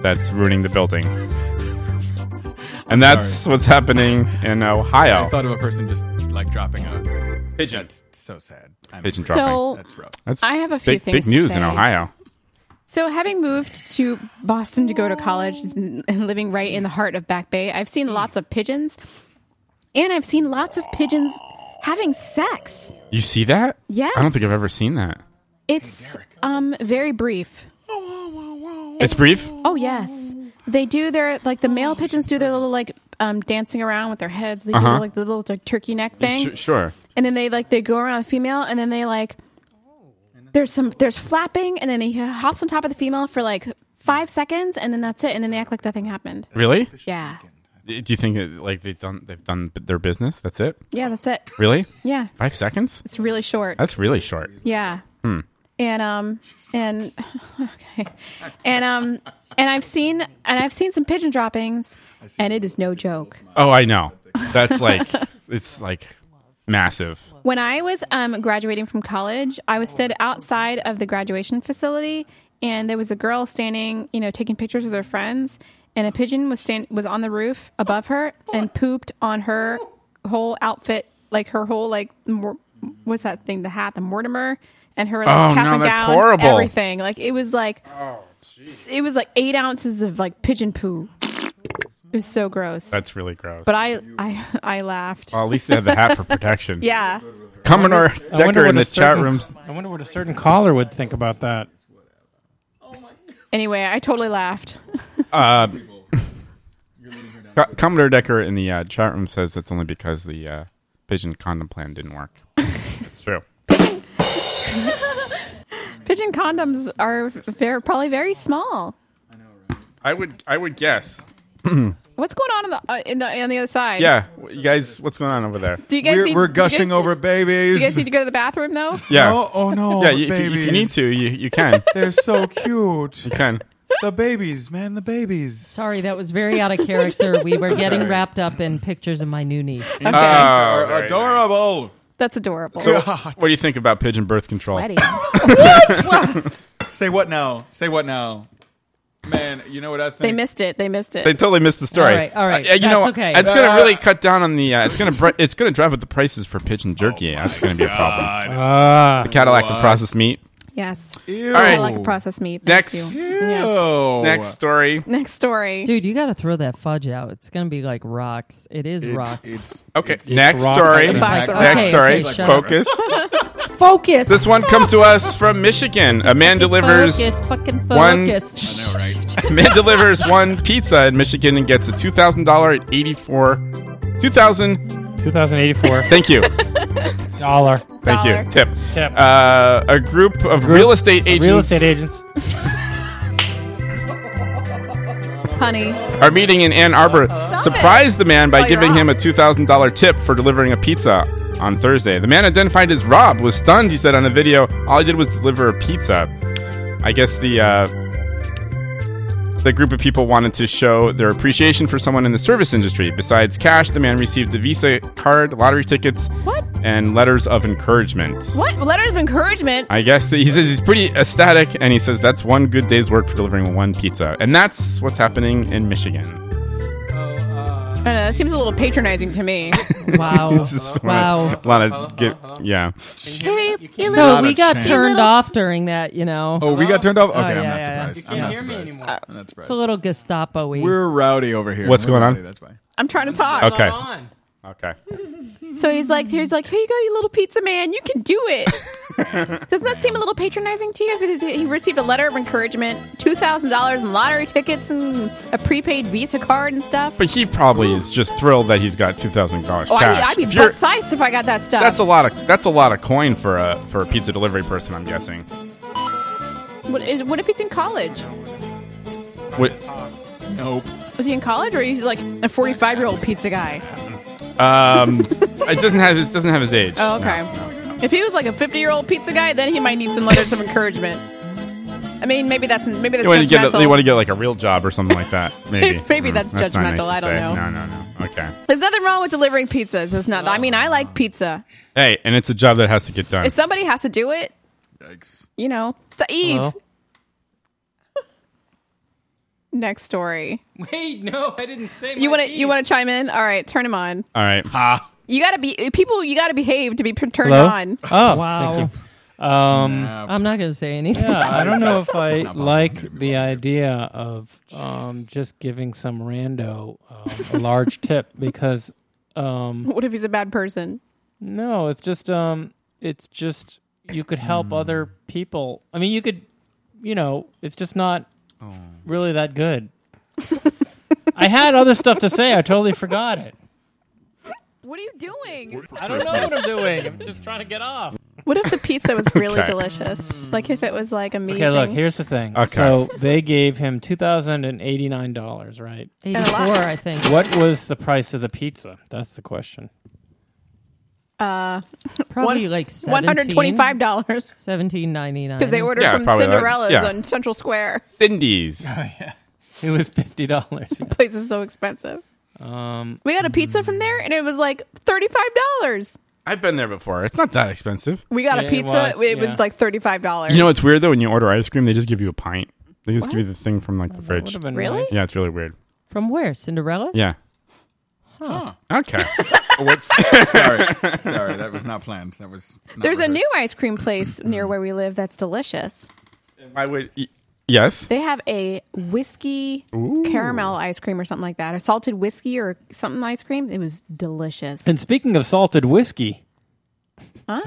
Speaker 3: that's ruining the building. And that's what's happening in uh, Ohio.
Speaker 8: I thought of a person just like dropping a
Speaker 3: pigeon.
Speaker 8: That's so sad. I'm
Speaker 3: Pigeon
Speaker 8: sorry.
Speaker 2: So
Speaker 8: That's rough.
Speaker 2: I have a few
Speaker 3: big,
Speaker 2: things.
Speaker 3: Big
Speaker 2: to
Speaker 3: news in
Speaker 2: say.
Speaker 3: Ohio.
Speaker 2: So, having moved to Boston to go to college and living right in the heart of Back Bay, I've seen lots of pigeons, and I've seen lots of pigeons having sex.
Speaker 3: You see that?
Speaker 2: Yes.
Speaker 3: I don't think I've ever seen that.
Speaker 2: It's um very brief.
Speaker 3: It's brief.
Speaker 2: Oh yes, they do their like the male pigeons do their little like um dancing around with their heads. They
Speaker 3: Uh-huh.
Speaker 2: do like the little like, turkey neck thing.
Speaker 3: Su- sure.
Speaker 2: and then they like they go around the female and then they like there's some there's flapping and then he hops on top of the female for like five seconds and then that's it and then they act like nothing happened
Speaker 3: Really?
Speaker 2: yeah
Speaker 3: Do you think it, like they've done they've done their business? That's it.
Speaker 2: yeah that's it
Speaker 3: Really?
Speaker 2: yeah
Speaker 3: Five seconds?
Speaker 2: it's really short
Speaker 3: That's really short.
Speaker 2: yeah
Speaker 3: Hmm.
Speaker 2: and um and okay and um and i've seen and i've seen some pigeon droppings and it is no joke
Speaker 3: Oh, I know. That's like it's like massive.
Speaker 2: When I was um, graduating from college, I was stood outside of the graduation facility, and there was a girl standing, you know, taking pictures with her friends, and a pigeon was stand- was on the roof above her and pooped on her whole outfit, like her whole like mor- what's that thing, the hat, the Mortimer, and her like,
Speaker 3: Oh,
Speaker 2: cap
Speaker 3: no,
Speaker 2: and
Speaker 3: that's
Speaker 2: gown,
Speaker 3: horrible.
Speaker 2: everything. Like it was like s- it was like eight ounces of like pigeon poo. It was so gross.
Speaker 3: That's really gross.
Speaker 2: But I I I laughed.
Speaker 3: Well, at least they have the hat for protection.
Speaker 2: yeah.
Speaker 3: Commodore
Speaker 12: I wonder
Speaker 3: Decker in
Speaker 12: what
Speaker 3: the
Speaker 12: a
Speaker 3: chat
Speaker 12: certain-
Speaker 3: rooms.
Speaker 12: I wonder what a certain caller would think about that.
Speaker 2: Anyway, I totally laughed.
Speaker 3: Uh, Co- Commodore Decker in the uh, chat room says that's only because the uh, pigeon condom plan didn't work. It's true.
Speaker 2: Pigeon condoms are they're probably very small.
Speaker 3: I would I would guess.
Speaker 2: What's going on in the, uh, in the on the other side?
Speaker 3: Yeah, you guys, what's going on over there?
Speaker 2: Do you guys
Speaker 8: We're-
Speaker 2: need-
Speaker 8: we're
Speaker 2: do you guys
Speaker 8: gushing
Speaker 2: need-
Speaker 8: over
Speaker 2: Do
Speaker 8: babies.
Speaker 2: you guys need to go to the bathroom though?
Speaker 3: Yeah.
Speaker 8: Oh, oh, no,
Speaker 3: Yeah,
Speaker 8: the
Speaker 3: you, if, you, if you
Speaker 8: babies.
Speaker 3: need to, you, you can.
Speaker 8: They're so cute.
Speaker 3: You can.
Speaker 8: The babies, man, the babies.
Speaker 11: Sorry, that was very out of character. We were getting
Speaker 8: Sorry.
Speaker 11: wrapped up in pictures of my new niece.
Speaker 8: These
Speaker 3: Oh,
Speaker 8: are
Speaker 3: very
Speaker 8: adorable.
Speaker 3: Oh,
Speaker 2: That's
Speaker 8: Oh,
Speaker 2: adorable.
Speaker 3: So, what do you think about pigeon birth control?
Speaker 8: Say what now? Say what now? Man, you know what I think?
Speaker 2: they missed it. They missed it.
Speaker 3: They totally missed the story.
Speaker 8: All right, all right.
Speaker 3: Uh, you know,
Speaker 8: That's okay.
Speaker 3: it's going to
Speaker 8: Uh,
Speaker 3: really cut down on the. Uh, it's going to. Br- it's going to drive up the prices for pigeon
Speaker 8: Oh,
Speaker 3: jerky. That's going to be a problem.
Speaker 12: Ah.
Speaker 3: the Cadillac
Speaker 12: What?
Speaker 3: the processed meat.
Speaker 2: yes.
Speaker 8: Ew.
Speaker 2: I like processed meat. Thank
Speaker 3: Next.
Speaker 2: you. Yes.
Speaker 3: Next story.
Speaker 2: Next story.
Speaker 11: Dude, you got to throw that fudge out. It's going to be like rocks. It is rocks.
Speaker 3: Okay. Next story. Next story. Focus.
Speaker 11: Focus.
Speaker 3: This one comes to us from Michigan. A man delivers
Speaker 11: Focus. Fucking
Speaker 3: one-
Speaker 11: focus.
Speaker 3: A man delivers one pizza in Michigan and gets a two thousand dollar at eighty four. Two thousand.
Speaker 12: 2084.
Speaker 3: Thank you.
Speaker 12: Dollar.
Speaker 3: Thank
Speaker 12: Dollar.
Speaker 3: you. Tip.
Speaker 12: Tip.
Speaker 3: Uh, a group of real estate agents.
Speaker 12: Real estate agents.
Speaker 2: Honey.
Speaker 3: Our meeting in Ann Arbor surprised the man by giving him a $2,000 tip for delivering a pizza on Thursday. The man identified as Rob was stunned, he said on a video. All I did was deliver a pizza. I guess the. Uh, the group of people wanted to show their appreciation for someone in the service industry. Besides cash, the man received a Visa card, lottery tickets, and letters of encouragement.
Speaker 2: What letters of encouragement?
Speaker 3: I guess that he says he's pretty ecstatic, and he says that's one good day's work for delivering one pizza. And that's what's happening in Michigan.
Speaker 2: don't know, that seems a little patronizing to me.
Speaker 3: It's just wanna- wanna get- yeah.
Speaker 11: So we got turned
Speaker 2: off.
Speaker 11: off during that, you know.
Speaker 8: Oh, we got turned off? Okay,
Speaker 11: Oh,
Speaker 8: I'm
Speaker 11: yeah,
Speaker 8: not
Speaker 11: yeah, yeah.
Speaker 8: surprised. I'm not surprised. I'm not
Speaker 11: It's a little Gestapo
Speaker 8: We're rowdy over here.
Speaker 3: What's
Speaker 8: We're
Speaker 3: going on?
Speaker 8: rowdy, That's fine.
Speaker 2: I'm trying to talk.
Speaker 3: Okay. Okay.
Speaker 2: So he's like, he's like, here you go, you little pizza man. You can do it. Doesn't that seem a little patronizing to you? Because he received a letter of encouragement, two thousand dollars in lottery tickets, and a prepaid Visa card and stuff.
Speaker 3: But he probably is just thrilled that he's got two thousand dollars
Speaker 2: Oh, I'd be,
Speaker 3: cash.
Speaker 2: I'd be
Speaker 3: If you're-
Speaker 2: butt sized if I got that stuff.
Speaker 3: that's a lot of that's a lot of coin for a for a pizza delivery person. I'm guessing.
Speaker 2: What, is, what if he's in college?
Speaker 3: What? Nope.
Speaker 2: Was he in college, or he's like a forty-five year old pizza guy?
Speaker 3: Um, it doesn't have his doesn't have his age.
Speaker 2: Oh, okay. If he was like a fifty-year-old pizza guy, then he might need some letters of encouragement. I mean, maybe that's maybe that's
Speaker 3: You want to get a-
Speaker 2: judgmental.
Speaker 3: you want to get like a real job or something like that. Maybe
Speaker 2: Maybe
Speaker 3: Mm,
Speaker 2: that's
Speaker 3: not nice
Speaker 2: judgmental,
Speaker 3: to
Speaker 2: I don't
Speaker 3: say.
Speaker 2: know.
Speaker 3: No, no, no. Okay.
Speaker 2: There's nothing wrong with delivering pizzas. There's not. I mean, I like pizza.
Speaker 3: Hey, and it's a job that has to get done.
Speaker 2: If somebody has to do it, you know, St- Eve.
Speaker 3: Hello?
Speaker 2: Next story.
Speaker 11: Wait, no, I didn't say.
Speaker 2: You want to you want to chime in? All right, turn him on.
Speaker 3: All right.
Speaker 12: Ha.
Speaker 2: You gotta be people. You gotta behave to be p- turned
Speaker 12: Hello?
Speaker 2: on.
Speaker 12: Oh,
Speaker 11: Wow.
Speaker 12: Thank you. Um,
Speaker 11: I'm not going to say anything.
Speaker 12: yeah, I don't know if I like the idea of um, just giving some rando um, a large tip because um,
Speaker 2: What if he's a bad person?
Speaker 12: no, it's just um, it's just you could help other people. I mean, you could, you know, it's just not really that good. I had other stuff to say. I totally forgot it.
Speaker 2: What are you doing?
Speaker 12: I don't know what I'm doing. I'm just trying to get off.
Speaker 2: What if the pizza was really
Speaker 12: Okay.
Speaker 2: delicious? Like if it was like amazing.
Speaker 12: Okay, look, here's the thing.
Speaker 27: Okay.
Speaker 12: So they gave him $2,089, right?
Speaker 11: 84, I think.
Speaker 12: What was the price of the pizza? That's the question.
Speaker 2: uh,
Speaker 11: Probably like
Speaker 2: one hundred twenty-five dollars.
Speaker 11: Seventeen ninety nine.
Speaker 2: Because they ordered
Speaker 3: Yeah,
Speaker 2: from
Speaker 3: probably
Speaker 12: uh,
Speaker 3: that.
Speaker 2: Cinderella's
Speaker 3: Yeah.
Speaker 2: on Central Square.
Speaker 3: Cindy's.
Speaker 12: Oh, It was $50.
Speaker 2: The place is so expensive.
Speaker 12: Um,
Speaker 2: We got a pizza from there, and it was like thirty-five dollars.
Speaker 3: I've been there before. It's not that expensive.
Speaker 2: We got
Speaker 12: Yeah,
Speaker 2: a
Speaker 12: it
Speaker 2: pizza. It was,
Speaker 12: was, yeah.
Speaker 2: like thirty-five dollars.
Speaker 3: You know what's weird though? When you order ice cream, they just give you a pint. They just give you the thing from like the fridge.
Speaker 11: would've been Really? nice.
Speaker 3: Yeah, it's really weird.
Speaker 11: From where? Cinderella?
Speaker 3: Yeah.
Speaker 11: Huh.
Speaker 3: Okay.
Speaker 8: Oh, Whoops. Sorry. Sorry. That was not planned. That was. Not
Speaker 2: There's a new ice cream place near where we live that's delicious.
Speaker 3: I would. Yes.
Speaker 2: They have a whiskey
Speaker 3: Ooh.
Speaker 2: caramel ice cream or something like that, a salted whiskey or something ice cream. It was delicious.
Speaker 12: And speaking of salted whiskey,
Speaker 2: Huh?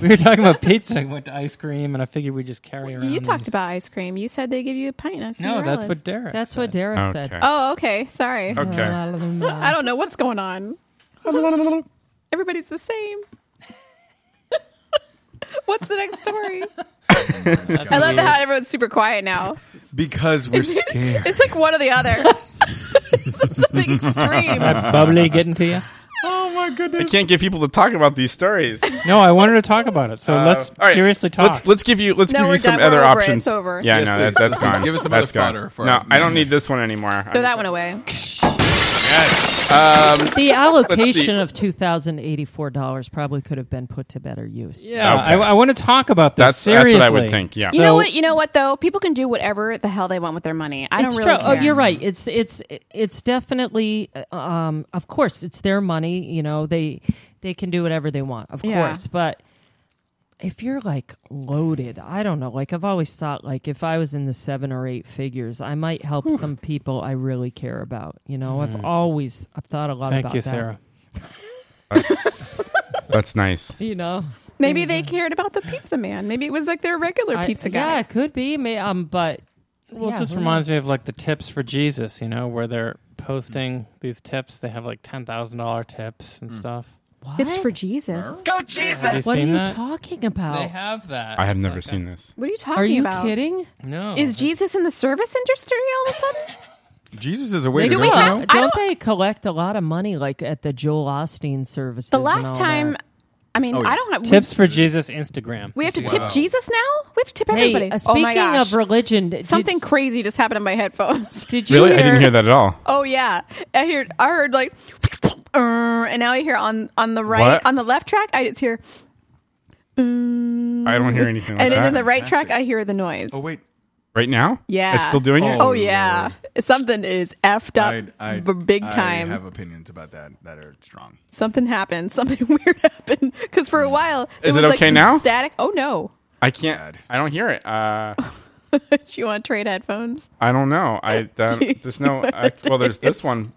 Speaker 12: we were talking about pizza. I went to ice cream, and I figured we just carry around.
Speaker 2: You talked
Speaker 12: these-
Speaker 2: about ice cream. You said they give you a pint. Of
Speaker 12: No, that's
Speaker 2: Cinderella's.
Speaker 12: what Derek
Speaker 11: That's what Derek
Speaker 12: Okay.
Speaker 11: said.
Speaker 2: Oh, okay. Sorry.
Speaker 11: Okay.
Speaker 2: I don't know what's going on. Everybody's the same. what's the next story? I love how everyone's super quiet now.
Speaker 8: Because we're scared.
Speaker 2: It's like one or the other. This is something extreme.
Speaker 12: That bubbly getting to you?
Speaker 2: Oh my
Speaker 3: I
Speaker 2: goodness.
Speaker 3: can't get people to talk about these stories.
Speaker 12: No, I wanted to talk about it. So
Speaker 3: Uh,
Speaker 12: let's
Speaker 3: all right,
Speaker 12: seriously talk.
Speaker 3: Let's, let's give you let's
Speaker 2: No,
Speaker 3: give
Speaker 2: we're
Speaker 3: you some
Speaker 2: done. We're
Speaker 3: other
Speaker 2: over.
Speaker 3: options.
Speaker 2: It's over.
Speaker 3: Yeah,
Speaker 8: Yes,
Speaker 3: no,
Speaker 8: please.
Speaker 3: that, that's
Speaker 8: Please
Speaker 3: gone.
Speaker 8: give us some
Speaker 3: That's
Speaker 8: other
Speaker 3: gone.
Speaker 8: fodder for
Speaker 3: no,
Speaker 8: our
Speaker 3: I don't need this one anymore.
Speaker 2: Throw that one away.
Speaker 3: Um,
Speaker 11: The
Speaker 3: let's see.
Speaker 11: allocation of two thousand eighty four dollars probably could have been put to better use.
Speaker 12: yeah,
Speaker 3: Okay.
Speaker 12: I, I want to talk about this.
Speaker 3: That's- that's
Speaker 12: seriously.
Speaker 3: what I would think, yeah.
Speaker 2: You know what? You know what though? People can do whatever the hell they want with their money. I don't
Speaker 11: it's
Speaker 2: really
Speaker 11: true.
Speaker 2: care.
Speaker 11: Oh, you're right. It's it's it's definitely um of course it's their money, you know. They they can do whatever they want, of
Speaker 2: Yeah.
Speaker 11: course, but if you're like loaded, I don't know. Like I've always thought like if I was in the 7 or 8 figures, I might help
Speaker 12: Whew.
Speaker 11: some people I really care about, you know. I've
Speaker 12: Mm.
Speaker 11: always I've thought a lot
Speaker 12: Thank
Speaker 11: about
Speaker 12: you,
Speaker 11: that.
Speaker 12: Sarah.
Speaker 3: That's nice.
Speaker 11: You know.
Speaker 2: Maybe they cared about the pizza man. Maybe it was like their regular
Speaker 11: I-
Speaker 2: pizza
Speaker 11: Yeah,
Speaker 2: guy.
Speaker 11: it could be. May um but
Speaker 12: Well,
Speaker 11: yeah,
Speaker 12: it just
Speaker 11: who
Speaker 12: reminds me of like the tips for Jesus, you know, where they're posting these tips. They have like ten thousand dollar tips
Speaker 3: Hmm.
Speaker 12: and stuff.
Speaker 2: Tips for Jesus.
Speaker 14: Go Jesus.
Speaker 12: Have you
Speaker 11: What are
Speaker 12: seen
Speaker 11: you
Speaker 12: that?
Speaker 11: talking about?
Speaker 12: They have that.
Speaker 3: I have never seen this.
Speaker 2: What are you talking
Speaker 11: Are you
Speaker 2: about?
Speaker 11: kidding?
Speaker 12: No.
Speaker 2: Is Jesus in the service industry all of a sudden?
Speaker 8: Jesus is a way
Speaker 11: They
Speaker 8: to
Speaker 11: do
Speaker 8: go.
Speaker 11: have-
Speaker 8: you know?
Speaker 11: don't, they collect a lot of money like at the Joel Osteen services?
Speaker 2: The
Speaker 11: and all
Speaker 2: last time,
Speaker 11: that?
Speaker 2: I mean,
Speaker 11: Oh, yeah.
Speaker 2: I don't have
Speaker 12: tips for Jesus Instagram.
Speaker 2: We, we have to
Speaker 12: Wow.
Speaker 2: tip Jesus now. We have to tip
Speaker 11: Hey,
Speaker 2: everybody.
Speaker 11: uh,
Speaker 2: oh my
Speaker 11: speaking
Speaker 2: gosh.
Speaker 11: of religion, did-
Speaker 2: something crazy just happened in my headphones.
Speaker 11: Did
Speaker 3: Really, I didn't hear that at all.
Speaker 2: Oh yeah, I heard. I heard like, "Uh," and now I hear on on the right
Speaker 3: What?
Speaker 2: on the left track. I just hear,
Speaker 3: I don't hear anything. Like
Speaker 2: and then
Speaker 3: that.
Speaker 2: in the right track, I hear the noise.
Speaker 8: Oh wait.
Speaker 3: Right now?
Speaker 2: Yeah.
Speaker 3: It's still doing it.
Speaker 2: Oh, yeah. something is effed up
Speaker 8: I,
Speaker 2: b- big
Speaker 8: I
Speaker 2: time.
Speaker 8: have opinions about that that are strong.
Speaker 2: something happened. Something weird happened because for a while there
Speaker 3: Is it
Speaker 2: was like
Speaker 3: okay
Speaker 2: some
Speaker 3: now?
Speaker 2: Static. Oh no.
Speaker 3: I can't. I don't hear it. Uh,
Speaker 2: Do you want to trade headphones?
Speaker 3: I don't know. I uh, there's no. I, well, there's this one.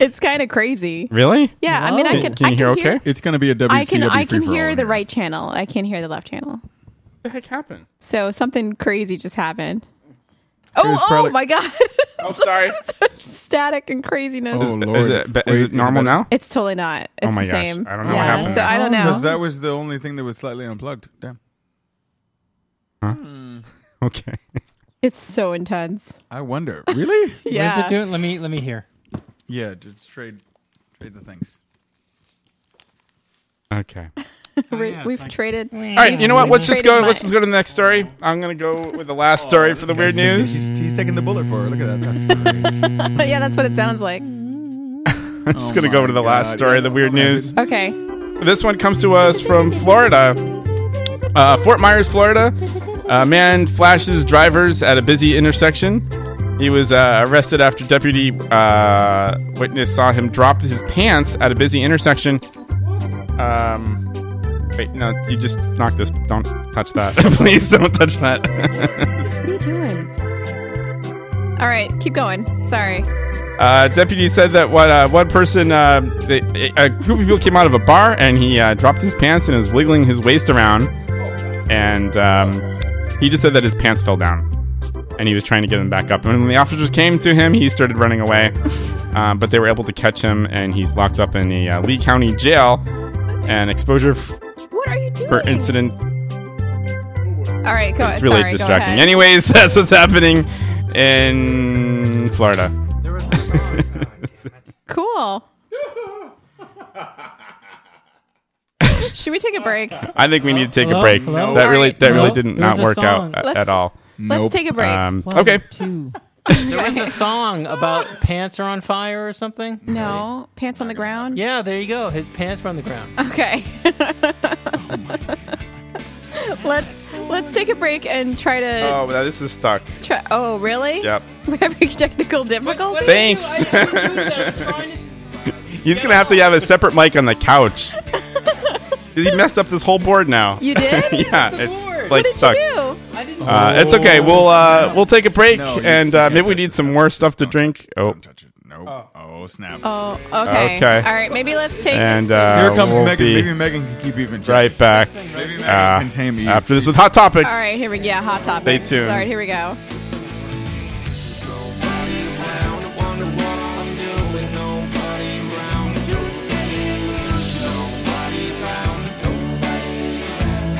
Speaker 2: It's kind of crazy.
Speaker 3: Really?
Speaker 2: Yeah, I mean, I can. I can
Speaker 8: It's going to be a WCW
Speaker 2: I can. I can
Speaker 8: free-for-all
Speaker 2: hear
Speaker 8: in
Speaker 2: the right channel. I can't hear the left channel.
Speaker 3: the heck happened?
Speaker 2: So something crazy just happened.
Speaker 3: It
Speaker 2: Oh,
Speaker 3: was
Speaker 2: oh
Speaker 3: probably-
Speaker 2: my god!
Speaker 3: Oh, sorry.
Speaker 2: Static and craziness.
Speaker 8: Oh,
Speaker 3: Is- Is it, be- is it normal now?
Speaker 2: It's totally not. It's
Speaker 3: Oh my
Speaker 2: the
Speaker 3: gosh.
Speaker 2: same.
Speaker 3: I don't know what
Speaker 2: Yeah,
Speaker 3: happened
Speaker 2: So
Speaker 3: there.
Speaker 2: I don't know.
Speaker 8: Because that was the only thing that was slightly unplugged. Damn.
Speaker 3: Huh? Okay.
Speaker 2: It's so intense.
Speaker 8: I wonder. Really?
Speaker 2: Yeah.
Speaker 12: What is it doing? Let me let me hear.
Speaker 8: Yeah, just trade trade the things.
Speaker 3: Okay.
Speaker 2: We, we've traded.
Speaker 3: All right. You know what?
Speaker 2: we've
Speaker 3: Let's just
Speaker 2: traded
Speaker 3: go.
Speaker 2: my-
Speaker 3: Let's just go to the next story. I'm gonna go with the last story for the weird news.
Speaker 8: Oh, He's, he's taking the bullet for it. Look at that.
Speaker 2: yeah, that's what it sounds like.
Speaker 3: I'm just gonna go to the
Speaker 8: Oh
Speaker 3: last story of the weird news.
Speaker 2: Okay.
Speaker 3: This one comes to us from Florida, uh, Fort Myers, Florida. A man flashes drivers at a busy intersection. He was uh, arrested after deputy uh, witness saw him drop his pants at a busy intersection. Um, wait, no, you just knock this. Don't touch that, please. Don't touch that.
Speaker 2: What are you doing? All right, keep going. Sorry.
Speaker 3: Uh, deputy said that what uh, one person, uh, the, a group of people came out of a bar and he uh, dropped his pants and is wiggling his waist around, and um, he just said that his pants fell down, and he was trying to get them back up. And when the officers came to him, he started running away, um, but they were able to catch him, and he's locked up in the uh, Lee County Jail, and exposure f-
Speaker 2: What are you doing?
Speaker 3: for incident
Speaker 2: All right, go.
Speaker 3: it's really
Speaker 2: sorry, go
Speaker 3: distracting.
Speaker 2: ahead.
Speaker 3: Anyways, that's what's happening in Florida.
Speaker 2: Cool. Should we take a break?
Speaker 3: I think we need to take
Speaker 2: Hello?
Speaker 3: a break.
Speaker 2: Hello?
Speaker 3: That really, that
Speaker 2: Alright,
Speaker 3: really
Speaker 2: nope.
Speaker 3: did
Speaker 2: There's
Speaker 3: not
Speaker 2: a
Speaker 3: work
Speaker 2: song.
Speaker 3: out a-
Speaker 2: Let's-
Speaker 3: at all.
Speaker 2: let's Nope. take a break.
Speaker 3: Um,
Speaker 2: One,
Speaker 3: okay.
Speaker 11: Two.
Speaker 12: there was a song about pants are on fire or something.
Speaker 2: No, pants on the ground.
Speaker 12: Yeah, there you go. His pants were on the ground.
Speaker 2: Okay. let's let's take a break and try to.
Speaker 3: Oh, now this is stuck.
Speaker 2: Try, oh, really?
Speaker 3: Yep.
Speaker 2: We're having technical difficulties.
Speaker 3: Thanks. He's gonna have to have a separate mic on the couch. he messed up this whole board now.
Speaker 2: You did?
Speaker 3: yeah, it's like
Speaker 2: What did
Speaker 3: stuck.
Speaker 2: you do?
Speaker 3: Uh, it's okay. We'll uh, we'll take a break and uh, maybe we need some more stuff to drink. Oh,
Speaker 8: Oh snap!
Speaker 2: Oh, okay.
Speaker 3: Okay.
Speaker 2: All right, maybe let's take.
Speaker 3: and uh,
Speaker 8: Here comes
Speaker 3: we'll
Speaker 8: Megan.
Speaker 3: be
Speaker 8: Maybe Megan can keep even. check.
Speaker 3: right back
Speaker 8: Maybe Megan
Speaker 3: uh,
Speaker 8: can tame Eve.
Speaker 3: after this with hot topics.
Speaker 2: All right, here we go. Yeah, hot topics.
Speaker 3: tuned.
Speaker 2: All right, here we go.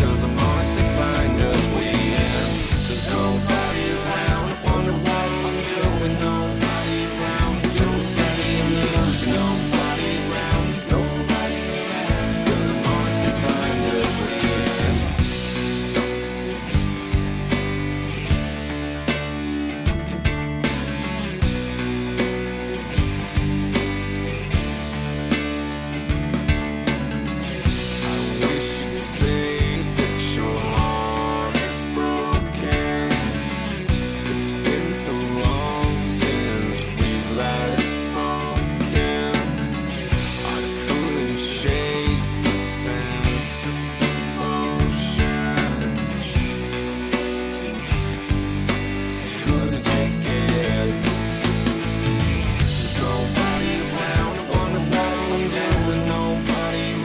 Speaker 1: Cause I'm honestly fine just waiting. There's nobody around. I wonder what I'm doing. Nobody around. Don't see the illusion. Nobody around. Nobody around. Cause I'm honestly fine just waiting. I wish you'd say that your heart is broken. It's been so long since we've last spoken. I couldn't shake the sense of devotion. Couldn't take it. There's nobody around. I wonder what I'm doing. Nobody around.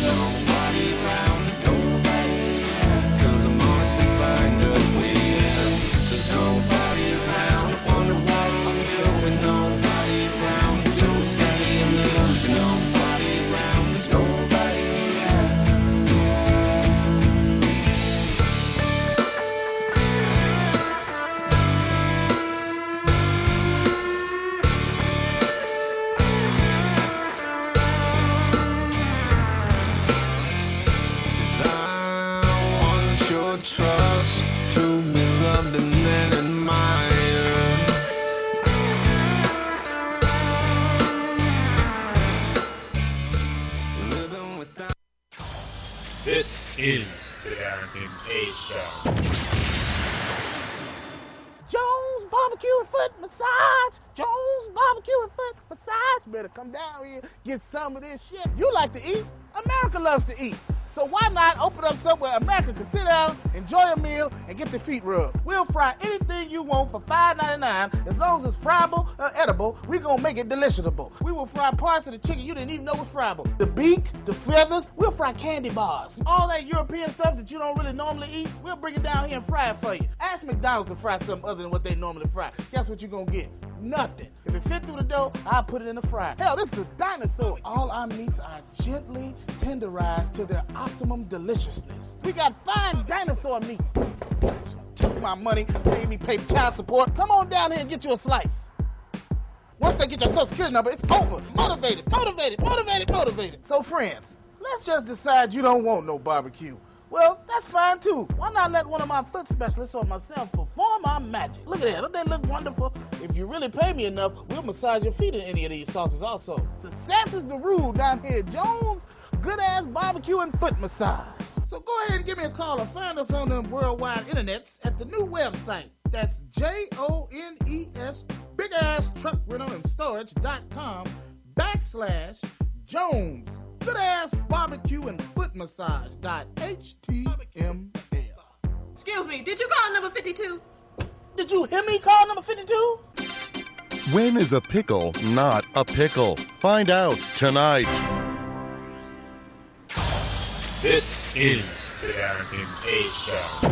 Speaker 1: Nobody round, nobody round. Cause I'm honestly fine just waiting. There's nobody around. I wonder what I'm doing. Nobody round. Don't see the illusion. Nobody round. There's nobody around. I want your trust to be loved and then admired. Living without.
Speaker 27: This is the Darrington A Show.
Speaker 17: Joel
Speaker 28: barbecue and foot massage. Jones barbecue and foot massage. Better come down here, get some of this shit. You like to eat. America loves to eat. So why not open up somewhere America can sit down, enjoy a meal, and get their feet rubbed? We'll fry anything you want for $5.99. As long as it's friable or Uh, edible, we're gonna make it deliciousable. We will fry parts of the chicken you didn't even know was friable. The beak, the feathers, we'll fry candy bars. All that European stuff that you don't really normally eat, we'll bring it down here and fry it for you. Ask McDonald's to fry something other than what they normally fry. Guess what you're gonna get? Nothing. If it fit through the dough, I put it in the fryer. Hell, this is a dinosaur. All our meats are gently tenderized to their optimum deliciousness. We got fine dinosaur meats. Took my money, made me pay child support. Come on down here and get you a slice. Once they get your social security number, it's over. Motivated, motivated, motivated, motivated. So, friends, let's just decide you don't want no barbecue. Well, that's fine too. Why not let one of my foot specialists or myself perform our magic? Look at that. Don't they look wonderful? If you really pay me enough, we'll massage your feet in any of these sauces also. Success is the rule down here, Jones. Good ass barbecue and foot massage. So go ahead and give me a call or find us on the worldwide internets at the new website. That's J O N E S, big ass truck rental and storage.com backslash Jones good ass barbecue and foot massage dot html.
Speaker 29: Excuse me, did you call number 52?
Speaker 28: Did you hear me call number 52?
Speaker 7: When is a pickle not a pickle? Find out tonight.
Speaker 4: This is the Derek and K Show.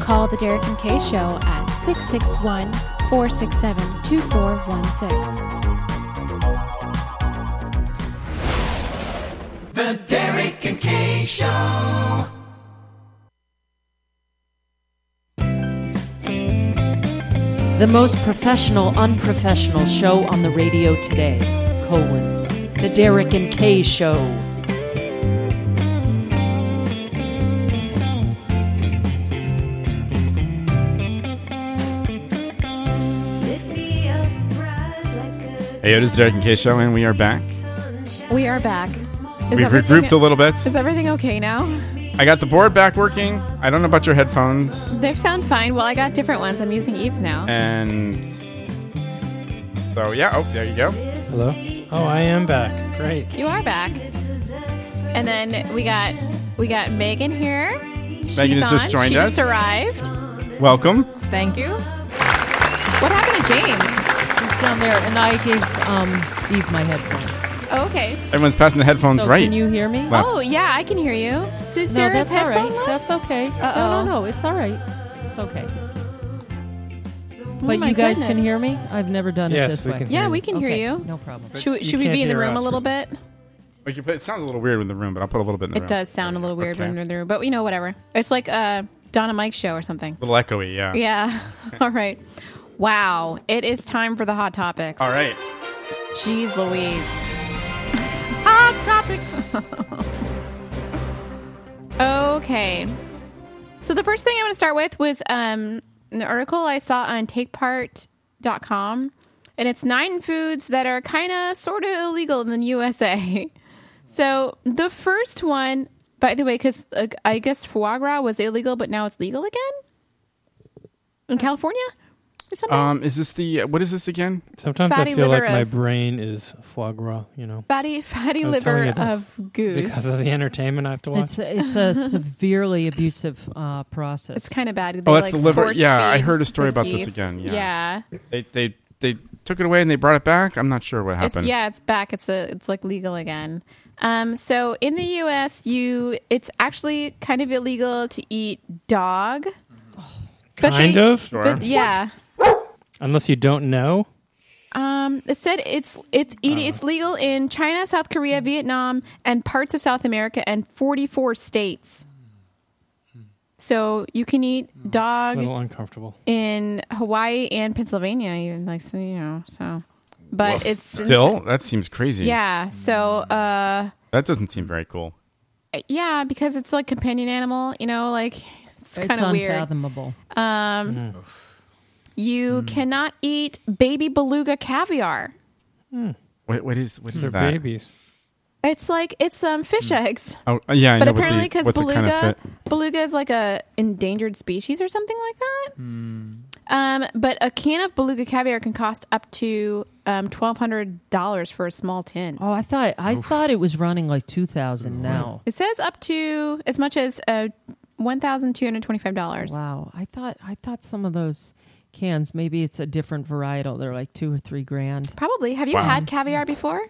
Speaker 5: Call the Derek and Kay Show at 661 467 2416.
Speaker 14: The Derek and K Show.
Speaker 30: The most professional, unprofessional show on the radio today, colon. The Derek and Kay Show.
Speaker 3: Hey, it is the Derek and K Show, and we are back.
Speaker 2: We are back. Is
Speaker 3: We've
Speaker 2: everything-
Speaker 3: regrouped a little bit.
Speaker 2: Is everything okay now?
Speaker 3: I got the board back working. I don't know about your headphones.
Speaker 2: They sound fine. Well, I got different ones. I'm using Eve's now.
Speaker 3: And so, yeah. Oh, there you go.
Speaker 12: Hello. Oh, I am back. Great.
Speaker 2: You are back. And then we got we got Megan here.
Speaker 3: Megan
Speaker 2: She's
Speaker 3: has just
Speaker 2: on.
Speaker 3: joined
Speaker 2: she
Speaker 3: us.
Speaker 2: Just arrived.
Speaker 3: Welcome.
Speaker 30: Thank you.
Speaker 2: What happened to James?
Speaker 30: He's down there, and I gave um, Eve my headphones.
Speaker 2: Oh, okay.
Speaker 3: Everyone's passing the headphones
Speaker 30: So
Speaker 3: right.
Speaker 30: can you hear me?
Speaker 3: Left.
Speaker 2: Oh yeah, I can hear you. So
Speaker 30: No,
Speaker 2: Sarah's
Speaker 30: that's all right.
Speaker 2: headphone less?
Speaker 30: That's okay. No,
Speaker 2: Uh-oh.
Speaker 30: no, no. It's all right. It's okay.
Speaker 2: Oh
Speaker 30: But
Speaker 2: my
Speaker 30: you guys can
Speaker 2: goodness.
Speaker 30: hear me? I've never done
Speaker 3: Yes,
Speaker 30: it this
Speaker 3: we
Speaker 30: way.
Speaker 3: can
Speaker 2: Yeah, we can hear
Speaker 30: Okay,
Speaker 2: you.
Speaker 30: No problem.
Speaker 2: Should,
Speaker 3: You
Speaker 2: should we
Speaker 3: can't
Speaker 2: be in the
Speaker 3: hear
Speaker 2: room a
Speaker 3: us,
Speaker 2: little bit?
Speaker 3: Like you, but it sounds a little weird in the room, but I'll put a little bit in the room.
Speaker 2: It does sound a little weird
Speaker 3: Okay.
Speaker 2: when we're in the room, but you know, whatever. It's like a Donna Mike show or something.
Speaker 3: A little echoey, yeah.
Speaker 2: Yeah. All right. Wow. It is time for the hot topics.
Speaker 3: All right.
Speaker 2: Jeez Louise. Hot topics. okay. So the first thing I want to start with was um, an article I saw on takepart.com. And it's nine foods that are kind of sort of illegal in the USA. So the first one, by the way, because uh, I guess foie gras was illegal, but now it's legal again in California or something.
Speaker 3: Um, is this the what is this again?
Speaker 12: Sometimes
Speaker 2: Fatty
Speaker 12: I feel
Speaker 2: liver
Speaker 12: like my
Speaker 2: of-
Speaker 12: brain is foie gras. You know,
Speaker 2: fatty fatty
Speaker 12: I was telling
Speaker 2: liver
Speaker 12: you this
Speaker 2: of goose.
Speaker 12: because of the entertainment I have to watch.
Speaker 30: It's a, it's a severely abusive uh, process. It's
Speaker 2: kind of bad.
Speaker 3: Oh, that's the liver. Yeah, I heard a story about this again. Yeah.
Speaker 2: yeah.
Speaker 3: They they they took it away and they brought it back. I'm not sure what
Speaker 2: It's,
Speaker 3: happened.
Speaker 2: yeah, it's back. It's a it's like legal again. Um, so in the U.S., you it's actually kind of illegal to eat dog. But
Speaker 12: Kind
Speaker 2: they-
Speaker 12: of? Sure.
Speaker 2: but yeah.
Speaker 12: Unless you don't know,
Speaker 2: Um, it said it's it's it,
Speaker 12: Uh-huh.
Speaker 2: it's legal in China, South Korea, Vietnam, and parts of South America, and 44 states. So you can eat
Speaker 12: it's
Speaker 2: dog
Speaker 12: a little uncomfortable.
Speaker 2: in Hawaii and Pennsylvania, even like so, you know. So, but
Speaker 3: Woof.
Speaker 2: it's
Speaker 3: still that seems crazy.
Speaker 2: yeah. So, uh,
Speaker 3: That doesn't seem very cool.
Speaker 2: yeah, because it's like companion animal, you know, like it's,
Speaker 30: It's
Speaker 2: kind of weird.
Speaker 30: unfathomable.
Speaker 2: Um,
Speaker 3: Mm-hmm.
Speaker 11: Mm.
Speaker 2: you cannot eat baby beluga caviar.
Speaker 3: What what is what is
Speaker 12: They're
Speaker 3: that?
Speaker 12: babies.
Speaker 2: It's like it's um fish eggs.
Speaker 3: Oh, yeah, I
Speaker 2: but
Speaker 3: know, but the-
Speaker 2: apparently because
Speaker 3: what's it
Speaker 2: beluga
Speaker 3: kind of
Speaker 2: beluga is like a endangered species or something like that.
Speaker 3: Mm.
Speaker 2: Um, but a can of beluga caviar can cost up to um twelve hundred dollars for a small tin.
Speaker 30: Oh, I
Speaker 11: thought I thought it was running like two thousand now.
Speaker 2: It says up to as much as uh one thousand two hundred twenty-five dollars.
Speaker 11: Wow, I thought I thought some of those cans maybe it's a different varietal. They're like two or three grand.
Speaker 2: Probably. Have you
Speaker 11: Wow.
Speaker 2: had caviar before?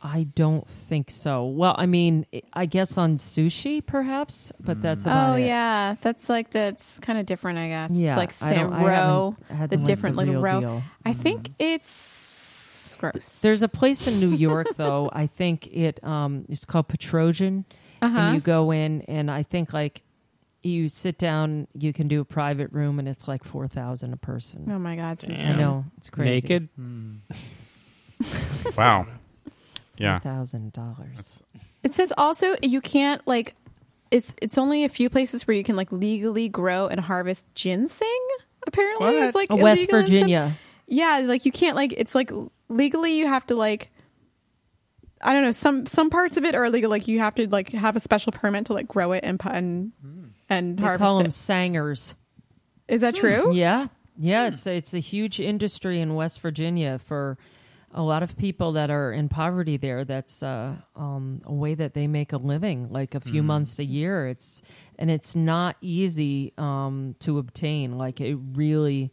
Speaker 11: I don't think so. Well, I mean, I- I guess on sushi perhaps, but that's about
Speaker 2: Oh
Speaker 11: it.
Speaker 2: yeah, that's like the, it's kind of different, I guess.
Speaker 11: Yeah,
Speaker 2: it's like
Speaker 11: I don't-
Speaker 2: Sam
Speaker 11: I
Speaker 2: row,
Speaker 11: haven't had
Speaker 2: the
Speaker 11: the, like,
Speaker 2: different
Speaker 11: the
Speaker 2: little
Speaker 11: real
Speaker 2: row.
Speaker 11: deal. Mm-hmm.
Speaker 2: I think it's gross.
Speaker 11: There's a place in New York though. I think it um it's called Petrosian,
Speaker 2: Uh-huh.
Speaker 11: and you go in and I think like you sit down, you can do a private room, and it's like four thousand a person.
Speaker 2: Oh my God, it's Damn.
Speaker 11: I
Speaker 2: insane.
Speaker 11: know it's crazy.
Speaker 12: Naked?
Speaker 3: Wow. Yeah.
Speaker 11: thousand dollars.
Speaker 2: It says also you can't like it's it's only a few places where you can like legally grow and harvest ginseng. Apparently, it's like
Speaker 11: Oh, West
Speaker 2: illegal in some-
Speaker 11: Virginia.
Speaker 2: Yeah, like you can't like it's like legally you have to like I don't know some some parts of it are illegal. Like you have to like have a special permit to like grow it and pu- and and
Speaker 11: They
Speaker 2: harvest
Speaker 11: call
Speaker 2: it.
Speaker 11: them sangers.
Speaker 2: Is that true?
Speaker 11: Hmm. Yeah, yeah.
Speaker 12: Hmm.
Speaker 11: It's a, it's a huge industry in West Virginia for a lot of people that are in poverty there. That's uh, um, a way that they make a living, like a few
Speaker 30: Mm.
Speaker 12: Hmm.
Speaker 11: months a year. It's and it's not easy um, to obtain. Like it really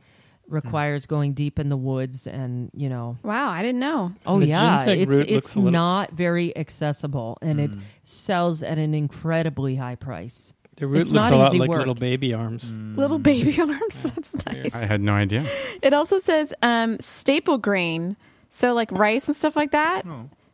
Speaker 11: requires
Speaker 12: Hmm.
Speaker 11: going deep in the woods and you know
Speaker 2: Wow, I didn't know.
Speaker 11: Oh
Speaker 30: The
Speaker 11: yeah,
Speaker 30: ginseng
Speaker 11: it's
Speaker 30: root looks
Speaker 11: it's
Speaker 30: a little-
Speaker 11: not very accessible, and
Speaker 12: Hmm.
Speaker 11: it sells at an incredibly high price.
Speaker 12: The root
Speaker 11: it's
Speaker 12: looks
Speaker 11: not
Speaker 12: a lot
Speaker 11: easy
Speaker 12: like
Speaker 11: work.
Speaker 12: little baby arms.
Speaker 2: Little baby arms. That's nice.
Speaker 3: Hmm. I had no idea.
Speaker 2: It also says um, staple grain, so like rice and stuff like that.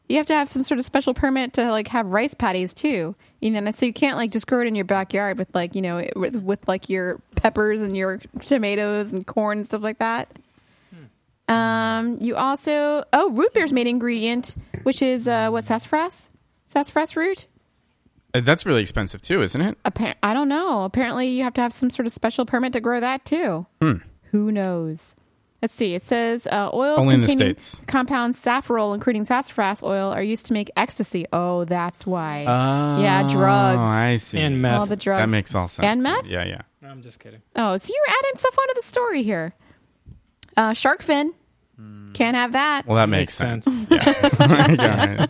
Speaker 2: You have to have some sort of special permit to like have rice patties too. You know, and so you can't like just grow it in your backyard with like you know it- with, with like your peppers and your tomatoes and corn and stuff like that. Um, you also oh root beer's main ingredient, which is uh, what sassafras, sassafras root.
Speaker 3: Uh, That's really expensive too, isn't it?
Speaker 2: Appar- I don't know. Apparently, you have to have some sort of special permit to grow that too.
Speaker 3: Hmm.
Speaker 2: Who knows? Let's see. It says uh, oils
Speaker 3: Only in the
Speaker 2: containing
Speaker 3: States.
Speaker 2: compounds saffron, including sassafras oil, are used to make ecstasy. Oh, that's why.
Speaker 3: Oh,
Speaker 2: yeah, drugs.
Speaker 3: I see.
Speaker 12: And meth.
Speaker 2: All the drugs.
Speaker 3: That makes all sense.
Speaker 2: And meth?
Speaker 3: Yeah, yeah.
Speaker 12: I'm just kidding.
Speaker 2: Oh, so you're adding stuff onto the story here. Uh, shark fin.
Speaker 3: Hmm.
Speaker 2: Can't have that.
Speaker 3: Well, that makes, sense. yeah. yeah. right.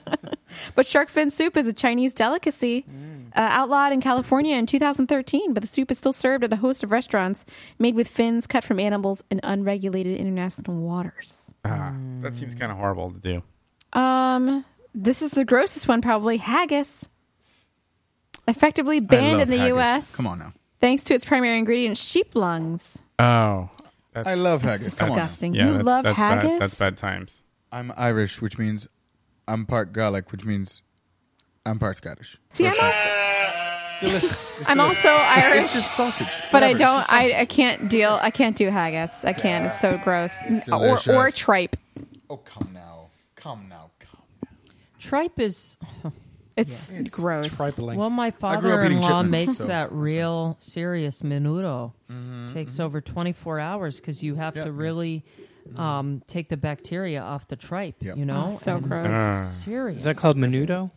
Speaker 2: But shark fin soup is a Chinese delicacy
Speaker 8: Mm.
Speaker 2: uh, outlawed in California in 2013. But the soup is still served at a host of restaurants made with fins cut from animals in unregulated international waters.
Speaker 3: Ah, that seems kind of horrible to do.
Speaker 2: Um, this is the grossest one, probably haggis. Effectively banned in the U.S.
Speaker 8: Come on now.
Speaker 2: thanks to its primary ingredient, sheep lungs.
Speaker 3: Oh,
Speaker 8: I love
Speaker 2: That's
Speaker 8: haggis.
Speaker 2: disgusting. You love haggis?
Speaker 3: bad times.
Speaker 8: I'm Irish, which means I'm part Gaelic, which means I'm part Scottish.
Speaker 2: See, I'm also,
Speaker 8: delicious. It's
Speaker 2: I'm
Speaker 8: delicious.
Speaker 2: also Irish.
Speaker 8: It's just sausage.
Speaker 2: But I
Speaker 8: Whatever,
Speaker 2: don't.
Speaker 8: it's just
Speaker 2: I, I can't deal. I can't do haggis. I can't. It's so gross.
Speaker 8: It's
Speaker 2: or or
Speaker 8: delicious.
Speaker 2: tripe.
Speaker 8: Oh, come now. Come now. Come.
Speaker 11: Tripe is.
Speaker 2: It's gross. Tripling.
Speaker 11: Well, my
Speaker 2: I grew up
Speaker 11: father
Speaker 2: eating
Speaker 11: in law
Speaker 2: chitlins,
Speaker 11: makes
Speaker 2: so-
Speaker 11: that real serious menudo.
Speaker 2: Mm-hmm,
Speaker 11: Takes over 24 hours because you have
Speaker 30: Yeah.
Speaker 11: to really
Speaker 2: Mm-hmm.
Speaker 11: um, take the bacteria off the tripe, you know?
Speaker 2: Oh, so
Speaker 11: And
Speaker 2: gross.
Speaker 3: Ah.
Speaker 11: Serious.
Speaker 12: Is that called menudo?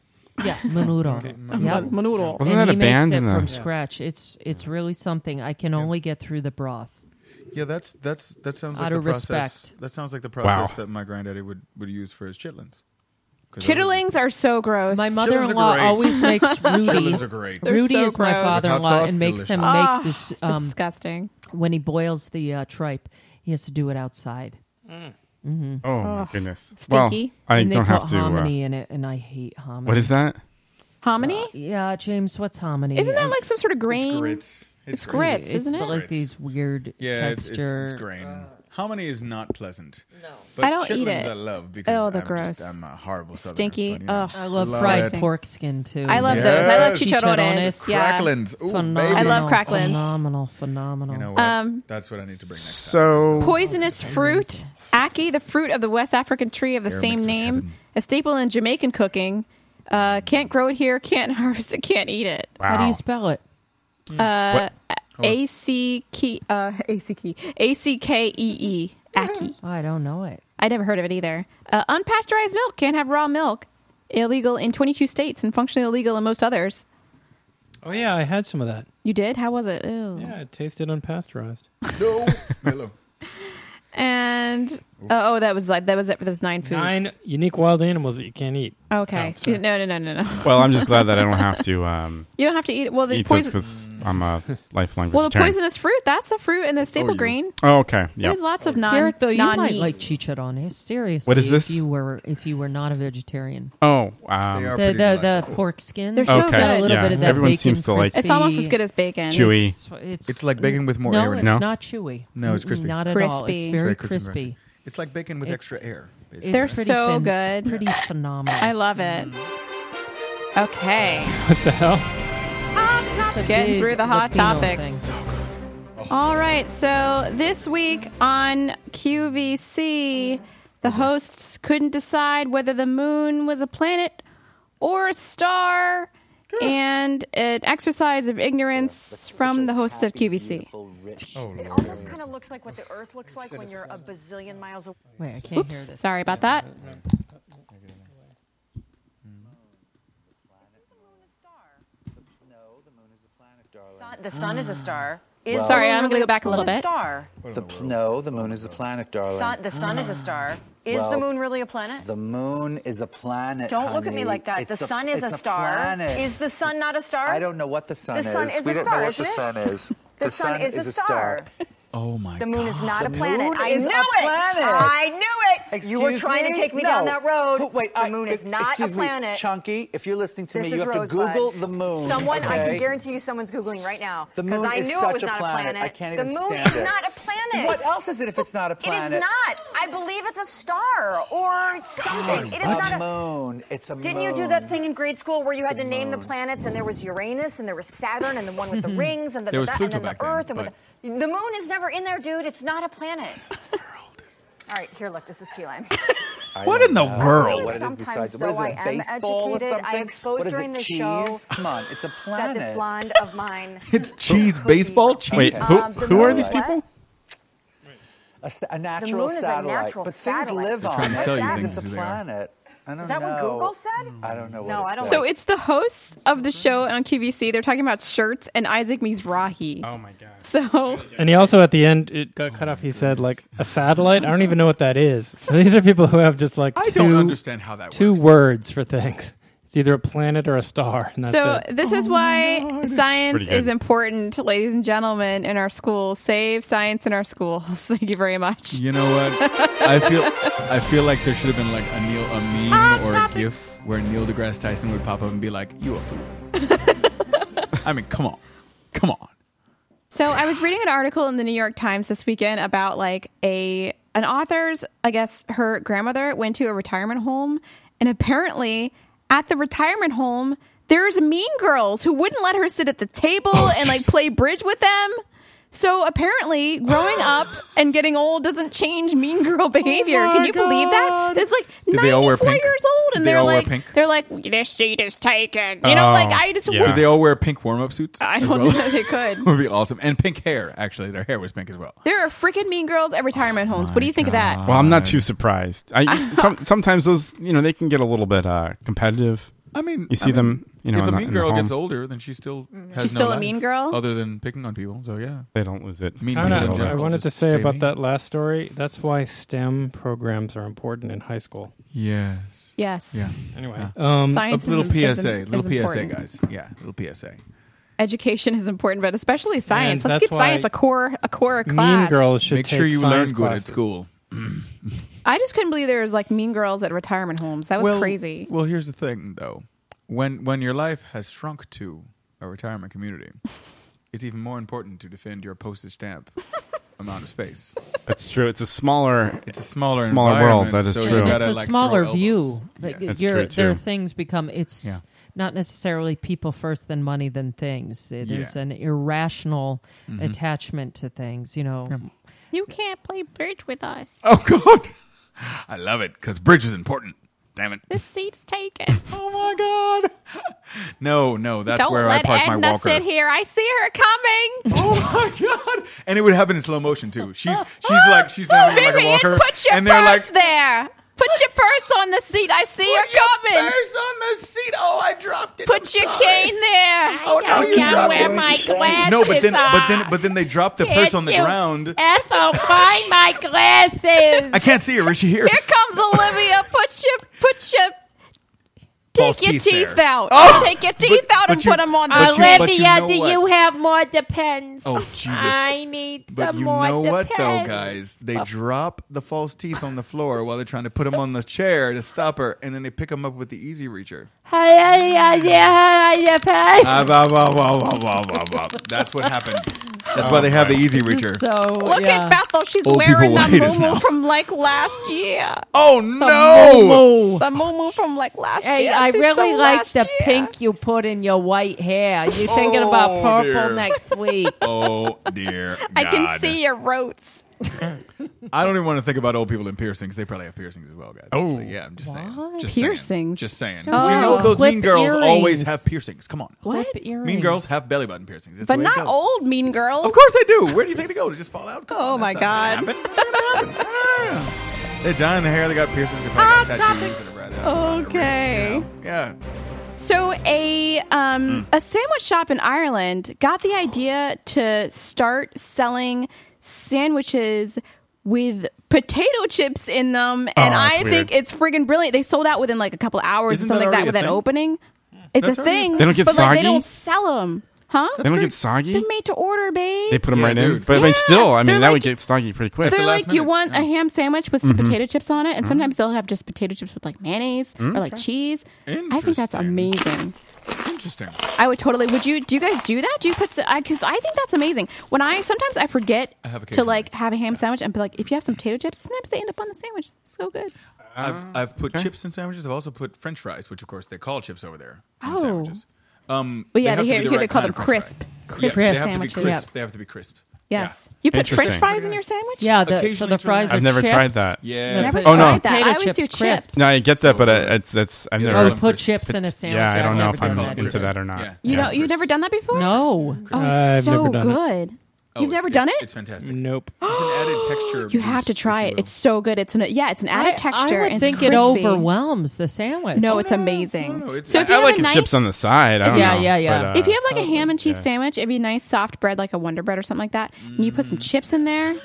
Speaker 11: Yeah, menudo.
Speaker 12: Okay.
Speaker 11: Yeah.
Speaker 2: Menudo.
Speaker 3: Wasn't
Speaker 11: and
Speaker 3: that
Speaker 11: he
Speaker 3: a
Speaker 11: makes
Speaker 3: band
Speaker 11: it
Speaker 3: in the-
Speaker 11: from
Speaker 3: Yeah.
Speaker 11: scratch. It's it's really something. I can only get through the broth.
Speaker 8: Yeah, that's that's that sounds
Speaker 11: Out
Speaker 8: like the
Speaker 11: of
Speaker 8: process.
Speaker 11: respect.
Speaker 8: That sounds like the process that my granddaddy would, would use for his chitlins. 'Cause I would-
Speaker 2: Chitterlings are so gross.
Speaker 11: My mother-in-law always makes Rudy.
Speaker 8: Chitlins are great. They're
Speaker 11: Rudy
Speaker 8: so
Speaker 11: is my
Speaker 8: gross. Hot
Speaker 11: father-in-law
Speaker 8: sauce,
Speaker 11: and makes him
Speaker 2: delicious.
Speaker 11: make this
Speaker 2: Ah,
Speaker 11: um,
Speaker 2: disgusting.
Speaker 11: When he boils the uh, tripe, he has to do it outside.
Speaker 8: Mm.
Speaker 11: Mm-hmm.
Speaker 3: Oh, my Ugh. goodness. Well, Stinky. I
Speaker 11: and they
Speaker 3: don't
Speaker 11: put
Speaker 3: have to, uh,
Speaker 11: hominy in it, and I hate hominy. Uh,
Speaker 3: What is that?
Speaker 2: Hominy?
Speaker 11: yeah, James, what's hominy?
Speaker 2: Isn't that
Speaker 11: I-
Speaker 2: like some sort of grain? It's grits. It's It's grits, grits. isn't
Speaker 11: It's
Speaker 2: it?
Speaker 11: like these weird
Speaker 8: yeah, it's-
Speaker 11: texture.
Speaker 8: It's, it's grain.
Speaker 11: Uh,
Speaker 8: Hominy is not pleasant. No,
Speaker 2: I don't eat it.
Speaker 8: I love because
Speaker 2: Oh,
Speaker 8: oh,
Speaker 2: they're
Speaker 8: they're I'm gross.
Speaker 2: gross.
Speaker 8: Just, I'm a horrible southerner,
Speaker 2: Stinky.
Speaker 8: but, you know.
Speaker 2: Ugh.
Speaker 11: I love fried
Speaker 8: it.
Speaker 11: pork skin too.
Speaker 2: I love those. I
Speaker 8: Yes.
Speaker 2: love chicharrones. Yeah.
Speaker 8: Cracklins. Ooh,
Speaker 11: Phenomenal,
Speaker 2: I love cracklins.
Speaker 11: Phenomenal, phenomenal.
Speaker 8: You know what?
Speaker 2: Um,
Speaker 8: That's what I need to bring.
Speaker 2: Oh,
Speaker 3: So
Speaker 2: Poisonous fruit, ackee, the fruit of the West African tree of the
Speaker 8: Air
Speaker 2: same
Speaker 8: mixed with
Speaker 2: name, a staple in Jamaican cooking. Uh, can't grow it here, can't harvest it, can't eat it.
Speaker 11: How do you spell it?
Speaker 2: Uh,
Speaker 11: What?
Speaker 2: A C K uh, A C K A C K E E ackee.
Speaker 11: Oh, I don't know it.
Speaker 2: I never heard of it either. Uh, unpasteurized milk can't have raw milk. illegal in 22 states and functionally illegal in most others.
Speaker 12: Oh yeah, I had some of that.
Speaker 2: You did? How was it? Ew.
Speaker 12: Yeah, it tasted unpasteurized.
Speaker 8: No. Hello.
Speaker 2: And oh, oh, that was like that was it. That was nine foods.
Speaker 12: Nine unique wild animals that you can't eat.
Speaker 2: Okay. no, no, no, no, no.
Speaker 3: Well, I'm just glad that I don't have to um,
Speaker 2: You don't have to eat. Well, the
Speaker 3: eat this
Speaker 2: poison.
Speaker 3: because I'm a lifelong vegetarian.
Speaker 2: Well, the poisonous fruit. That's a fruit, and the staple
Speaker 3: you-
Speaker 2: green.
Speaker 3: Oh, okay. Yeah.
Speaker 2: There's lots of non.
Speaker 31: Derek,
Speaker 11: though, you
Speaker 2: non
Speaker 11: might like chicharrones. Seriously,
Speaker 3: What is this?
Speaker 11: If you were if you were not a vegetarian.
Speaker 3: Oh, um, They
Speaker 11: the
Speaker 3: are pretty
Speaker 11: the, the pork skin.
Speaker 2: They're so
Speaker 3: Okay,
Speaker 2: good.
Speaker 11: A little
Speaker 3: yeah.
Speaker 11: bit of that
Speaker 3: Everyone
Speaker 11: bacon
Speaker 3: seems to like-
Speaker 2: It's almost as good as bacon.
Speaker 3: Chewy.
Speaker 11: It's, it's-
Speaker 8: It's like bacon with more
Speaker 11: no,
Speaker 8: air in
Speaker 11: It's
Speaker 8: it. No?
Speaker 11: not chewy.
Speaker 8: No, it's
Speaker 11: Mm-mm,
Speaker 8: crispy.
Speaker 11: Not at all.
Speaker 2: Crispy.
Speaker 11: It's
Speaker 2: It's
Speaker 11: very
Speaker 8: very crispy and
Speaker 11: crispy.
Speaker 8: It's like bacon with
Speaker 11: It-
Speaker 8: extra air.
Speaker 11: It's
Speaker 8: basically.
Speaker 2: They're
Speaker 11: pretty
Speaker 2: so
Speaker 11: phen-
Speaker 2: good.
Speaker 11: Pretty phenomenal. Mm.
Speaker 2: I love it. Okay.
Speaker 12: What the hell?
Speaker 2: Getting
Speaker 11: big
Speaker 2: through the hot
Speaker 11: Latino
Speaker 2: topics. All right, so this week on QVC, the hosts couldn't decide whether the moon was a planet or a star, and an exercise of ignorance from the hosts at QVC.
Speaker 8: Oh,
Speaker 32: it almost kind of looks like what the Earth looks like when you're a bazillion miles away.
Speaker 11: Wait, I can't hear
Speaker 2: Oops,
Speaker 11: this.
Speaker 2: sorry about that.
Speaker 32: Sun- The sun is a star. Is
Speaker 2: Well- Sorry,
Speaker 32: the
Speaker 2: I'm
Speaker 32: moon
Speaker 2: gonna go back a
Speaker 32: really
Speaker 2: little bit.
Speaker 32: Star.
Speaker 1: The, p- no, the moon is the planet, darling.
Speaker 32: Sun, the sun is a star. Is the
Speaker 1: Well,
Speaker 32: moon really a planet?
Speaker 1: The moon is a planet.
Speaker 32: Don't look at me
Speaker 1: honey.
Speaker 32: like that.
Speaker 1: It's
Speaker 32: the sun is
Speaker 1: it's
Speaker 32: a star.
Speaker 1: planet.
Speaker 32: Is the sun not a star?
Speaker 1: I don't know what the sun
Speaker 32: The
Speaker 1: is.
Speaker 32: sun is
Speaker 1: we
Speaker 32: a
Speaker 1: don't
Speaker 32: star,
Speaker 1: know what
Speaker 32: isn't
Speaker 1: the
Speaker 32: it?
Speaker 1: sun is.
Speaker 32: The, sun, is a star.
Speaker 8: Oh my
Speaker 32: The moon is not a
Speaker 1: The
Speaker 32: planet.
Speaker 1: moon
Speaker 32: I
Speaker 1: is
Speaker 32: knew
Speaker 1: a
Speaker 32: it.
Speaker 1: planet.
Speaker 32: I knew it. you were
Speaker 1: Excuse
Speaker 32: trying to
Speaker 1: me?
Speaker 32: take me
Speaker 1: No.
Speaker 32: down that road.
Speaker 1: Who- wait,
Speaker 32: the
Speaker 1: I-
Speaker 32: moon is
Speaker 1: e-
Speaker 32: not a
Speaker 1: excuse me,
Speaker 32: planet.
Speaker 1: Chunky, if you're listening to
Speaker 32: this
Speaker 1: me, you
Speaker 32: is
Speaker 1: have
Speaker 32: Rosebud.
Speaker 1: to Google the moon.
Speaker 32: Someone, I can
Speaker 1: Oh, okay?
Speaker 32: guarantee you, someone's googling right now.
Speaker 1: The
Speaker 32: 'cause
Speaker 1: moon
Speaker 32: I
Speaker 1: is
Speaker 32: knew it
Speaker 1: such
Speaker 32: was
Speaker 1: a
Speaker 32: not
Speaker 1: planet.
Speaker 32: a planet.
Speaker 1: I can't
Speaker 32: the
Speaker 1: even
Speaker 32: moon
Speaker 1: stand
Speaker 32: is
Speaker 1: it.
Speaker 32: not a planet.
Speaker 1: What else is it if it's not a planet?
Speaker 32: It is not. I believe it's a star or something. it is not
Speaker 1: a
Speaker 32: a.
Speaker 1: moon. It's a moon.
Speaker 32: Didn't you do that thing in grade school where you had to name the planets and there was Uranus and there was Saturn and the one with the rings and the,
Speaker 1: There was
Speaker 32: the-
Speaker 1: Pluto
Speaker 32: and then
Speaker 1: back
Speaker 32: the
Speaker 1: then,
Speaker 32: Earth and with the, the moon is never in there, dude. It's not a planet. All right, here, look, this is key lime.
Speaker 1: I
Speaker 8: What
Speaker 1: don't
Speaker 8: in the
Speaker 1: know
Speaker 8: world?
Speaker 1: What it is
Speaker 32: Sometimes,
Speaker 1: besides
Speaker 32: though,
Speaker 1: what is it,
Speaker 32: I am
Speaker 1: baseball or
Speaker 32: educated. I
Speaker 1: something?
Speaker 32: exposed
Speaker 1: What is
Speaker 32: during
Speaker 1: it,
Speaker 32: the
Speaker 1: cheese?
Speaker 32: show
Speaker 1: Come on, it's a
Speaker 32: that
Speaker 1: planet.
Speaker 32: this blonde of mine.
Speaker 8: It's cheese baseball. Cheese.
Speaker 1: Wait,
Speaker 32: who- Um, the who are moon these is what?
Speaker 1: people? A, s- a natural
Speaker 32: moon is a
Speaker 1: satellite,
Speaker 32: natural
Speaker 1: but things
Speaker 32: satellite.
Speaker 1: live
Speaker 32: They're
Speaker 1: on
Speaker 32: trying to
Speaker 1: it.
Speaker 32: sell you
Speaker 1: It's
Speaker 32: things,
Speaker 1: a
Speaker 32: is
Speaker 1: planet.
Speaker 32: what they are.
Speaker 1: I don't
Speaker 32: Is that what
Speaker 1: know.
Speaker 32: Google said?
Speaker 1: Oh, I don't know. What
Speaker 32: No,
Speaker 1: it
Speaker 32: I don't
Speaker 1: said.
Speaker 32: like
Speaker 2: So it's the hosts of the show on QVC. They're talking about shirts and Isaac Mizrahi. Oh my god! So
Speaker 12: And he also at the end it got cut off. He said like a satellite. I don't even know what that is. So these are people who have just like
Speaker 8: I
Speaker 12: 2
Speaker 8: don't understand how that
Speaker 12: two words for things. It's either a planet or a star, and that's
Speaker 2: so
Speaker 12: it.
Speaker 2: this is why science
Speaker 12: Pretty good.
Speaker 2: is important, ladies and gentlemen, in our schools. Save science in our schools. Thank you very much.
Speaker 8: You know what? I feel I feel like there should have been like a Neil a meme
Speaker 2: Ah,
Speaker 8: or a gif where Neil deGrasse Tyson would pop up and be like, "You a fool." I mean, come on, come on.
Speaker 2: So I was reading an article in the New York Times this weekend about like a an author's, I guess her grandmother went to a retirement home and apparently at the retirement home there's mean girls who wouldn't let her sit at the table and like play bridge with them. So apparently growing up and getting old doesn't change mean girl behavior. Can you believe that? There's like
Speaker 8: Did they all wear
Speaker 2: 94
Speaker 8: pink?
Speaker 2: years old and
Speaker 8: Did they
Speaker 2: they're
Speaker 8: all wear
Speaker 2: like
Speaker 8: pink? Oh,
Speaker 2: they're like this seat is taken. You know like I just
Speaker 8: Uh, do they all wear pink warm up suits?
Speaker 2: I
Speaker 8: as
Speaker 2: don't
Speaker 8: well?
Speaker 2: know. They could.
Speaker 8: would be awesome. And pink hair. Actually, their hair was pink as well.
Speaker 2: There are freaking mean girls at retirement homes. What do you think
Speaker 8: Oh
Speaker 2: of that?
Speaker 3: Well, I'm not too surprised. I some, sometimes those, you know, they can get a little bit uh, competitive.
Speaker 8: I mean,
Speaker 3: you see
Speaker 8: I mean,
Speaker 3: them, you know,
Speaker 8: if
Speaker 3: in
Speaker 8: a
Speaker 3: the-
Speaker 8: mean
Speaker 3: in the
Speaker 8: girl
Speaker 3: home.
Speaker 8: gets older, then she's still has
Speaker 2: Mm-hmm. She's
Speaker 8: no
Speaker 2: still a
Speaker 8: life
Speaker 2: mean girl?
Speaker 8: other than picking on people. So yeah,
Speaker 3: they don't lose it.
Speaker 8: Mean
Speaker 12: I, don't know.
Speaker 8: people in
Speaker 12: I
Speaker 8: general
Speaker 12: wanted to
Speaker 8: just
Speaker 12: say
Speaker 8: stay
Speaker 12: about
Speaker 8: mean.
Speaker 12: that last story. That's why STEM programs are important in high school.
Speaker 8: Yes.
Speaker 2: Yes.
Speaker 8: Yeah.
Speaker 12: Anyway,
Speaker 8: Yeah.
Speaker 12: um,
Speaker 2: Science
Speaker 8: a little
Speaker 2: is- is-
Speaker 8: PSA,
Speaker 2: is
Speaker 8: little PSA,
Speaker 2: important.
Speaker 8: guys. Yeah, little PSA.
Speaker 2: Education is important, but especially science.
Speaker 12: And
Speaker 2: Let's
Speaker 12: that's
Speaker 2: give science
Speaker 12: why
Speaker 2: a core a core
Speaker 12: mean
Speaker 2: class.
Speaker 12: girls should
Speaker 8: Make sure
Speaker 12: take
Speaker 8: you learn
Speaker 12: science
Speaker 8: good at
Speaker 12: classes.
Speaker 8: school.
Speaker 2: I just couldn't believe there was like mean girls at retirement homes. That was
Speaker 8: well,
Speaker 2: crazy.
Speaker 8: Well, here's the thing, though. When when your life has shrunk to a retirement community, it's even more important to defend your postage stamp amount of space.
Speaker 3: That's true. It's a smaller,
Speaker 8: it's a smaller,
Speaker 3: smaller world.
Speaker 8: environment,
Speaker 3: That is
Speaker 8: so you
Speaker 3: true.
Speaker 8: gotta,
Speaker 11: It's a
Speaker 8: like,
Speaker 11: smaller
Speaker 8: throw
Speaker 11: view.
Speaker 8: elbows.
Speaker 11: Like
Speaker 8: Yes. That's
Speaker 11: your-
Speaker 8: true,
Speaker 11: Their
Speaker 8: too.
Speaker 11: things become it's
Speaker 8: Yeah.
Speaker 11: not necessarily people first, then money, then things. It-
Speaker 8: Yeah.
Speaker 11: There's an irrational
Speaker 8: Mhm.
Speaker 11: attachment to things. You know,
Speaker 2: You can't play bridge with us.
Speaker 8: Oh God, I love it because bridge is important. Damn it!
Speaker 2: This seat's taken.
Speaker 8: oh my god. No, no, that's
Speaker 2: Don't
Speaker 8: where I
Speaker 2: let
Speaker 8: park my
Speaker 2: Edna
Speaker 8: walker.
Speaker 2: sit here. I see her coming.
Speaker 8: Oh my god. And it would happen in slow motion too. She's she's like she's landing on, like
Speaker 2: Vivian,
Speaker 8: a walker,
Speaker 2: put your
Speaker 8: and they're like
Speaker 2: purse there. Put your purse on the seat. I see
Speaker 17: Put
Speaker 2: you're coming.
Speaker 17: Your purse on the seat. Oh, I dropped it.
Speaker 2: Put
Speaker 17: I'm
Speaker 2: your
Speaker 17: sorry.
Speaker 2: cane there.
Speaker 17: Oh no, you dropped it.
Speaker 8: no, but then, but then, but then they dropped the purse on the ground.
Speaker 16: Ethel, find my glasses.
Speaker 8: I can't see her. Is she here?
Speaker 2: Here comes Olivia. Put your put your
Speaker 8: False
Speaker 2: take your
Speaker 8: teeth
Speaker 2: teeth
Speaker 8: there.
Speaker 2: out.
Speaker 8: Oh!
Speaker 2: take your teeth out and
Speaker 8: but you-
Speaker 2: put them on.
Speaker 8: but you-
Speaker 16: Olivia,
Speaker 8: but you know
Speaker 16: do
Speaker 8: what?
Speaker 16: you have more depends?
Speaker 8: Oh, Jesus.
Speaker 16: I need
Speaker 8: But
Speaker 16: some
Speaker 8: you
Speaker 16: more
Speaker 8: know what, though,
Speaker 16: depends. Oh.
Speaker 8: guys? They drop the false teeth on the floor while they're trying to put them on the chair to stop her, and then they pick them up with the easy reacher.
Speaker 16: Hey, hey, hey, hey, hey, hey, hey.
Speaker 8: Ah, bah, bah, bah, bah, bah, bah, bah. That's what happens. That's why they have the easy reacher.
Speaker 2: Look at Bethel. She's
Speaker 8: Old people
Speaker 2: wearing the
Speaker 8: white is
Speaker 2: muumuu
Speaker 8: now.
Speaker 2: from like last year.
Speaker 8: Oh
Speaker 11: no!
Speaker 2: The muumuu from like last
Speaker 11: Hey,
Speaker 2: year.
Speaker 11: I
Speaker 2: She's
Speaker 11: really
Speaker 2: so
Speaker 11: like
Speaker 2: last
Speaker 11: the
Speaker 2: year.
Speaker 11: pink you put in your white hair. You're thinking about
Speaker 8: Oh,
Speaker 11: purple
Speaker 8: dear.
Speaker 11: next week.
Speaker 8: Oh dear! God.
Speaker 2: I can see your rotes.
Speaker 8: I don't even want to think about old people in piercings. They probably have piercings as well, guys. Oh yeah, I'm just saying. Just saying.
Speaker 2: Piercings?
Speaker 8: Just saying.
Speaker 2: No.
Speaker 8: You know those
Speaker 2: Clip
Speaker 8: mean girls
Speaker 2: Oh, earrings.
Speaker 8: always have piercings. Come on.
Speaker 2: What? Clip
Speaker 8: Mean
Speaker 2: earrings.
Speaker 8: girls have belly button piercings. It's the
Speaker 2: But
Speaker 8: way it
Speaker 2: not
Speaker 8: goes.
Speaker 2: old mean girls.
Speaker 8: Of course they do. Where do you think they go? They just fall out.
Speaker 2: oh my god.
Speaker 8: They're dyeing the hair. They got piercings. They
Speaker 2: Ah,
Speaker 8: probably got tattoos. and a red-
Speaker 2: Okay.
Speaker 8: Yeah.
Speaker 2: So a um,
Speaker 15: Hmm.
Speaker 2: a sandwich shop in Ireland got the idea to start selling sandwiches with potato chips in them, and I
Speaker 15: Oh, that's weird.
Speaker 2: think it's friggin' brilliant. They sold out within like a couple hours
Speaker 15: Isn't
Speaker 2: or something
Speaker 15: that already
Speaker 2: like that
Speaker 15: a
Speaker 2: with an
Speaker 15: thing?
Speaker 2: opening. It's
Speaker 15: That's already
Speaker 2: a
Speaker 15: a
Speaker 2: thing,
Speaker 15: thing. They don't get
Speaker 2: but like, they
Speaker 15: soggy?
Speaker 2: don't sell them, huh?
Speaker 3: They don't get soggy.
Speaker 2: They're made to order, babe.
Speaker 3: They put them
Speaker 8: Yeah,
Speaker 3: right in,
Speaker 8: dude.
Speaker 3: but I mean, still, I
Speaker 2: they're
Speaker 3: mean, that
Speaker 2: like-
Speaker 3: would get soggy pretty quick.
Speaker 15: They're like, you want a ham sandwich with some
Speaker 3: Mhm.
Speaker 15: potato chips on it, and
Speaker 3: Mhm.
Speaker 15: sometimes they'll have just potato chips with like mayonnaise
Speaker 3: Mm.
Speaker 15: or like
Speaker 3: Okay.
Speaker 15: cheese. I think that's amazing.
Speaker 8: Interesting.
Speaker 15: I would totally. Would you? Do you guys do that? Do you put? Because I, think that's amazing.
Speaker 2: When I sometimes I forget
Speaker 8: I have a cake
Speaker 2: to
Speaker 8: in
Speaker 2: like have a ham sandwich and be like, if you have some potato chips, sometimes they end up on the sandwich. It's so good.
Speaker 8: I've, I've put chips in sandwiches. I've also put French fries, which of course they call chips over there.
Speaker 2: Oh.
Speaker 8: Um,
Speaker 2: But yeah,
Speaker 8: have
Speaker 2: they-
Speaker 8: to be
Speaker 2: here-
Speaker 8: the
Speaker 2: here they
Speaker 8: right
Speaker 2: call
Speaker 8: kind
Speaker 2: them
Speaker 8: of french
Speaker 2: crisp.
Speaker 8: fry.
Speaker 2: Crisp
Speaker 8: Yeah, they have to be
Speaker 2: sandwiches.
Speaker 8: crisp.
Speaker 2: Yep.
Speaker 8: They have to be crisp.
Speaker 2: Yes. You put french
Speaker 8: Interesting.
Speaker 2: fries in your sandwich?
Speaker 11: Yeah, the, so
Speaker 8: Occasionally
Speaker 11: the fries
Speaker 3: I've
Speaker 11: are
Speaker 3: never
Speaker 11: chips.
Speaker 3: tried that. Oh,
Speaker 8: Yeah.
Speaker 11: And
Speaker 3: Never
Speaker 11: they put
Speaker 3: tried that.
Speaker 11: potato
Speaker 2: I always
Speaker 11: chips
Speaker 2: do
Speaker 11: crisp.
Speaker 3: No, I get that, but I, it's that's I've
Speaker 8: Yeah,
Speaker 3: never
Speaker 11: Oh, put chips in a sandwich.
Speaker 3: Yeah, I
Speaker 11: I've
Speaker 3: don't know
Speaker 11: never
Speaker 3: if I'm
Speaker 11: done that
Speaker 3: into
Speaker 11: either.
Speaker 3: that or not.
Speaker 8: Yeah.
Speaker 2: You know, you've never done that before?
Speaker 11: No.
Speaker 2: Oh,
Speaker 8: I've
Speaker 2: so
Speaker 8: never done it.
Speaker 2: good.
Speaker 3: Oh,
Speaker 2: you've never done it?
Speaker 8: Oh, It's fantastic.
Speaker 12: Nope.
Speaker 8: It's an added texture.
Speaker 2: You have to try it. It's so good. It's an yeah, it's an added
Speaker 11: I-
Speaker 2: texture.
Speaker 11: I would
Speaker 2: and
Speaker 11: think
Speaker 2: it's
Speaker 11: it
Speaker 2: crispy.
Speaker 11: overwhelms the sandwich.
Speaker 2: No, it's amazing. so if you
Speaker 3: I
Speaker 2: have
Speaker 3: like
Speaker 2: a nice,
Speaker 3: chips on the side. I don't
Speaker 11: Yeah,
Speaker 3: know,
Speaker 11: yeah, yeah.
Speaker 3: but, uh,
Speaker 2: if you have like a ham and cheese
Speaker 3: yeah.
Speaker 2: sandwich, it'd be nice soft bread like a Wonder Bread or something like that, and you put some chips in there.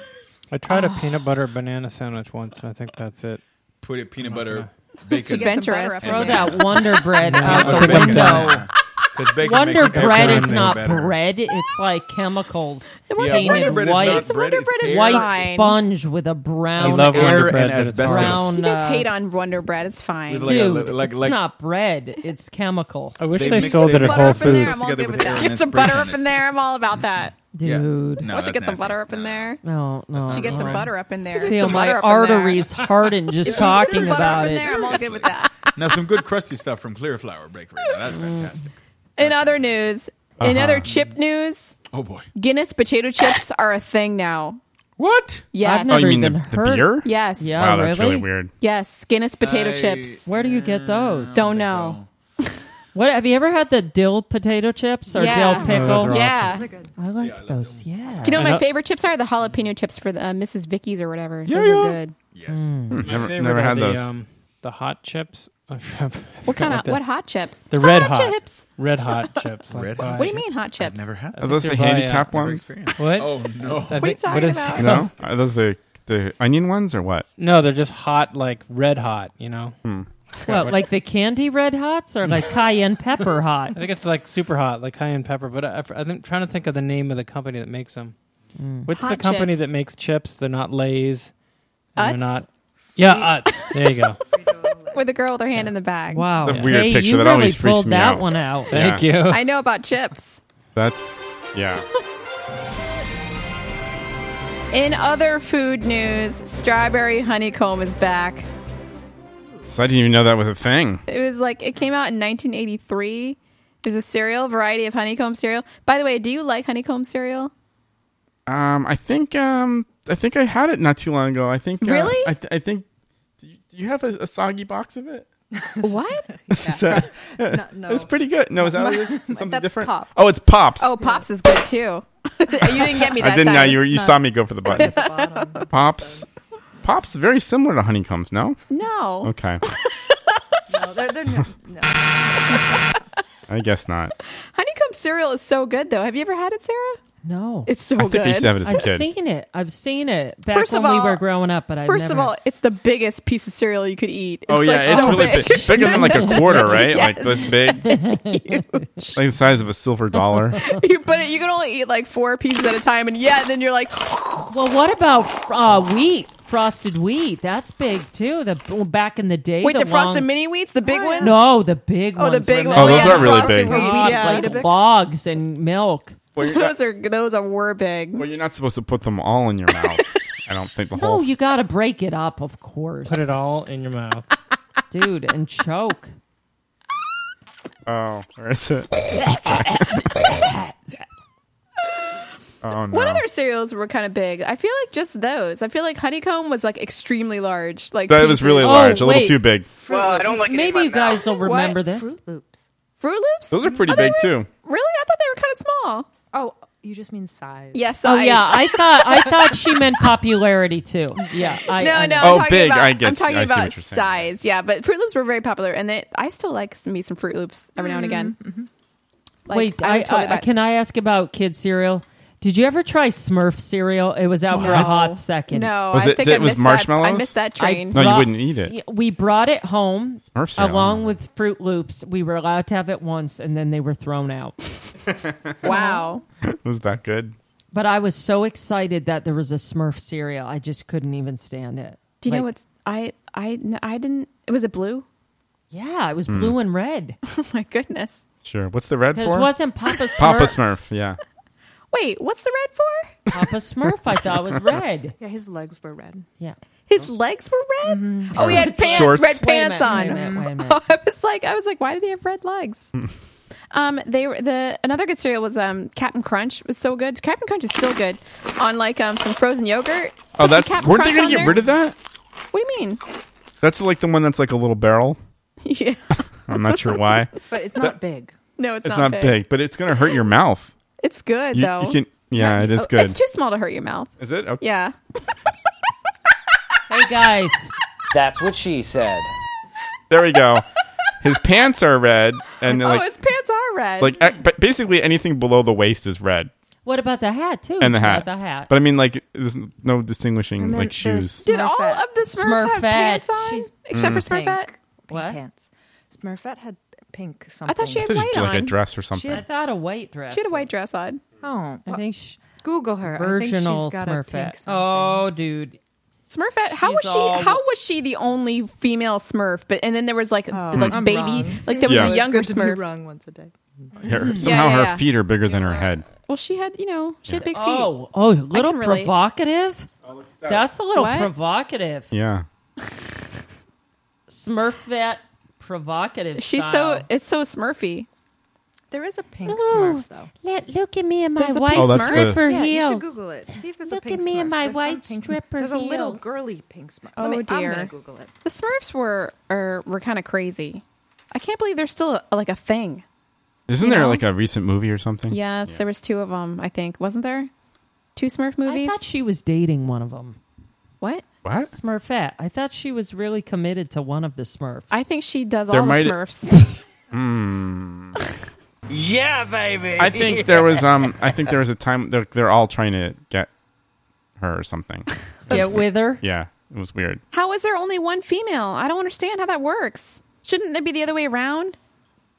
Speaker 12: I tried a peanut butter banana sandwich once, and I think that's it.
Speaker 8: Put it peanut butter,
Speaker 12: It's
Speaker 8: bacon.
Speaker 2: adventurous.
Speaker 8: and
Speaker 11: Oh, Throw
Speaker 8: then-
Speaker 11: that Wonder Bread
Speaker 12: Yeah,
Speaker 11: out
Speaker 12: put
Speaker 11: the
Speaker 12: bacon in
Speaker 11: window.
Speaker 12: there.
Speaker 8: 'Cause bacon
Speaker 11: Wonder
Speaker 8: makes
Speaker 11: bread
Speaker 8: everything
Speaker 11: is not
Speaker 8: better.
Speaker 11: bread. It's like chemicals.
Speaker 2: The
Speaker 8: Wonder
Speaker 11: painted
Speaker 8: Bread is not
Speaker 11: white,
Speaker 8: bread, The Wonder it's Bread is
Speaker 11: white
Speaker 2: fine.
Speaker 11: sponge with a brown.
Speaker 8: I love Wonder
Speaker 11: air
Speaker 8: Bread,
Speaker 11: and
Speaker 8: but it's asbestos.
Speaker 11: Brown,
Speaker 2: you guys
Speaker 11: uh,
Speaker 2: hate on Wonder Bread. It's fine.
Speaker 8: With, like, a
Speaker 11: Dude,
Speaker 8: li- like-
Speaker 11: it's
Speaker 8: like-
Speaker 11: not bread. It's chemical.
Speaker 12: I wish
Speaker 8: They
Speaker 12: they
Speaker 8: mix-
Speaker 12: sold
Speaker 8: they
Speaker 12: it at
Speaker 8: mix
Speaker 12: Whole
Speaker 8: butter up in there,
Speaker 12: Foods.
Speaker 8: I'm all Together good with with air that. and
Speaker 2: Get some
Speaker 8: it's breaking
Speaker 2: butter up
Speaker 8: it.
Speaker 2: in there. I'm all about that.
Speaker 8: Yeah.
Speaker 11: Dude.
Speaker 8: No,
Speaker 2: Once you
Speaker 8: that's
Speaker 2: get some
Speaker 8: nasty.
Speaker 2: butter up in there.
Speaker 11: No, no.
Speaker 2: Once you get some
Speaker 11: no.
Speaker 2: butter up in there.
Speaker 11: Feel
Speaker 2: Some
Speaker 11: my
Speaker 2: butter up in there.
Speaker 11: arteries harden just talking
Speaker 2: butter up
Speaker 11: about
Speaker 2: in
Speaker 11: it.
Speaker 2: there. I'm all good with that.
Speaker 8: Now some good crusty stuff from Clearflower Bakery. Now, that's fantastic.
Speaker 2: In other news, in
Speaker 8: Uh-huh.
Speaker 2: other chip news,
Speaker 8: Oh boy.
Speaker 2: Guinness potato chips are a thing now.
Speaker 8: What?
Speaker 2: Yes.
Speaker 11: I've never
Speaker 3: oh, you mean
Speaker 11: even
Speaker 3: the, the
Speaker 11: heard-
Speaker 3: beer?
Speaker 2: Yes. Yeah,
Speaker 3: wow, that's really
Speaker 11: really?
Speaker 3: weird.
Speaker 2: Yes, Guinness potato
Speaker 8: I-
Speaker 2: chips.
Speaker 11: Where do you get those?
Speaker 2: Don't know.
Speaker 11: What have you ever had the dill potato chips or
Speaker 2: Yeah.
Speaker 11: dill
Speaker 2: Oh,
Speaker 11: pickle?
Speaker 12: those are
Speaker 2: Yeah.
Speaker 11: Those I like those. Yeah.
Speaker 2: Do you know what
Speaker 12: I
Speaker 2: my
Speaker 12: know-
Speaker 2: favorite chips are? The jalapeno chips for the, uh, Mrs. Vicky's or whatever.
Speaker 8: Yeah,
Speaker 2: Those
Speaker 8: yeah.
Speaker 2: are good.
Speaker 1: Hmm.
Speaker 8: Yes.
Speaker 3: Mm,
Speaker 12: My
Speaker 3: never
Speaker 12: favorite
Speaker 3: never
Speaker 12: are
Speaker 3: had
Speaker 12: the,
Speaker 3: those.
Speaker 12: Um, the hot chips.
Speaker 2: What kind of what hot chips?
Speaker 12: The red hot,
Speaker 2: chips.
Speaker 12: Red hot chips. like
Speaker 8: Red
Speaker 12: that.
Speaker 8: hot
Speaker 2: What do you mean hot chips?
Speaker 8: Never had.
Speaker 3: Are those
Speaker 12: They
Speaker 3: the
Speaker 12: buy, uh,
Speaker 3: handicap
Speaker 12: never
Speaker 3: ones?
Speaker 12: What?
Speaker 8: Oh no.
Speaker 12: I
Speaker 2: What are you
Speaker 12: think-
Speaker 2: talking
Speaker 12: is-
Speaker 2: about?
Speaker 3: No, are those the the onion ones or what?
Speaker 12: No, they're just hot, like red hot. You know.
Speaker 3: Hmm.
Speaker 12: What-
Speaker 11: What, like the candy red hots or like cayenne pepper hot?
Speaker 12: I think it's like super hot, like cayenne pepper. But I, I, am trying to think of the name of the company that makes them. What's the
Speaker 2: Hot
Speaker 12: company
Speaker 2: chips.
Speaker 12: that makes chips? They're not Lay's. and
Speaker 2: Utz?
Speaker 12: They're not. Yeah, Utz. There you go.
Speaker 2: With the girl with her hand in the bag.
Speaker 11: Wow.
Speaker 3: The weird
Speaker 11: hey,
Speaker 3: picture
Speaker 11: you
Speaker 3: that
Speaker 11: really
Speaker 3: always freaks
Speaker 11: pulled
Speaker 3: me
Speaker 11: that
Speaker 3: out.
Speaker 11: one out.
Speaker 12: Thank
Speaker 3: Yeah.
Speaker 12: you.
Speaker 2: I know about chips.
Speaker 3: That's yeah.
Speaker 2: In other food news, strawberry honeycomb is back.
Speaker 3: So I didn't even know that was a thing.
Speaker 2: It was like it came out in 1983. There's a cereal variety of honeycomb cereal. By the way, do you like honeycomb cereal?
Speaker 3: Um, I think um, I think I had it not too long ago. I think uh,
Speaker 2: Really?
Speaker 3: I, th- I think. Do you, do you have a, a soggy box of it?
Speaker 2: What?
Speaker 3: Is that-
Speaker 32: no.
Speaker 3: It's pretty good. No, oh, is that what it is? something
Speaker 32: That's
Speaker 3: different?
Speaker 32: Pop.
Speaker 3: Oh, it's pops.
Speaker 2: Oh, pops is good too. you didn't get me that
Speaker 3: I didn't
Speaker 2: time.
Speaker 3: know you were,
Speaker 2: It's
Speaker 3: you
Speaker 2: not-
Speaker 3: saw me go for the button. pops, Pops is very similar to honeycombs, no?
Speaker 2: No.
Speaker 3: Okay.
Speaker 32: No, they're, they're no, no.
Speaker 3: I guess not.
Speaker 2: Honeycomb cereal is so good, though. Have you ever had it, Sarah?
Speaker 11: No.
Speaker 2: It's so
Speaker 3: I think
Speaker 2: good.
Speaker 3: I used to have it as a
Speaker 11: I've
Speaker 3: kid.
Speaker 11: seen it. I've seen it back
Speaker 2: First
Speaker 11: when
Speaker 2: of
Speaker 11: we
Speaker 2: all-
Speaker 11: were growing up, but I
Speaker 2: First
Speaker 11: never,
Speaker 2: of all, it's the biggest piece of cereal you could eat. It's
Speaker 3: oh yeah,
Speaker 2: like
Speaker 3: it's
Speaker 2: so
Speaker 3: really
Speaker 2: big.
Speaker 3: big. bigger than like a quarter, right? Like
Speaker 2: Yes.
Speaker 3: this big,
Speaker 2: It's huge.
Speaker 3: like the size of a silver dollar.
Speaker 2: you, but you can only eat like four pieces at a time, and yeah, then you're like,
Speaker 11: well, what about uh, wheat? Frosted wheat. That's big too. The well, back in the day,
Speaker 2: wait, the,
Speaker 11: long-
Speaker 2: frosted mini wheats, the
Speaker 11: Oh,
Speaker 2: big ones?
Speaker 11: No, the big
Speaker 2: Oh,
Speaker 11: ones.
Speaker 2: the big
Speaker 11: were
Speaker 2: ones. Oh,
Speaker 11: nice.
Speaker 3: those Yeah, are the really frosted big.
Speaker 2: wheat,
Speaker 11: Lots,
Speaker 2: yeah.
Speaker 11: like
Speaker 2: Weetabix.
Speaker 11: bogs and milk.
Speaker 2: those are those are were big.
Speaker 3: Well, you're not supposed to put them all in your mouth. I don't think the
Speaker 11: No,
Speaker 3: whole.
Speaker 11: Oh, you got to break it up, of course.
Speaker 12: Put it all in your mouth.
Speaker 11: Dude, and choke.
Speaker 3: Oh, where is it? oh no!
Speaker 2: What other cereals were kind of big? I feel like just those. I feel like honeycomb was like extremely large. Like
Speaker 3: That was really
Speaker 2: pieces.
Speaker 3: large, a little too big.
Speaker 11: well, I don't like Oh, Maybe you guys will
Speaker 2: What?
Speaker 11: remember this.
Speaker 2: Fruit Loops.
Speaker 3: Those are pretty
Speaker 2: Oh, they
Speaker 3: big
Speaker 2: were-
Speaker 3: too.
Speaker 2: Really, I thought they were kind of small.
Speaker 32: Oh, you just mean size.
Speaker 2: Yes.
Speaker 11: Oh yeah, I thought I thought she meant popularity too. Yeah, I,
Speaker 2: no,
Speaker 11: I
Speaker 2: no.
Speaker 11: know.
Speaker 3: Oh,
Speaker 2: I'm talking
Speaker 3: big,
Speaker 2: About,
Speaker 3: I get
Speaker 2: I'm
Speaker 3: you.
Speaker 2: talking
Speaker 3: I see what
Speaker 2: about
Speaker 3: you're saying.
Speaker 2: size. Yeah, but Fruit Loops were very popular, and they, I still like s- me some Fruit Loops every now
Speaker 11: Mm.
Speaker 2: and again.
Speaker 11: Mm-hmm.
Speaker 2: Like,
Speaker 11: Wait,
Speaker 2: I
Speaker 11: I,
Speaker 2: would totally
Speaker 11: I-
Speaker 2: buy-
Speaker 11: can I ask about kid cereal? Did you ever try Smurf cereal? It was out for a
Speaker 2: No.
Speaker 11: hot second.
Speaker 2: No,
Speaker 3: Was
Speaker 2: I
Speaker 3: it-
Speaker 2: think
Speaker 3: it
Speaker 2: I
Speaker 3: was
Speaker 2: missed That, I
Speaker 3: marshmallows?
Speaker 2: missed that
Speaker 11: I
Speaker 2: train.
Speaker 3: No, you
Speaker 11: brought-
Speaker 3: wouldn't eat it.
Speaker 11: Yeah, We brought it home
Speaker 3: Smurf cereal.
Speaker 11: along with Fruit Loops. We were allowed to have it once, and then they were thrown out.
Speaker 2: wow.
Speaker 3: was that good?
Speaker 11: But I was so excited that there was a Smurf cereal. I just couldn't even stand it.
Speaker 2: Do you know
Speaker 11: Like,
Speaker 2: what's I I I didn't. It was it blue.
Speaker 11: Yeah, it was
Speaker 3: Mm.
Speaker 11: blue and red.
Speaker 2: Oh my goodness.
Speaker 3: Sure. What's the red
Speaker 11: Because
Speaker 3: for?
Speaker 11: wasn't Papa Smurf?
Speaker 3: Papa Smurf. Yeah.
Speaker 2: Wait, what's the red for?
Speaker 11: Papa Smurf, I thought was red.
Speaker 32: Yeah, his legs were red.
Speaker 11: Yeah.
Speaker 2: His legs were red. Oh, he had pants,
Speaker 3: Shorts.
Speaker 2: red
Speaker 11: Wait a
Speaker 2: pants
Speaker 11: minute, wait a
Speaker 2: on.
Speaker 11: minute, wait a minute.
Speaker 2: Oh, I was like, I was like, why do they have red legs? um, they were the another good cereal was um Captain Crunch was so good. Captain Crunch is still good on like um some frozen yogurt.
Speaker 3: Oh,
Speaker 2: Put some
Speaker 3: that's.
Speaker 2: Captain
Speaker 3: Weren't they gonna
Speaker 2: Crunch on
Speaker 3: get
Speaker 2: there.
Speaker 3: rid of that?
Speaker 2: What do you mean?
Speaker 3: That's like the one that's like a little barrel.
Speaker 2: Yeah,
Speaker 3: I'm not sure why.
Speaker 32: But it's not big.
Speaker 2: no, it's,
Speaker 3: It's, not, big. but it's gonna hurt your mouth.
Speaker 2: It's good
Speaker 3: You-
Speaker 2: though.
Speaker 3: you can- yeah, it is
Speaker 2: Oh,
Speaker 3: good.
Speaker 2: It's too small to hurt your mouth.
Speaker 3: Is it? Okay.
Speaker 2: Yeah.
Speaker 11: Hey guys,
Speaker 33: That's what she said.
Speaker 3: There we go. His pants are red, and they're
Speaker 2: oh,
Speaker 3: like,
Speaker 2: his pants are red.
Speaker 3: like, eh, but basically anything below the waist is red,
Speaker 11: what about the hat too?
Speaker 3: and the
Speaker 11: It's
Speaker 3: hat.
Speaker 11: not The hat.
Speaker 3: But I mean, like, there's no distinguishing like shoes.
Speaker 2: Did all of the Smurfs
Speaker 11: Smurfette.
Speaker 2: have pants on?
Speaker 32: She's
Speaker 2: Except for
Speaker 32: pink.
Speaker 2: Smurfette?
Speaker 11: What?
Speaker 32: pants. Smurfette had pink something.
Speaker 2: I thought she had
Speaker 3: They should
Speaker 2: white
Speaker 3: do,
Speaker 2: on.
Speaker 3: like a dress or something.
Speaker 11: I thought a white dress.
Speaker 2: She had a white dress on.
Speaker 32: Oh,
Speaker 11: I think she,
Speaker 32: Google her.
Speaker 11: virginal
Speaker 32: I think she's got a pink
Speaker 11: Smurfette.
Speaker 32: something.
Speaker 11: Oh, dude.
Speaker 2: Smurfette. How
Speaker 11: She's
Speaker 2: was she?
Speaker 11: all-
Speaker 2: How was she the only female Smurf? But and then there was like
Speaker 11: Oh.
Speaker 2: like
Speaker 32: I'm
Speaker 2: baby,
Speaker 32: wrong.
Speaker 2: like there was
Speaker 3: Yeah.
Speaker 2: a younger
Speaker 32: It's good to be
Speaker 2: Smurf.
Speaker 32: wrong once a day.
Speaker 3: Her- somehow
Speaker 2: Mm-hmm. yeah,
Speaker 3: her
Speaker 2: yeah.
Speaker 3: feet are bigger than her head.
Speaker 2: Well, she had you know she had big feet.
Speaker 11: Oh, oh, a little
Speaker 2: can relate.
Speaker 11: provocative.
Speaker 3: Oh,
Speaker 11: That's a little
Speaker 2: What?
Speaker 11: provocative.
Speaker 3: Yeah.
Speaker 11: Smurfette provocative.
Speaker 2: She's
Speaker 11: style.
Speaker 2: so it's so Smurfy.
Speaker 32: There is a pink
Speaker 11: Ooh.
Speaker 32: Smurf though.
Speaker 11: Let, look at me and my
Speaker 2: There's a
Speaker 11: white
Speaker 3: pink Oh, that's the-
Speaker 11: stripper
Speaker 32: yeah, you should
Speaker 11: heels.
Speaker 32: Google it. See if there's
Speaker 11: Look
Speaker 32: a
Speaker 11: at
Speaker 32: pink
Speaker 11: me
Speaker 32: Smurf.
Speaker 11: and my
Speaker 32: There's some
Speaker 11: white
Speaker 32: pink-
Speaker 11: stripper
Speaker 32: There's a little
Speaker 11: heels.
Speaker 32: girly pink Smurf.
Speaker 2: Oh,
Speaker 32: Let me, I'm
Speaker 2: dear.
Speaker 32: gonna Google it.
Speaker 2: The Smurfs were are, were kind of crazy. I can't believe they're still a, like a thing.
Speaker 3: Isn't
Speaker 2: You
Speaker 3: there
Speaker 2: know?
Speaker 3: like a recent movie or something?
Speaker 2: Yes, there was two of them. I think wasn't there two Smurf
Speaker 11: I
Speaker 2: movies?
Speaker 11: thought she was dating one of them.
Speaker 2: what?
Speaker 3: What?
Speaker 11: Smurfette. I thought she was really committed to one of the Smurfs.
Speaker 2: I think she does
Speaker 3: There
Speaker 2: all the
Speaker 3: might-
Speaker 2: Smurfs.
Speaker 3: Hmm.
Speaker 33: Yeah, baby.
Speaker 3: I think there was um. I think there was a time they're they're all trying to get her or something.
Speaker 11: Get with her.
Speaker 3: Yeah, it was weird.
Speaker 2: how is there only one female? I don't understand how that works. Shouldn't it be the other way around?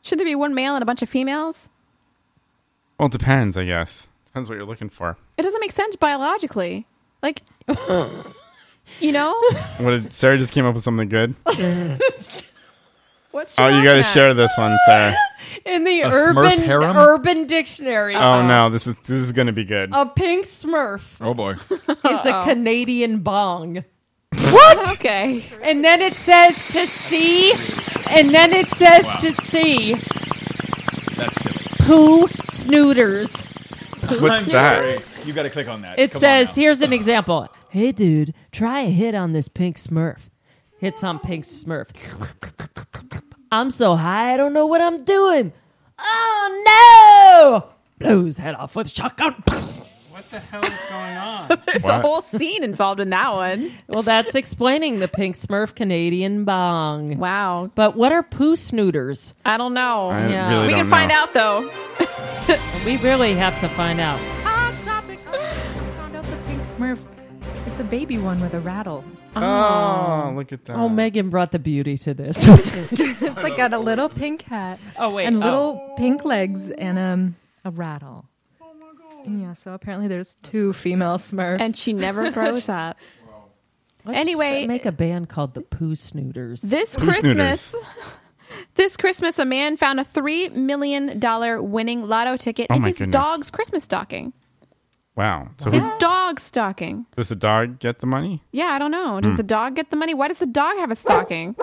Speaker 2: Shouldn't there be one male and a bunch of females?
Speaker 3: Well, it depends, I guess. Depends what you're looking for.
Speaker 2: It doesn't make sense biologically. Like, you know,
Speaker 3: What did Sarah just came up with something good?
Speaker 2: what's she
Speaker 3: Oh, you got to
Speaker 2: laughing at?
Speaker 3: share this one, Sarah.
Speaker 11: In the
Speaker 3: A Smurf
Speaker 11: urban
Speaker 3: harem?
Speaker 11: urban dictionary,
Speaker 3: Oh no, this is this is gonna be good.
Speaker 11: a pink Smurf
Speaker 3: Oh boy.
Speaker 11: is a Canadian bong.
Speaker 2: What? Okay.
Speaker 11: And then it says to see, and then it says to see
Speaker 8: That's silly.
Speaker 11: poo snooters. Poo
Speaker 3: What's that?
Speaker 8: You got to click on that.
Speaker 11: It
Speaker 8: Come on
Speaker 11: says,
Speaker 8: now.
Speaker 11: here's an example. Hey, dude, try a hit on this pink smurf. Hits on pink smurf. I'm so high, I don't know what I'm doing. Oh, no! Blows head off with shotgun.
Speaker 12: What the hell is going on?
Speaker 2: There's a whole scene involved in that one.
Speaker 11: Well, that's explaining the pink smurf Canadian bong.
Speaker 2: Wow.
Speaker 11: But what are poo snooters?
Speaker 2: I don't know.
Speaker 3: I really
Speaker 2: we
Speaker 3: don't
Speaker 2: can find
Speaker 3: know.
Speaker 2: out though.
Speaker 11: we really have to find out.
Speaker 6: Hot topics. found out the pink Smurf. It's a baby one with a rattle. Um,
Speaker 3: Oh, look at that.
Speaker 11: Oh, Megan brought the beauty to this.
Speaker 3: Oh,
Speaker 6: it's like got a little pink hat.
Speaker 11: Oh, wait,
Speaker 6: And
Speaker 11: oh.
Speaker 6: little pink legs and um a rattle. Yeah, so apparently there's two female Smurfs.
Speaker 2: And she never grows up.
Speaker 11: Let's
Speaker 2: Anyway-
Speaker 11: make a band called the Poo Snooters.
Speaker 2: This Christmas, this Christmas, a man found a three million dollar winning lotto ticket
Speaker 3: Oh
Speaker 2: in
Speaker 3: my
Speaker 2: his
Speaker 3: goodness.
Speaker 2: dog's Christmas stocking.
Speaker 3: Wow. So
Speaker 2: his
Speaker 3: who,
Speaker 2: dog's stocking.
Speaker 3: does the dog get the money?
Speaker 2: Yeah, I don't know. Does
Speaker 3: Hmm.
Speaker 2: the dog get the money? Why does the dog have a stocking?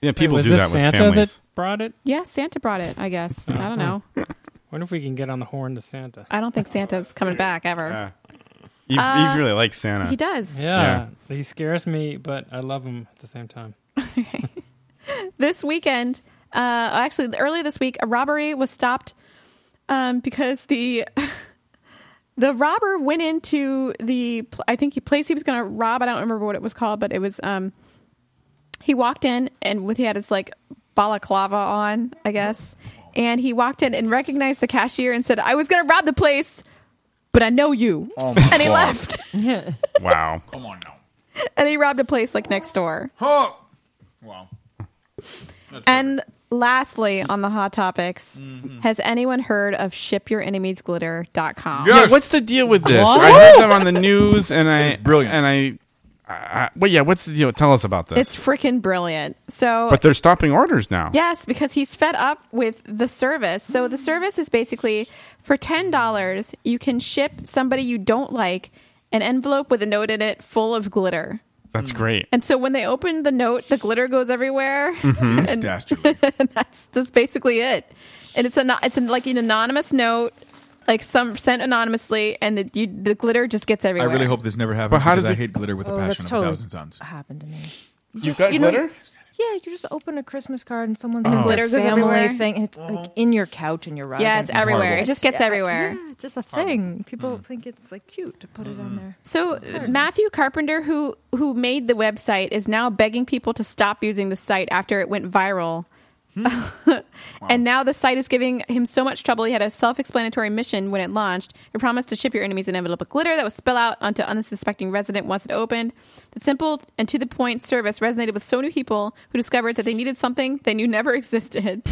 Speaker 3: Yeah, people
Speaker 12: was
Speaker 3: do
Speaker 12: this
Speaker 3: that with
Speaker 12: Santa
Speaker 3: families.
Speaker 12: that brought it?
Speaker 2: Yeah, Santa brought it. I guess. I don't know.
Speaker 12: Wonder if we can get on the horn to Santa.
Speaker 2: I don't think Santa's coming back ever.
Speaker 3: Eve,
Speaker 2: Uh,
Speaker 3: Eve really likes Santa.
Speaker 2: He does.
Speaker 12: Yeah, he scares me, but I love him at the same time.
Speaker 2: this weekend, uh, actually earlier this week, a robbery was stopped um, because the the robber went into the pl- I think he place he was going to rob. I don't remember what it was called, but it was um, he walked in and with he had his like balaclava on, I guess, and he walked in and recognized the cashier and said, "I was going to rob the place, but I know you," and he left
Speaker 3: Wow.
Speaker 8: Come on now.
Speaker 2: and he robbed a place like next door.
Speaker 8: Oh. Wow.
Speaker 2: And lastly, on the hot topics, has anyone heard of shipyourenemiesglitter.com?
Speaker 3: Yeah, what's the deal with this?
Speaker 2: What?
Speaker 3: I heard them on the news, and I brilliant. And I, I, I, well, yeah. What's the deal? Tell us about this.
Speaker 2: It's freaking brilliant. So,
Speaker 3: but they're stopping orders now.
Speaker 2: yes, because he's fed up with the service. So, the service is basically for $10, you can ship somebody you don't like an envelope with a note in it full of glitter.
Speaker 3: That's great.
Speaker 2: And so when they open the note, the glitter goes everywhere.
Speaker 8: Mm-hmm.
Speaker 3: Mhm. It's
Speaker 2: and, and that's just basically it. And it's a it's an, like an anonymous note, like some sent anonymously, and the, you, the glitter just gets
Speaker 8: I
Speaker 2: everywhere.
Speaker 8: really hope this never happens
Speaker 3: But how
Speaker 8: because
Speaker 3: does
Speaker 8: I
Speaker 3: it-
Speaker 8: hate glitter with a
Speaker 6: Oh,
Speaker 8: passion
Speaker 6: that's
Speaker 8: of a
Speaker 6: totally
Speaker 8: thousand suns.
Speaker 6: happened to me.
Speaker 3: You got glitter?
Speaker 6: yeah, you just open a Christmas card and someone
Speaker 8: Oh.
Speaker 6: sends
Speaker 2: Glitter
Speaker 6: glitter
Speaker 2: goes
Speaker 6: family
Speaker 2: everywhere.
Speaker 6: thing, and it's like in your couch and your rug.
Speaker 2: Yeah,
Speaker 6: and-
Speaker 2: it's everywhere. Horrible. It just gets
Speaker 6: Yeah,
Speaker 2: everywhere.
Speaker 6: Yeah, it's just a thing.
Speaker 3: Mm.
Speaker 6: People think it's like cute to put it on there.
Speaker 2: So uh, Matthew Carpenter, who who made the website, is now begging people to stop using the site after it went viral. and now the site is giving him so much trouble. He had a self-explanatory mission when it launched. It promised to ship your enemies an envelope of glitter that would spill out onto unsuspecting resident once it opened. The simple and to the point service resonated with so many people who discovered that they needed something they knew never existed.